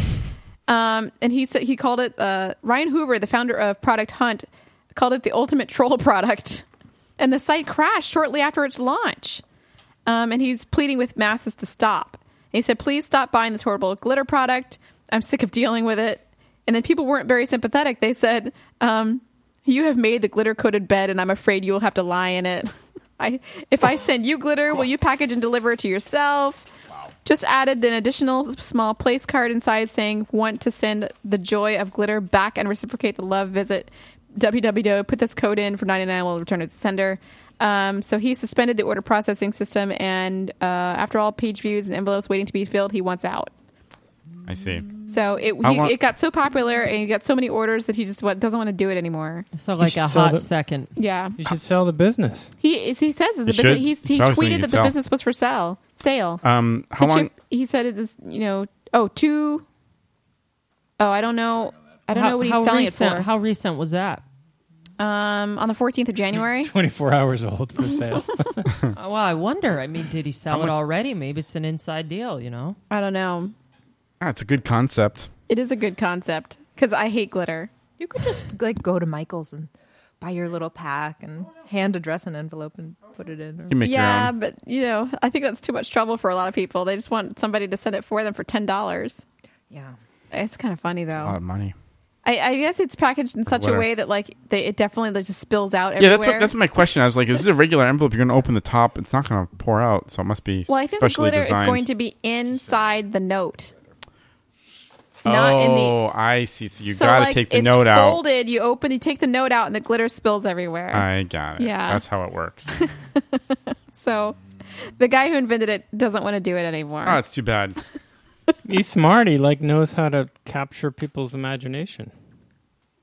Speaker 2: Um, and he said he called it uh, Ryan Hoover, the founder of Product Hunt, called it the ultimate troll product. And the site crashed shortly after its launch. Um, and he's pleading with masses to stop. And he said, "Please stop buying this horrible glitter product. I'm sick of dealing with it." And then people weren't very sympathetic. They said, um, "You have made the glitter coated bed, and I'm afraid you will have to lie in it. I, if I send you glitter, will you package and deliver it to yourself?" Just added an additional small place card inside saying, want to send the joy of glitter back and reciprocate the love visit. www. Put this code in for 99. We'll return it to sender. Um, so he suspended the order processing system. And uh, after all page views and envelopes waiting to be filled, he wants out.
Speaker 3: I see.
Speaker 2: So it
Speaker 3: I
Speaker 2: he,
Speaker 3: want-
Speaker 2: it got so popular and he got so many orders that he just wa- doesn't want to do it anymore.
Speaker 11: So like
Speaker 12: should
Speaker 11: a
Speaker 12: sell
Speaker 11: hot
Speaker 12: the-
Speaker 11: second.
Speaker 2: Yeah.
Speaker 12: You should sell the business.
Speaker 2: He he says that the
Speaker 3: You should.
Speaker 2: business, he's, he
Speaker 3: That was something
Speaker 2: tweeted
Speaker 3: you'd
Speaker 2: that the
Speaker 3: sell.
Speaker 2: business was for sale. Sale.
Speaker 3: Um,
Speaker 2: So
Speaker 3: how long?
Speaker 2: Chip- he said it is, you know, oh, two. Oh, I don't know. I don't
Speaker 11: How-
Speaker 2: know what
Speaker 11: how
Speaker 2: he's selling
Speaker 11: recent,
Speaker 2: it for.
Speaker 11: How recent was that?
Speaker 2: um, on the 14th of January.
Speaker 12: 24 hours old for sale.
Speaker 30: Oh,
Speaker 11: Uh, well, I wonder. I mean, did he sell
Speaker 3: How
Speaker 11: it
Speaker 3: much-
Speaker 11: already? Maybe it's an inside deal. You know.
Speaker 2: I don't know.
Speaker 3: Ah, it's a good concept.
Speaker 2: It is a good concept because I hate glitter.
Speaker 6: You could just like go to Michael's and buy your little pack and hand address an envelope and put it in. Or,
Speaker 3: You make your
Speaker 2: yeah,
Speaker 3: own.
Speaker 2: but you know, I think that's too much trouble for a lot of people. They just want somebody to send it for them for ten dollars.
Speaker 6: yeah.
Speaker 2: It's kind of funny
Speaker 3: A lot
Speaker 2: though.
Speaker 3: of money.
Speaker 2: I, I guess it's packaged in such
Speaker 3: glitter.
Speaker 2: a way that like they, it definitely like, just spills out
Speaker 3: Yeah,
Speaker 2: everywhere.
Speaker 3: that's what, that's my question. I was like, is this a regular envelope? You're going to open the top. It's not going to pour out, so it must be.
Speaker 2: Well, I think the
Speaker 3: specially
Speaker 2: glitter
Speaker 3: designed.
Speaker 2: is going to be inside the note.
Speaker 3: Oh,
Speaker 2: not in the-
Speaker 3: I see. So you
Speaker 2: so
Speaker 3: got to
Speaker 2: like
Speaker 3: take the
Speaker 2: it's
Speaker 3: note out.
Speaker 2: folded, You open, you take the note out, and the glitter spills everywhere.
Speaker 3: I got it.
Speaker 2: Yeah.
Speaker 3: that's how it works.
Speaker 2: So the guy who invented it doesn't want to do it anymore.
Speaker 3: oh, it's too bad.
Speaker 12: He's smart. He like knows how to capture people's imagination.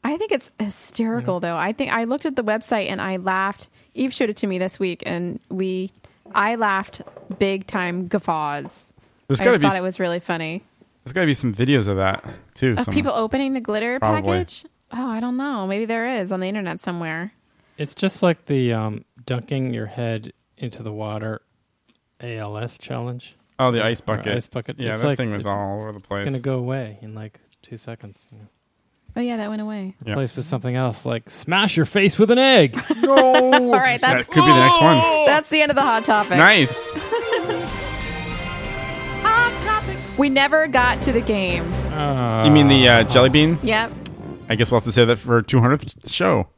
Speaker 2: I I think it's hysterical though. I think I looked at the website and I laughed. Eve showed it to me this week, and we, I laughed big time guffaws.
Speaker 3: There's
Speaker 2: I
Speaker 3: gotta
Speaker 2: just
Speaker 3: be
Speaker 2: thought
Speaker 3: s-
Speaker 2: it was really funny.
Speaker 3: There's got to be some videos of that too.
Speaker 2: Of
Speaker 3: somewhere.
Speaker 2: people opening the glitter
Speaker 3: Probably.
Speaker 2: package. Oh, I don't know. Maybe there is on the internet somewhere.
Speaker 12: It's just like the um, dunking your head into the water ALS challenge.
Speaker 3: Oh, the ice bucket.
Speaker 12: ice bucket.
Speaker 3: Yeah,
Speaker 12: It's
Speaker 3: that
Speaker 12: like-
Speaker 3: thing was
Speaker 12: it's-
Speaker 3: all over the place.
Speaker 12: It's gonna go away in like two seconds. you know.
Speaker 2: Oh yeah, that went away.
Speaker 12: Replaced with something else, like smash your face with an egg.
Speaker 2: All right,
Speaker 12: That
Speaker 2: that's
Speaker 12: could be the next one.
Speaker 2: That's the end of the hot topic.
Speaker 12: Nice.
Speaker 2: We never got to the game.
Speaker 3: you mean the uh, jelly bean?
Speaker 2: Yep.
Speaker 3: I guess we'll have to say that for 200th show.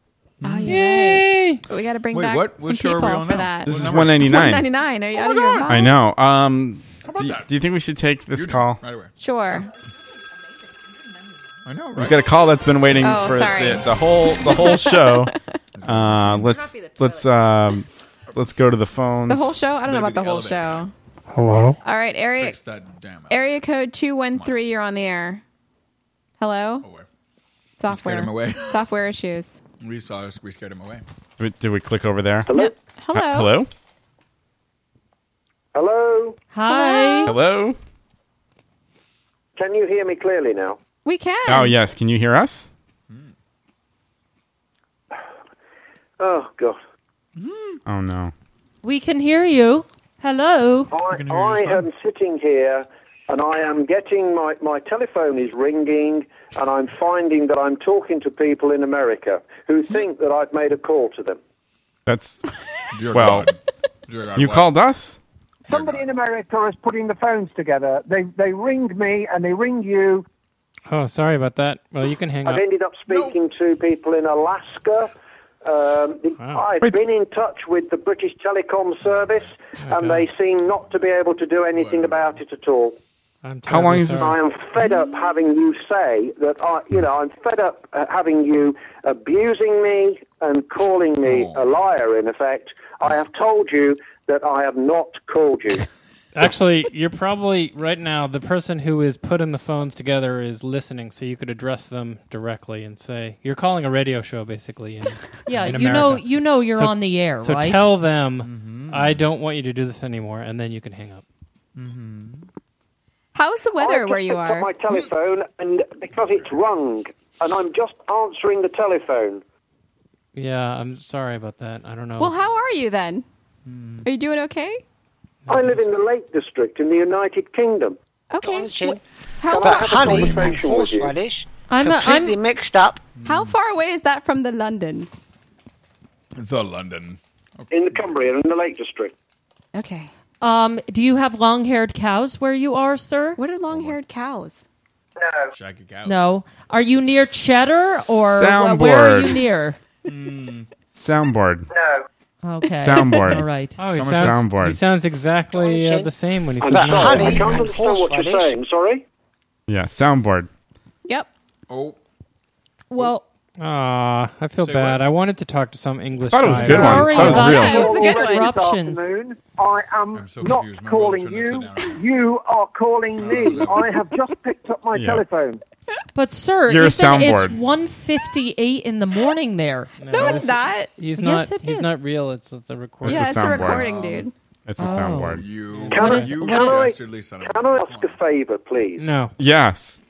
Speaker 2: Oh, you're right. But we got to bring
Speaker 3: Wait,
Speaker 2: back
Speaker 3: what?
Speaker 2: some
Speaker 3: What show are we
Speaker 2: people
Speaker 3: on
Speaker 2: for
Speaker 3: now?
Speaker 2: that.
Speaker 3: This is 199.
Speaker 2: 199. Are you out of your mind?
Speaker 3: I know. Um, do, do you think we should take this call?
Speaker 8: Right away.
Speaker 2: Sure.
Speaker 8: I know,
Speaker 3: We've got a call that's been waiting
Speaker 2: Oh,
Speaker 3: for
Speaker 2: sorry.
Speaker 3: the, the whole the whole show. Uh, let's let's um, let's go to the phones.
Speaker 2: The whole show? I don't know about the whole show.
Speaker 3: Hello.
Speaker 2: All right, area area code two one three. You're on the air. Hello. Software.
Speaker 8: Scared him away.
Speaker 2: Software issues.
Speaker 8: We saw us. We scared him away.
Speaker 3: Did we, did we click over there?
Speaker 2: Hello? Hello?
Speaker 3: Uh, hello.
Speaker 34: Hello?
Speaker 30: Hi.
Speaker 3: Hello.
Speaker 34: Can you hear me clearly now?
Speaker 2: We can.
Speaker 3: Oh yes. Can you hear us?
Speaker 34: Oh, God.
Speaker 3: Oh no.
Speaker 30: We can hear you. Hello.
Speaker 34: I, I am sitting here and I am getting my, my telephone is ringing and I'm finding that I'm talking to people in America who
Speaker 2: Mm-hmm.
Speaker 34: think that I've made a call to them.
Speaker 3: That's
Speaker 34: Dear
Speaker 3: well.
Speaker 34: God.
Speaker 8: Dear
Speaker 34: God,
Speaker 3: you
Speaker 34: what?
Speaker 3: called us.
Speaker 34: Somebody in America is putting the phones together. They, they ring me and they ring you.
Speaker 12: Oh, sorry about that. Well, you can hang
Speaker 34: I've
Speaker 12: up.
Speaker 34: ended up speaking to people in Alaska. Um, the- I've been in touch with the British Telecom Service,
Speaker 12: Oh,
Speaker 34: and they seem not to be able to do anything about it at all.
Speaker 12: I'm
Speaker 3: How long is this?
Speaker 34: I am fed up having you say that I, you know, I'm fed up uh, having you abusing me and calling me
Speaker 12: Oh.
Speaker 34: a liar. In effect, I have told you that I have not called you.
Speaker 12: Actually, you're probably right now the person who is putting the phones together is listening, so you could address them directly and say you're calling a radio show, basically. In,
Speaker 30: Yeah,
Speaker 12: in
Speaker 30: you know-
Speaker 12: America.
Speaker 30: you know you're on the air,
Speaker 12: so
Speaker 30: right?
Speaker 12: tell them I don't want you to do this anymore, and then you can hang up.
Speaker 2: How is the
Speaker 34: I
Speaker 2: weather
Speaker 34: just
Speaker 2: where you
Speaker 34: picked up
Speaker 2: are?
Speaker 34: my telephone, and because it's rung, and I'm just answering the telephone.
Speaker 12: Yeah, I'm sorry about that. I don't know.
Speaker 2: Well, how are you then? Are you doing okay?
Speaker 34: I live in the Lake District in the United Kingdom.
Speaker 2: Okay. Wh-
Speaker 34: Can
Speaker 2: How
Speaker 34: I have a
Speaker 2: far?
Speaker 34: conversation with you?
Speaker 2: I'm a-
Speaker 34: Completely
Speaker 2: I'm-
Speaker 34: mixed up.
Speaker 2: How far away is that from the London?
Speaker 8: The London.
Speaker 34: In the Cumbria, in the Lake District.
Speaker 2: Okay.
Speaker 30: Um, do you have long-haired cows where you are, sir?
Speaker 2: What are long-haired cows?
Speaker 34: No.
Speaker 8: Shaggy cow.
Speaker 30: No. Are you near Cheddar or wh- where are you
Speaker 3: Soundboard.
Speaker 30: near?
Speaker 3: Soundboard.
Speaker 30: Okay.
Speaker 3: Soundboard.
Speaker 30: All right.
Speaker 12: Oh, he
Speaker 3: Someone
Speaker 12: sounds,
Speaker 3: soundboard.
Speaker 12: he sounds exactly uh, the same when he's
Speaker 34: I'm
Speaker 12: speaking.
Speaker 34: sorry, I can't understand what you're saying. Sorry?
Speaker 3: Yeah, soundboard.
Speaker 2: Yep.
Speaker 8: Oh.
Speaker 30: Well,
Speaker 12: Ah, I feel bad. I wanted to talk to some English.
Speaker 3: thought it was a
Speaker 12: guy.
Speaker 3: good one. Sorry That was about real. that. It was a
Speaker 34: Already this afternoon, I am not calling you. You are calling me. I have just picked up my
Speaker 30: Yeah.
Speaker 34: telephone.
Speaker 30: But sir,
Speaker 12: You're a
Speaker 30: Ethan, it's
Speaker 12: soundboard.
Speaker 30: 1:58 in the morning there.
Speaker 12: No, it's
Speaker 2: not.
Speaker 12: He's not.
Speaker 30: Yes, it
Speaker 12: he's
Speaker 30: is.
Speaker 12: not real. It's, it's a recording.
Speaker 2: yeah, it's a recording, dude.
Speaker 3: It's a
Speaker 30: Oh.
Speaker 3: soundboard.
Speaker 8: You.
Speaker 34: Can, I,
Speaker 8: you
Speaker 34: can, I,
Speaker 8: dastardly son of a-
Speaker 34: can I ask a favour, please?
Speaker 12: No.
Speaker 3: Yes.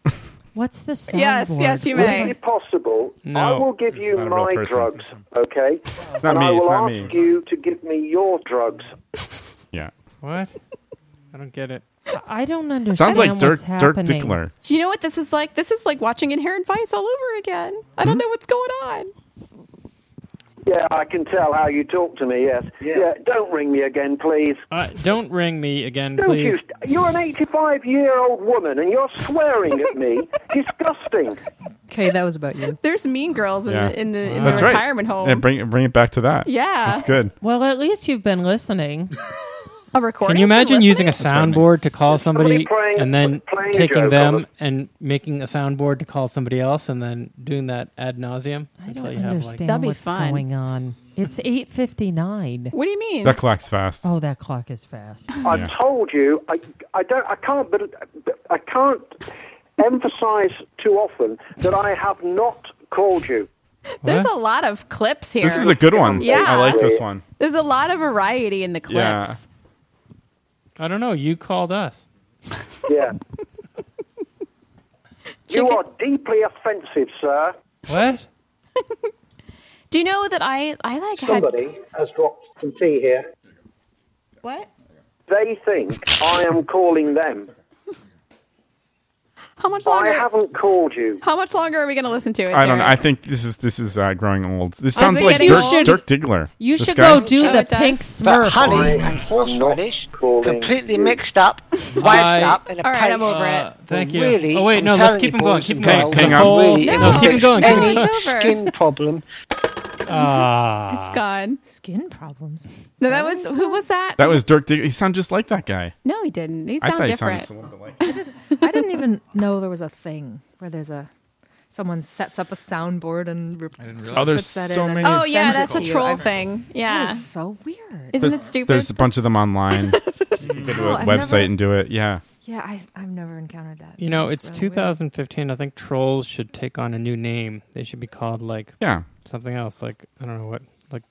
Speaker 30: What's the soundboard?
Speaker 34: Yes,
Speaker 2: yes, you
Speaker 34: Would
Speaker 2: may.
Speaker 34: it be possible?
Speaker 3: No.
Speaker 34: I will give you
Speaker 3: not a real
Speaker 34: my
Speaker 3: person.
Speaker 34: drugs, okay?
Speaker 3: not
Speaker 34: and I
Speaker 3: me,
Speaker 34: will
Speaker 3: it's not
Speaker 34: ask
Speaker 3: me.
Speaker 34: you to give me your drugs.
Speaker 3: Yeah.
Speaker 12: What? I don't get it.
Speaker 30: I don't
Speaker 3: Sounds
Speaker 30: understand.
Speaker 3: like Dirk
Speaker 30: what's
Speaker 3: Dirk
Speaker 30: happening.
Speaker 3: Dickler.
Speaker 2: Do you know what this is like? This is like watching Inherent Vice all over again. I
Speaker 3: Mm-hmm.
Speaker 2: don't know what's going on.
Speaker 34: Yeah, I can tell how you talk to me, yes. Yeah, don't ring me again, please.
Speaker 12: Uh, don't ring me again,
Speaker 34: Don't you?
Speaker 12: please.
Speaker 34: st- You're an 85 year old woman and you're swearing at me. Disgusting.
Speaker 2: Okay, that was about you. There's Mean Girls in
Speaker 3: Yeah.
Speaker 2: the in the, in the
Speaker 3: That's right.
Speaker 2: retirement home.
Speaker 3: Yeah, bring bring it back to that.
Speaker 2: Yeah.
Speaker 3: That's good.
Speaker 30: Well, at least you've been listening.
Speaker 2: a recording.
Speaker 12: Can you imagine using a soundboard to call
Speaker 30: somebody
Speaker 12: somebody,
Speaker 30: playing-
Speaker 12: and then
Speaker 30: playing a
Speaker 12: taking
Speaker 30: joke on
Speaker 12: them
Speaker 30: us.
Speaker 12: and making a soundboard to call somebody else and then doing that ad nauseum? I
Speaker 30: don't understand
Speaker 2: That'd be
Speaker 30: what's
Speaker 2: fun.
Speaker 30: going on. It's 8:59.
Speaker 2: What do you mean?
Speaker 3: That clock's fast.
Speaker 30: Oh, that clock is fast.
Speaker 34: I've told you, I, I don't, I can't, but I can't emphasize too often that I have not called you.
Speaker 2: There's a lot of clips here.
Speaker 3: This is a good one.
Speaker 2: Yeah.
Speaker 3: I like this one.
Speaker 2: There's a lot of variety in the clips.
Speaker 3: Yeah.
Speaker 12: I don't know. You called us.
Speaker 34: Yeah. you are deeply offensive, sir.
Speaker 12: What?
Speaker 2: Do you know that I I like had
Speaker 34: Somebody has dropped some tea here.
Speaker 2: what?
Speaker 34: They think I am calling them.
Speaker 2: How much
Speaker 34: I
Speaker 2: longer?
Speaker 34: haven't called you.
Speaker 2: How much longer are we going to listen to it?
Speaker 3: I don't know.
Speaker 2: Derek?
Speaker 3: I think this is this is uh, growing old. This
Speaker 2: Is
Speaker 3: sounds
Speaker 2: it
Speaker 3: like
Speaker 2: getting
Speaker 3: Dirk,
Speaker 2: old?
Speaker 3: Dirk Diggler.
Speaker 11: You
Speaker 3: This
Speaker 11: should
Speaker 3: guy.
Speaker 11: go do
Speaker 2: Oh,
Speaker 11: the
Speaker 2: it does.
Speaker 11: pink
Speaker 1: But
Speaker 11: smurf.
Speaker 1: honey and horseradish, completely mixed up,
Speaker 12: I-
Speaker 1: wiped up in a
Speaker 2: All right,
Speaker 1: paste.
Speaker 2: I'm over
Speaker 12: Uh,
Speaker 2: it.
Speaker 12: thank
Speaker 1: Well,
Speaker 12: you.
Speaker 1: really,
Speaker 12: oh wait,
Speaker 1: I'm
Speaker 12: no, let's
Speaker 1: telling
Speaker 12: keep
Speaker 1: you,
Speaker 12: him going.
Speaker 1: boys
Speaker 12: Keep him
Speaker 1: and
Speaker 12: going.
Speaker 1: girls, the
Speaker 12: The whole-
Speaker 1: whole-
Speaker 12: no, keep him going. Keep him
Speaker 1: any
Speaker 12: going.
Speaker 2: over.
Speaker 1: Skin problem.
Speaker 12: Ah.
Speaker 2: It's gone.
Speaker 6: Skin problems.
Speaker 2: No, that was who was that?
Speaker 3: That was Dirk Diggler. He sounded just like that guy.
Speaker 2: No, he didn't. He
Speaker 3: I
Speaker 2: sounded
Speaker 3: thought he
Speaker 2: different.
Speaker 3: sounded someone to like.
Speaker 6: I didn't even know there was a thing where there's a someone sets up a soundboard and re-
Speaker 3: realize. Oh, there's
Speaker 6: puts that
Speaker 3: so
Speaker 6: in and
Speaker 3: many-
Speaker 2: Oh yeah,
Speaker 6: sends it
Speaker 2: that's a
Speaker 6: to you.
Speaker 2: troll
Speaker 6: I've-
Speaker 2: thing.
Speaker 6: That
Speaker 2: Yeah.
Speaker 6: is so weird.
Speaker 2: Isn't
Speaker 3: There's-
Speaker 2: it stupid?
Speaker 3: There's a bunch of them online. you can go to
Speaker 6: No,
Speaker 3: a
Speaker 6: I've
Speaker 3: website
Speaker 6: never-
Speaker 3: and do it. Yeah.
Speaker 6: Yeah, I, I've never encountered that.
Speaker 12: You know, it's
Speaker 6: That's really weird.
Speaker 12: 2015. I think trolls should take on a new name. They should be called like
Speaker 3: Yeah.
Speaker 12: something else, like I don't know what, like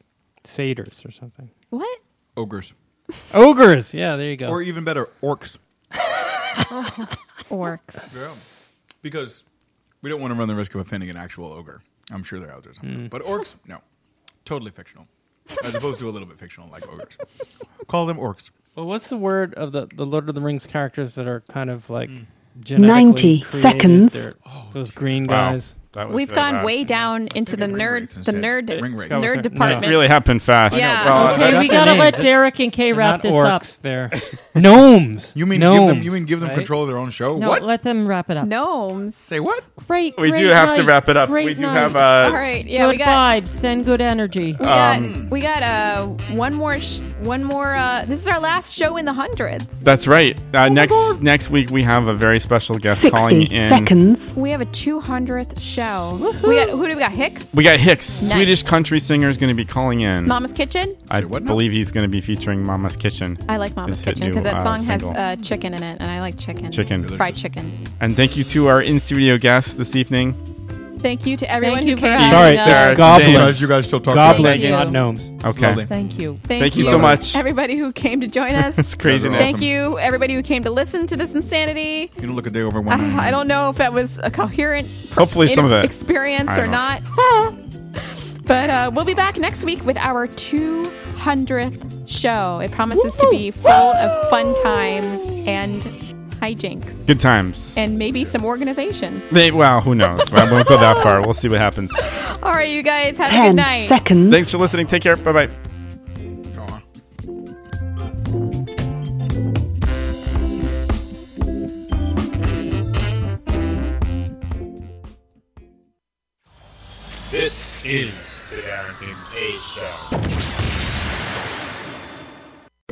Speaker 12: satyrs or something.
Speaker 2: What?
Speaker 8: Ogres.
Speaker 12: Ogres. Yeah, there you go.
Speaker 8: Or even better, orcs.
Speaker 2: Orcs.
Speaker 8: Because we don't want to run the risk of offending an actual ogre. I'm sure they're out there somewhere.
Speaker 12: Mm.
Speaker 8: But orcs, no. Totally fictional. As opposed to a little bit fictional like ogres. Call them orcs.
Speaker 12: well, what's the word of the the Lord of the Rings characters that are kind of like
Speaker 8: Mm.
Speaker 12: genetically
Speaker 26: 90
Speaker 12: created?
Speaker 26: seconds.
Speaker 12: They're- those green
Speaker 3: Wow.
Speaker 12: guys.
Speaker 3: That
Speaker 2: We've gone way down into the nerd, the nerd, nerd department.
Speaker 3: It really happened fast.
Speaker 2: Yeah.
Speaker 3: Well,
Speaker 11: Okay,
Speaker 3: that's-
Speaker 11: we gotta let Derek and Kay
Speaker 12: They're
Speaker 11: wrap
Speaker 12: not
Speaker 11: this
Speaker 12: orcs,
Speaker 11: up.
Speaker 12: They're gnomes.
Speaker 8: You mean
Speaker 12: gnomes,
Speaker 8: give them you mean give them
Speaker 12: right?
Speaker 8: control of their own show?
Speaker 11: No,
Speaker 8: what?
Speaker 11: let them wrap it up.
Speaker 2: Gnomes.
Speaker 8: Say what?
Speaker 11: Great.
Speaker 3: We do
Speaker 11: great
Speaker 3: have to
Speaker 11: night.
Speaker 3: wrap it up.
Speaker 11: Great
Speaker 3: We do
Speaker 11: night.
Speaker 3: have, uh,
Speaker 2: All right, yeah,
Speaker 11: good
Speaker 2: we got-
Speaker 11: vibes. Send good energy.
Speaker 2: We got, we got uh, one more, sh- one more. Uh, this is our last show in the hundreds.
Speaker 3: That's right. Uh, next next week we have a very special guest
Speaker 2: 60
Speaker 3: calling in.
Speaker 11: Hmm?
Speaker 2: We have a 200th show. We got who do we got? Hicks,
Speaker 3: We got Hicks,
Speaker 2: Nice.
Speaker 3: Swedish country singer, is going to be calling in.
Speaker 2: Mama's Kitchen.
Speaker 3: I believe he's going to be featuring Mama's Kitchen.
Speaker 2: I like Mama's
Speaker 3: His hit
Speaker 2: Kitchen because
Speaker 3: new,
Speaker 2: that
Speaker 3: uh,
Speaker 2: song has
Speaker 3: single.
Speaker 2: uh, chicken in it, and I like chicken.
Speaker 3: Chicken.
Speaker 2: fried chicken.
Speaker 3: And thank you to our in studio guest this evening.
Speaker 2: Thank you to everyone
Speaker 11: Thank
Speaker 2: who
Speaker 11: you for
Speaker 2: came.
Speaker 11: having
Speaker 12: Sorry,
Speaker 2: and,
Speaker 12: it's
Speaker 2: uh,
Speaker 12: Sarah.
Speaker 3: James.
Speaker 12: Goblins.
Speaker 8: You guys still talk
Speaker 12: goblins,
Speaker 2: to us.
Speaker 12: not gnomes.
Speaker 3: Okay.
Speaker 8: Lovely.
Speaker 11: Thank you.
Speaker 2: Thank,
Speaker 3: Thank you so much.
Speaker 2: everybody who came to join us.
Speaker 3: It's craziness.
Speaker 2: Thank you, everybody who came to listen to this insanity.
Speaker 8: You don't look a day over one.
Speaker 2: I, I don't know if that was a coherent
Speaker 3: Hopefully some of
Speaker 2: inter-
Speaker 3: it.
Speaker 2: experience
Speaker 3: I
Speaker 2: or
Speaker 3: don't
Speaker 2: not. but uh, we'll be back next week with our 200th show. It promises to be full of fun times and hijinks
Speaker 3: Good times.
Speaker 2: and maybe some organization.
Speaker 3: They, well, who knows? I won't go that far. We'll see what happens.
Speaker 2: All right, you guys, have a good night.
Speaker 3: Thanks for listening. Take care. Bye bye.
Speaker 4: This is the Derek and Kay Show.